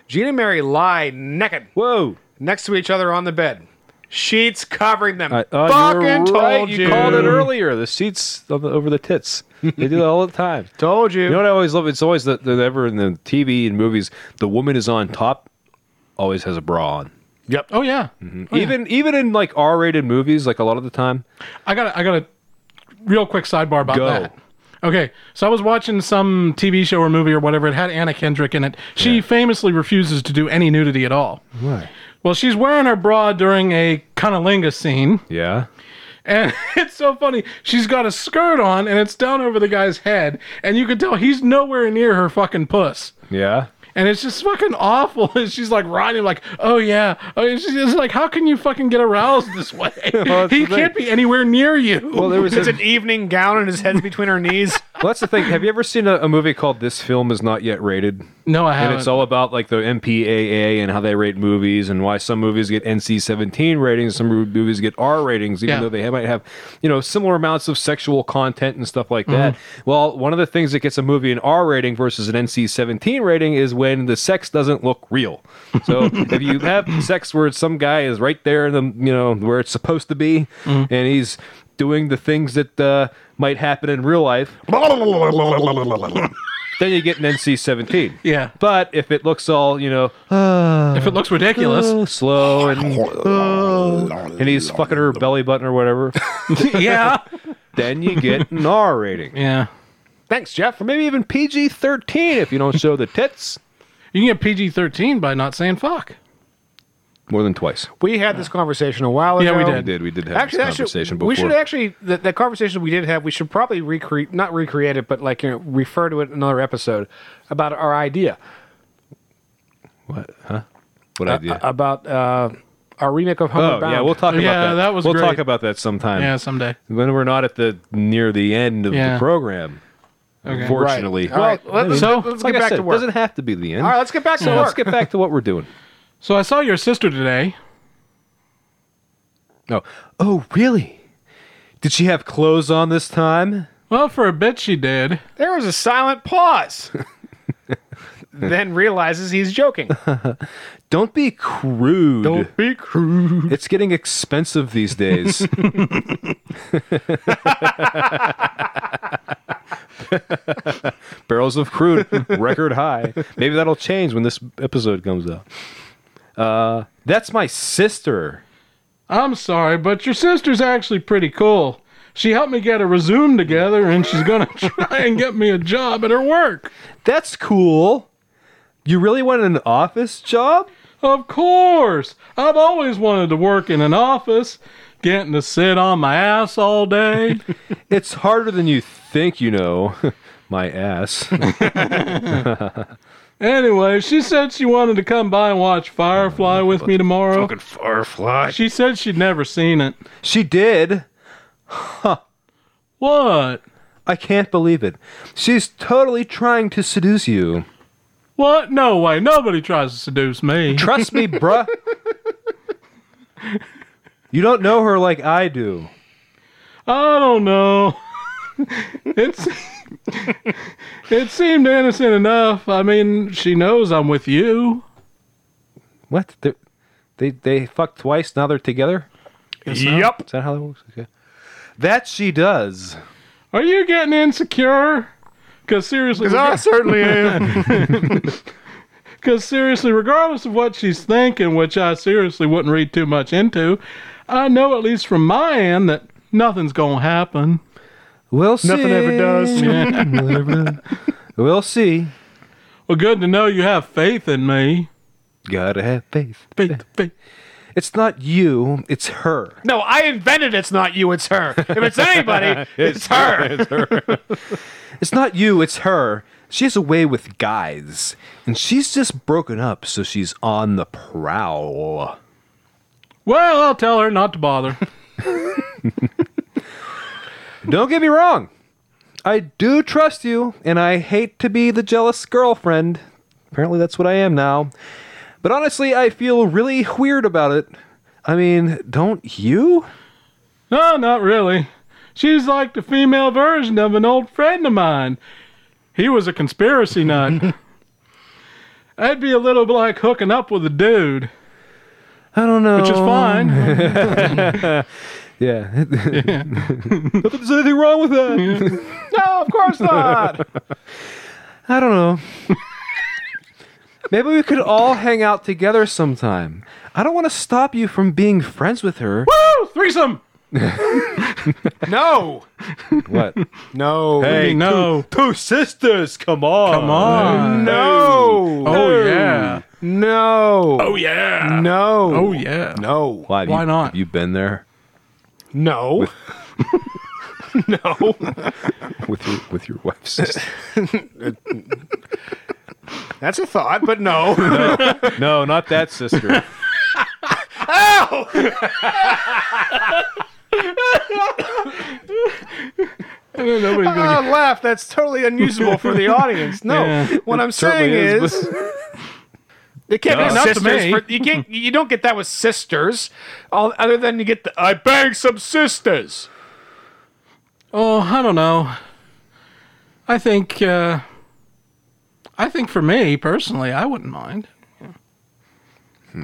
[SPEAKER 2] Gene and Mary lie naked
[SPEAKER 1] Whoa!
[SPEAKER 2] next to each other on the bed. sheets covering them.
[SPEAKER 1] I, oh,
[SPEAKER 2] Fucking
[SPEAKER 1] you're
[SPEAKER 2] told
[SPEAKER 1] right.
[SPEAKER 2] you.
[SPEAKER 1] You called it earlier. The seats on the, over the tits. They do that all the time.
[SPEAKER 2] Told you.
[SPEAKER 1] You know what I always love? It's always that that ever in the TV and movies, the woman is on top, always has a bra on.
[SPEAKER 2] yep.
[SPEAKER 3] Oh yeah.
[SPEAKER 1] even even in like R-rated movies, like a lot of the time,
[SPEAKER 3] I got I got a real quick sidebar about
[SPEAKER 1] Go.
[SPEAKER 3] that. Okay, so I was watching some TV show or movie or whatever. It had Anna Kendrick in it. She famously refuses to do any nudity at all.
[SPEAKER 1] Right.
[SPEAKER 3] Well, she's wearing her bra during a cunnilingus scene,
[SPEAKER 1] yeah,
[SPEAKER 3] and it's so funny. She's got a skirt on, and it's down over the guy's head, and you can tell he's nowhere near her fucking puss.
[SPEAKER 1] yeah.
[SPEAKER 3] And it's just fucking awful. And she's like riding, like, oh yeah. Oh, and she's just like, how can you fucking get aroused this way?
[SPEAKER 1] that's
[SPEAKER 3] he
[SPEAKER 1] the thing.
[SPEAKER 3] can't be anywhere near you.
[SPEAKER 1] Well, there was
[SPEAKER 2] It's
[SPEAKER 1] a,
[SPEAKER 2] an evening gown and his head's between her knees.
[SPEAKER 1] well, that's the thing. Have you ever seen a, a movie called "This Film Is Not Yet Rated"?
[SPEAKER 3] no, I haven't.
[SPEAKER 1] And it's all about like the MPAA and how they rate movies and why some movies get NC-17 ratings, some mo- movies get R ratings, even
[SPEAKER 3] Yeah.
[SPEAKER 1] though they might have, you know, similar amounts of sexual content and stuff like that.
[SPEAKER 3] Mm-hmm.
[SPEAKER 1] Well, one of the things that gets a movie an R rating versus an NC-17 rating is when the sex doesn't look real. So if you have sex where some guy is right there in the, you know, where it's supposed to be,
[SPEAKER 3] Mm-hmm.
[SPEAKER 1] and he's doing the things that uh, might happen in real life, then you get an NC-17.
[SPEAKER 3] Yeah.
[SPEAKER 1] But if it looks all, you know,
[SPEAKER 3] if it looks ridiculous,
[SPEAKER 1] uh, slow and and he's fucking her belly button or whatever,
[SPEAKER 3] yeah,
[SPEAKER 1] then you get an R rating,
[SPEAKER 3] yeah.
[SPEAKER 2] Thanks, Jeff.
[SPEAKER 1] or maybe even PG thirteen if you don't show the tits
[SPEAKER 3] You can get PG thirteen by not saying fuck.
[SPEAKER 1] more than twice.
[SPEAKER 2] We had this conversation a while ago.
[SPEAKER 3] Yeah, we
[SPEAKER 1] We
[SPEAKER 3] did.
[SPEAKER 1] did we did have
[SPEAKER 2] Actually,
[SPEAKER 1] this
[SPEAKER 2] that should-
[SPEAKER 1] conversation before?
[SPEAKER 2] we should actually the, the conversation we did have. We should probably recreate, not recreate it, but like you know, refer to it in another episode about our idea
[SPEAKER 1] what? Huh? What idea?
[SPEAKER 2] about uh, our remake of
[SPEAKER 1] oh
[SPEAKER 2] Homeward Bound.
[SPEAKER 1] yeah, we'll talk about
[SPEAKER 3] Yeah,
[SPEAKER 1] that.
[SPEAKER 3] that was
[SPEAKER 1] we'll
[SPEAKER 3] great.
[SPEAKER 1] talk about that sometime.
[SPEAKER 3] Yeah, someday.
[SPEAKER 1] When we're not at the near the end of
[SPEAKER 3] Yeah.
[SPEAKER 1] the program,
[SPEAKER 3] Okay.
[SPEAKER 1] unfortunately.
[SPEAKER 2] All right, let, us
[SPEAKER 3] So,
[SPEAKER 2] let's
[SPEAKER 1] like
[SPEAKER 2] get
[SPEAKER 1] I
[SPEAKER 2] back
[SPEAKER 1] said,
[SPEAKER 2] to work.
[SPEAKER 1] It doesn't have to be the end.
[SPEAKER 2] All right, let's get back to
[SPEAKER 1] So let's
[SPEAKER 2] work.
[SPEAKER 1] get back to what we're doing.
[SPEAKER 3] So I saw your sister today.
[SPEAKER 1] Oh, oh, really? Did she have clothes on this time?
[SPEAKER 3] Well, for a bit she did.
[SPEAKER 2] There was a silent pause. then realizes he's joking.
[SPEAKER 1] Don't be crude.
[SPEAKER 2] be crude.
[SPEAKER 1] It's getting expensive these days. Barrels of crude record high. Maybe that'll change when this episode comes out. Uh, that's my sister.
[SPEAKER 3] I'm sorry, but your sister's actually pretty cool. She helped me get a resume together, and she's gonna try and get me a job at her work.
[SPEAKER 1] That's cool. You really want an office job?
[SPEAKER 3] Of course, I've always wanted to work in an office, getting to sit on my ass all day.
[SPEAKER 1] It's harder than you think, you know. my ass.
[SPEAKER 3] Anyway, she said she wanted to come by and watch Firefly with me tomorrow. Mm, Fucking Firefly. She said she'd never seen it.
[SPEAKER 1] she did.
[SPEAKER 3] What?
[SPEAKER 1] I can't believe it. She's totally trying to seduce you.
[SPEAKER 3] What? No way. Nobody tries to seduce me.
[SPEAKER 1] Trust me, bruh. You don't know her like I do.
[SPEAKER 3] I don't know. it's it seemed innocent enough. I mean, she knows I'm with you.
[SPEAKER 1] What? They're, they they fucked twice. Now they're together.
[SPEAKER 2] Yep.
[SPEAKER 1] Is that how that works? Okay. That she does.
[SPEAKER 3] Are you getting insecure? Because seriously,
[SPEAKER 2] I certainly am.
[SPEAKER 3] Because seriously, regardless of what she's thinking, which I seriously wouldn't read too much into, I know at least from my end that nothing's gonna happen.
[SPEAKER 1] We'll see.
[SPEAKER 2] Nothing ever does.
[SPEAKER 1] We'll see.
[SPEAKER 3] Well, good to know you have faith in me.
[SPEAKER 1] Gotta have faith.
[SPEAKER 3] Faith, faith.
[SPEAKER 1] It's not you. It's her.
[SPEAKER 2] No, I invented it's not you, it's her. If it's anybody, it's her.
[SPEAKER 1] It's not you. It's her. She has a way with guys, and she's just broken up, so she's on the prowl.
[SPEAKER 3] Well, I'll tell her not to bother.
[SPEAKER 1] Don't get me wrong. I do trust you, and I hate to be the jealous girlfriend. Apparently, that's what I am now. But honestly, I feel really weird about it. I mean, don't you?
[SPEAKER 3] no, not really. She's like the female version of an old friend of mine. He was a conspiracy nut. That'd be a little like hooking up with a dude.
[SPEAKER 1] I don't know.
[SPEAKER 3] which is
[SPEAKER 1] Oh,
[SPEAKER 3] fine.
[SPEAKER 1] Yeah. There's anything wrong with that.
[SPEAKER 2] No, of course not.
[SPEAKER 1] I don't know. Maybe we could all hang out together sometime. I don't want to stop you from being friends with her.
[SPEAKER 3] Woo! Oh, Threesome.
[SPEAKER 2] no.
[SPEAKER 1] What?
[SPEAKER 2] No.
[SPEAKER 3] Hey, no.
[SPEAKER 1] Two sisters, come on.
[SPEAKER 3] Come on.
[SPEAKER 2] No.
[SPEAKER 3] Oh yeah.
[SPEAKER 2] No.
[SPEAKER 3] Oh yeah.
[SPEAKER 2] No.
[SPEAKER 3] Oh yeah.
[SPEAKER 2] No.
[SPEAKER 1] Why, have
[SPEAKER 3] Why
[SPEAKER 1] you,
[SPEAKER 3] not?
[SPEAKER 1] Have you been there
[SPEAKER 2] No.
[SPEAKER 1] with your with your wife's sister?
[SPEAKER 2] That's a thought, but no.
[SPEAKER 1] no, not that sister.
[SPEAKER 3] Nobody's gonna
[SPEAKER 2] Ah, laugh. That's totally unusable for the audience. No.
[SPEAKER 3] Yeah.
[SPEAKER 2] what I'm saying
[SPEAKER 1] is,
[SPEAKER 2] is, it can't
[SPEAKER 3] No.
[SPEAKER 2] be
[SPEAKER 3] Not to
[SPEAKER 2] sisters.
[SPEAKER 3] me.
[SPEAKER 2] For, you can't. You don't get that with sisters. All other than you get the I banged some sisters.
[SPEAKER 3] Oh, I don't know. I think uh, I think for me personally, I wouldn't mind.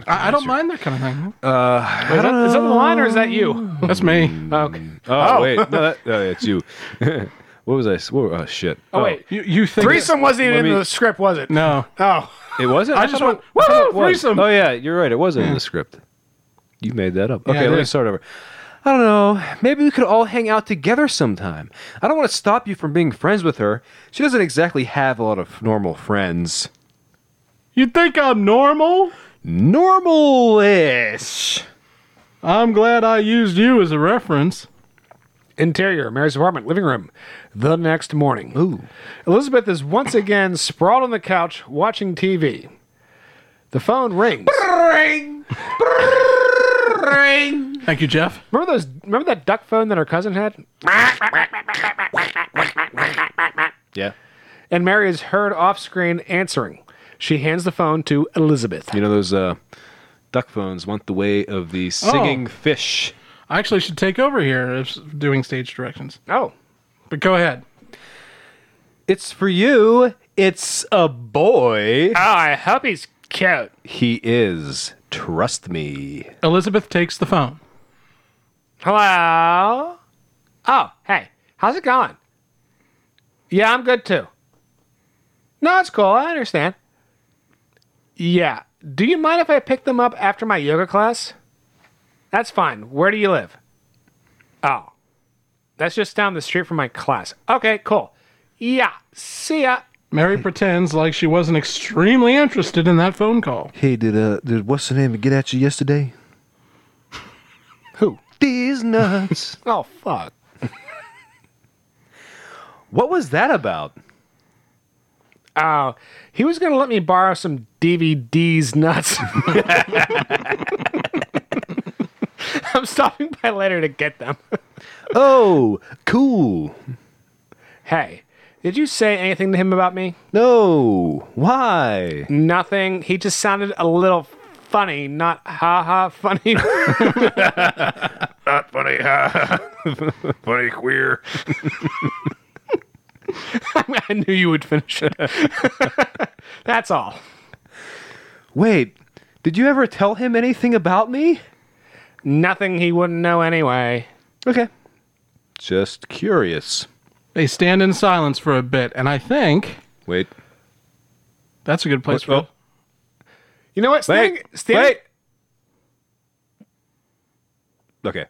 [SPEAKER 3] I, I don't mind that kind of thing.
[SPEAKER 2] Is that, is that the line or is that you?
[SPEAKER 3] That's me.
[SPEAKER 2] Okay.
[SPEAKER 1] Oh, wait, no, that, oh, it's you. what was I? s- What, oh shit!
[SPEAKER 2] Oh wait.
[SPEAKER 3] You, you think
[SPEAKER 2] Threesome wasn't even
[SPEAKER 1] me-
[SPEAKER 2] in the script, was it?
[SPEAKER 3] No,
[SPEAKER 2] Oh.
[SPEAKER 1] It wasn't.
[SPEAKER 3] I just
[SPEAKER 1] thought it-
[SPEAKER 3] went, "Woohoo,
[SPEAKER 1] I thought it was."
[SPEAKER 3] threesome!" Hmm.
[SPEAKER 1] Oh yeah, you're right. It wasn't in the script. You made that up. Okay,
[SPEAKER 3] I
[SPEAKER 1] let me
[SPEAKER 3] did.
[SPEAKER 1] start over. I don't know. Maybe we could all hang out together sometime. I don't want to stop you from being friends with her. She doesn't exactly have a lot of normal friends.
[SPEAKER 3] you think I'm normal?
[SPEAKER 1] Normal-ish.
[SPEAKER 3] I'm glad I used you as a reference.
[SPEAKER 2] Interior, Mary's apartment, living room. The next morning. Ooh. Elizabeth is once again sprawled on the couch watching TV. The phone rings.
[SPEAKER 3] Thank you, Jeff.
[SPEAKER 2] Remember those? Remember that duck phone that her cousin had?
[SPEAKER 1] Yeah.
[SPEAKER 2] And Mary is heard off screen answering. She hands the phone to Elizabeth.
[SPEAKER 1] You know those uh, duck phones went the way of the singing fish.
[SPEAKER 3] I actually should take over here as doing stage directions.
[SPEAKER 2] Oh,
[SPEAKER 3] But go ahead.
[SPEAKER 1] It's for you. It's a boy.
[SPEAKER 2] Oh, I hope he's cute.
[SPEAKER 1] He is. Trust me.
[SPEAKER 3] Elizabeth takes the phone.
[SPEAKER 2] Hello. Oh, hey, how's it going? Yeah, I'm good too. No, it's cool. I understand. Yeah. Do you mind if I pick them up after my yoga class? That's fine. Where do you live? Oh, that's just down the street from my class. Okay, cool. Yeah. See ya.
[SPEAKER 1] Hmm.
[SPEAKER 3] Mary pretends like she wasn't extremely interested in that phone call.
[SPEAKER 8] Hey, did uh, did what's the name get at you yesterday?
[SPEAKER 2] Who?
[SPEAKER 8] These nuts.
[SPEAKER 2] Oh, fuck.
[SPEAKER 1] What was that about?
[SPEAKER 2] Oh, he was going to let me borrow some DVDs nuts. I'm stopping by later to get them.
[SPEAKER 1] Oh, cool.
[SPEAKER 2] Hey, did you say anything to him about me?
[SPEAKER 1] No. Why?
[SPEAKER 2] Nothing. He just sounded a little funny, not ha ha funny.
[SPEAKER 7] Not funny, huh? funny queer.
[SPEAKER 2] I knew you would finish it. That's all.
[SPEAKER 1] Wait, did you ever tell him anything about me?
[SPEAKER 2] Nothing he wouldn't know anyway.
[SPEAKER 1] Okay. Just curious.
[SPEAKER 3] They stand in silence for a bit, and I think
[SPEAKER 1] Wait.
[SPEAKER 3] that's a good place for.
[SPEAKER 1] Well,
[SPEAKER 2] You know what? Standing, standing,
[SPEAKER 1] Okay.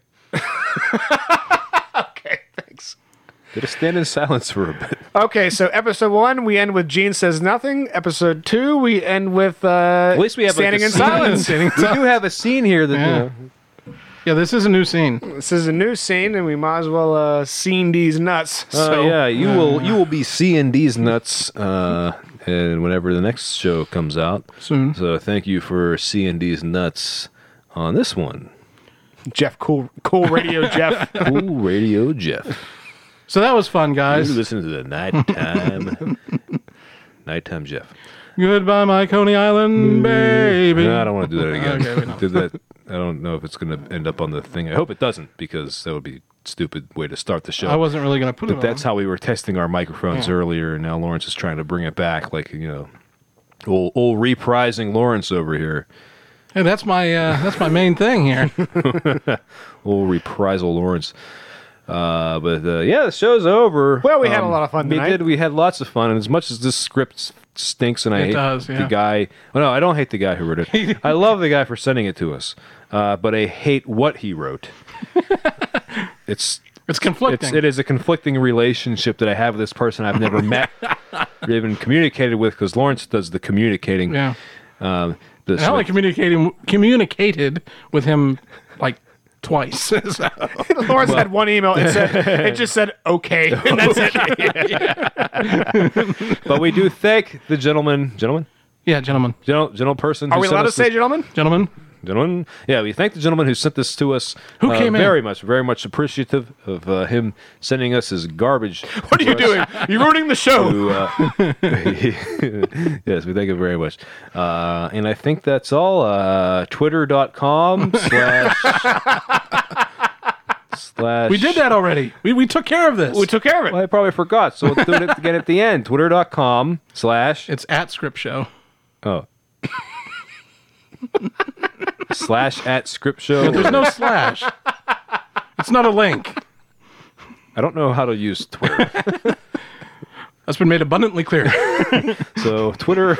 [SPEAKER 2] Okay, thanks.
[SPEAKER 1] Did I stand in silence for a bit?
[SPEAKER 2] Okay, so episode one, we end with Gene says nothing. Episode two, we end with uh,
[SPEAKER 1] At least we have
[SPEAKER 2] standing
[SPEAKER 1] like,
[SPEAKER 2] in
[SPEAKER 1] a scene.
[SPEAKER 2] silence.
[SPEAKER 1] we do have a scene here that you
[SPEAKER 3] Yeah.
[SPEAKER 1] know,
[SPEAKER 3] Yeah, this is a new scene.
[SPEAKER 2] this is a new scene, and we might as well uh, scene these nuts.
[SPEAKER 1] Uh,
[SPEAKER 2] so
[SPEAKER 1] yeah, you will you will be seeing these nuts uh, and whenever the next show comes out
[SPEAKER 3] Soon.
[SPEAKER 1] So thank you for seeing these nuts on this one.
[SPEAKER 2] Jeff, cool, cool radio, Jeff.
[SPEAKER 1] Cool Radio Jeff.
[SPEAKER 3] So that was fun,
[SPEAKER 1] You
[SPEAKER 3] guys.
[SPEAKER 1] listen to the nighttime, nighttime Jeff.
[SPEAKER 3] Goodbye, my Coney Island baby.
[SPEAKER 1] No, I don't want to do that again.
[SPEAKER 3] Okay, wait, no.
[SPEAKER 1] Did that? I don't know if it's going to end up on the thing. I hope it doesn't because that would be stupid way to start the show.
[SPEAKER 3] I wasn't really gonna put it.
[SPEAKER 1] But that's
[SPEAKER 3] on.
[SPEAKER 1] how we were testing our microphones earlier, and now Lawrence is trying to bring it back, like you know, old, old reprising Lawrence over here.
[SPEAKER 3] Hey, that's my uh, that's my main thing here.
[SPEAKER 1] Old reprisal Lawrence. Uh, but uh, yeah, the show's over. Um,
[SPEAKER 2] Well, we had a lot of fun
[SPEAKER 1] We
[SPEAKER 2] tonight.
[SPEAKER 1] did. We had lots of fun, and as much as this script s- stinks, and I
[SPEAKER 3] It
[SPEAKER 1] hate
[SPEAKER 3] does, yeah.
[SPEAKER 1] the guy. Oh, no, I don't hate the guy who wrote it. I love the guy for sending it to us, uh, but I hate what he wrote. it's
[SPEAKER 3] It's
[SPEAKER 1] it's
[SPEAKER 3] conflicting.
[SPEAKER 1] it is a conflicting relationship that I have with this person I've never met, or even communicated with, because Lawrence does the communicating.
[SPEAKER 3] Yeah.
[SPEAKER 1] Um, the,
[SPEAKER 3] I only communicated communicated with him like twice. So-
[SPEAKER 2] Lawrence had one email. It said it just said okay, and that's it.
[SPEAKER 1] but we do thank the gentleman, gentleman,
[SPEAKER 3] yeah, gentlemen,
[SPEAKER 1] gentle, gentle person.
[SPEAKER 2] Are
[SPEAKER 1] who
[SPEAKER 2] we
[SPEAKER 1] sent
[SPEAKER 2] allowed to
[SPEAKER 1] us this-
[SPEAKER 2] say, gentlemen?
[SPEAKER 3] gentlemen.
[SPEAKER 1] gentlemen. Yeah, we thank the gentleman who sent this to us. Uh,
[SPEAKER 3] Who came in?
[SPEAKER 1] very much, very much appreciative of uh, him sending us his garbage.
[SPEAKER 2] What are you doing? You're ruining the show.
[SPEAKER 1] To, uh, yes, we thank him very much. Uh, and I think that's all. Uh, Twitter.com slash slash.
[SPEAKER 3] We did that already. We, we took care of this.
[SPEAKER 2] We took care of
[SPEAKER 1] Well,
[SPEAKER 2] it.
[SPEAKER 1] I probably forgot, so we'll do it again at the end. Twitter.com slash
[SPEAKER 3] it's at script show.
[SPEAKER 1] oh slash at script show.
[SPEAKER 3] There's no slash. It's not a link.
[SPEAKER 1] I don't know how to use Twitter.
[SPEAKER 3] That's been made abundantly clear.
[SPEAKER 1] So Twitter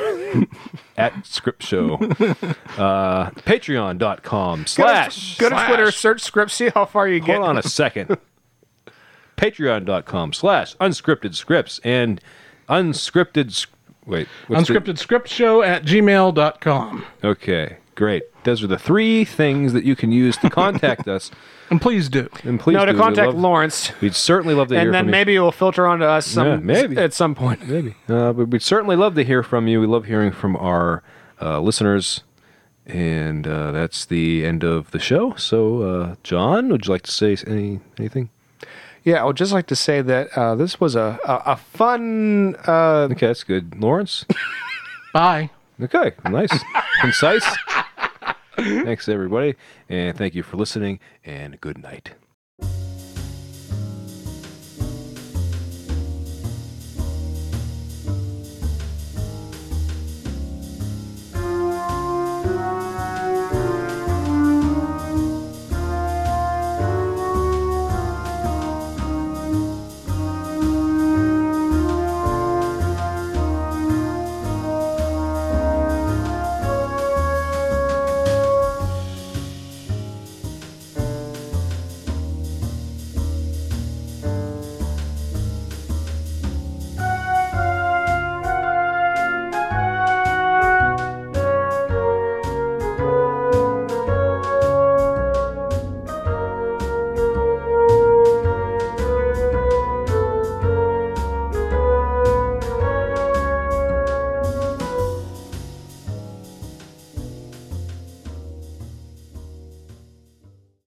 [SPEAKER 1] at Script Show. Uh, Patreon.com
[SPEAKER 2] Go to-
[SPEAKER 1] slash.
[SPEAKER 2] Go to Twitter, search script, see how far you get.
[SPEAKER 1] Hold on a second. Patreon.com slash unscripted scripts and unscripted. sc- Wait. what's the-
[SPEAKER 3] Unscripted script show at gmail.com.
[SPEAKER 1] okay, great. Those are the three things that you can use to contact us.
[SPEAKER 3] And please do.
[SPEAKER 1] And please
[SPEAKER 2] No, to
[SPEAKER 1] do. We'd
[SPEAKER 2] contact
[SPEAKER 1] love-
[SPEAKER 2] Lawrence,
[SPEAKER 1] We'd certainly love to hear
[SPEAKER 2] and
[SPEAKER 1] from
[SPEAKER 2] then
[SPEAKER 1] you.
[SPEAKER 2] maybe it will filter onto us some
[SPEAKER 1] Yeah, maybe.
[SPEAKER 2] at some point.
[SPEAKER 1] Maybe. Uh, but we'd certainly love to hear from you. We love hearing from our uh, listeners. And uh, that's the end of the show. So, uh, John, would you like to say s- any anything?
[SPEAKER 2] Yeah, I would just like to say that uh, this was a a, a fun. Uh,
[SPEAKER 1] Okay, that's good. Lawrence?
[SPEAKER 3] Bye.
[SPEAKER 1] Okay, nice. Concise. Thanks, everybody. And thank you for listening, and good night.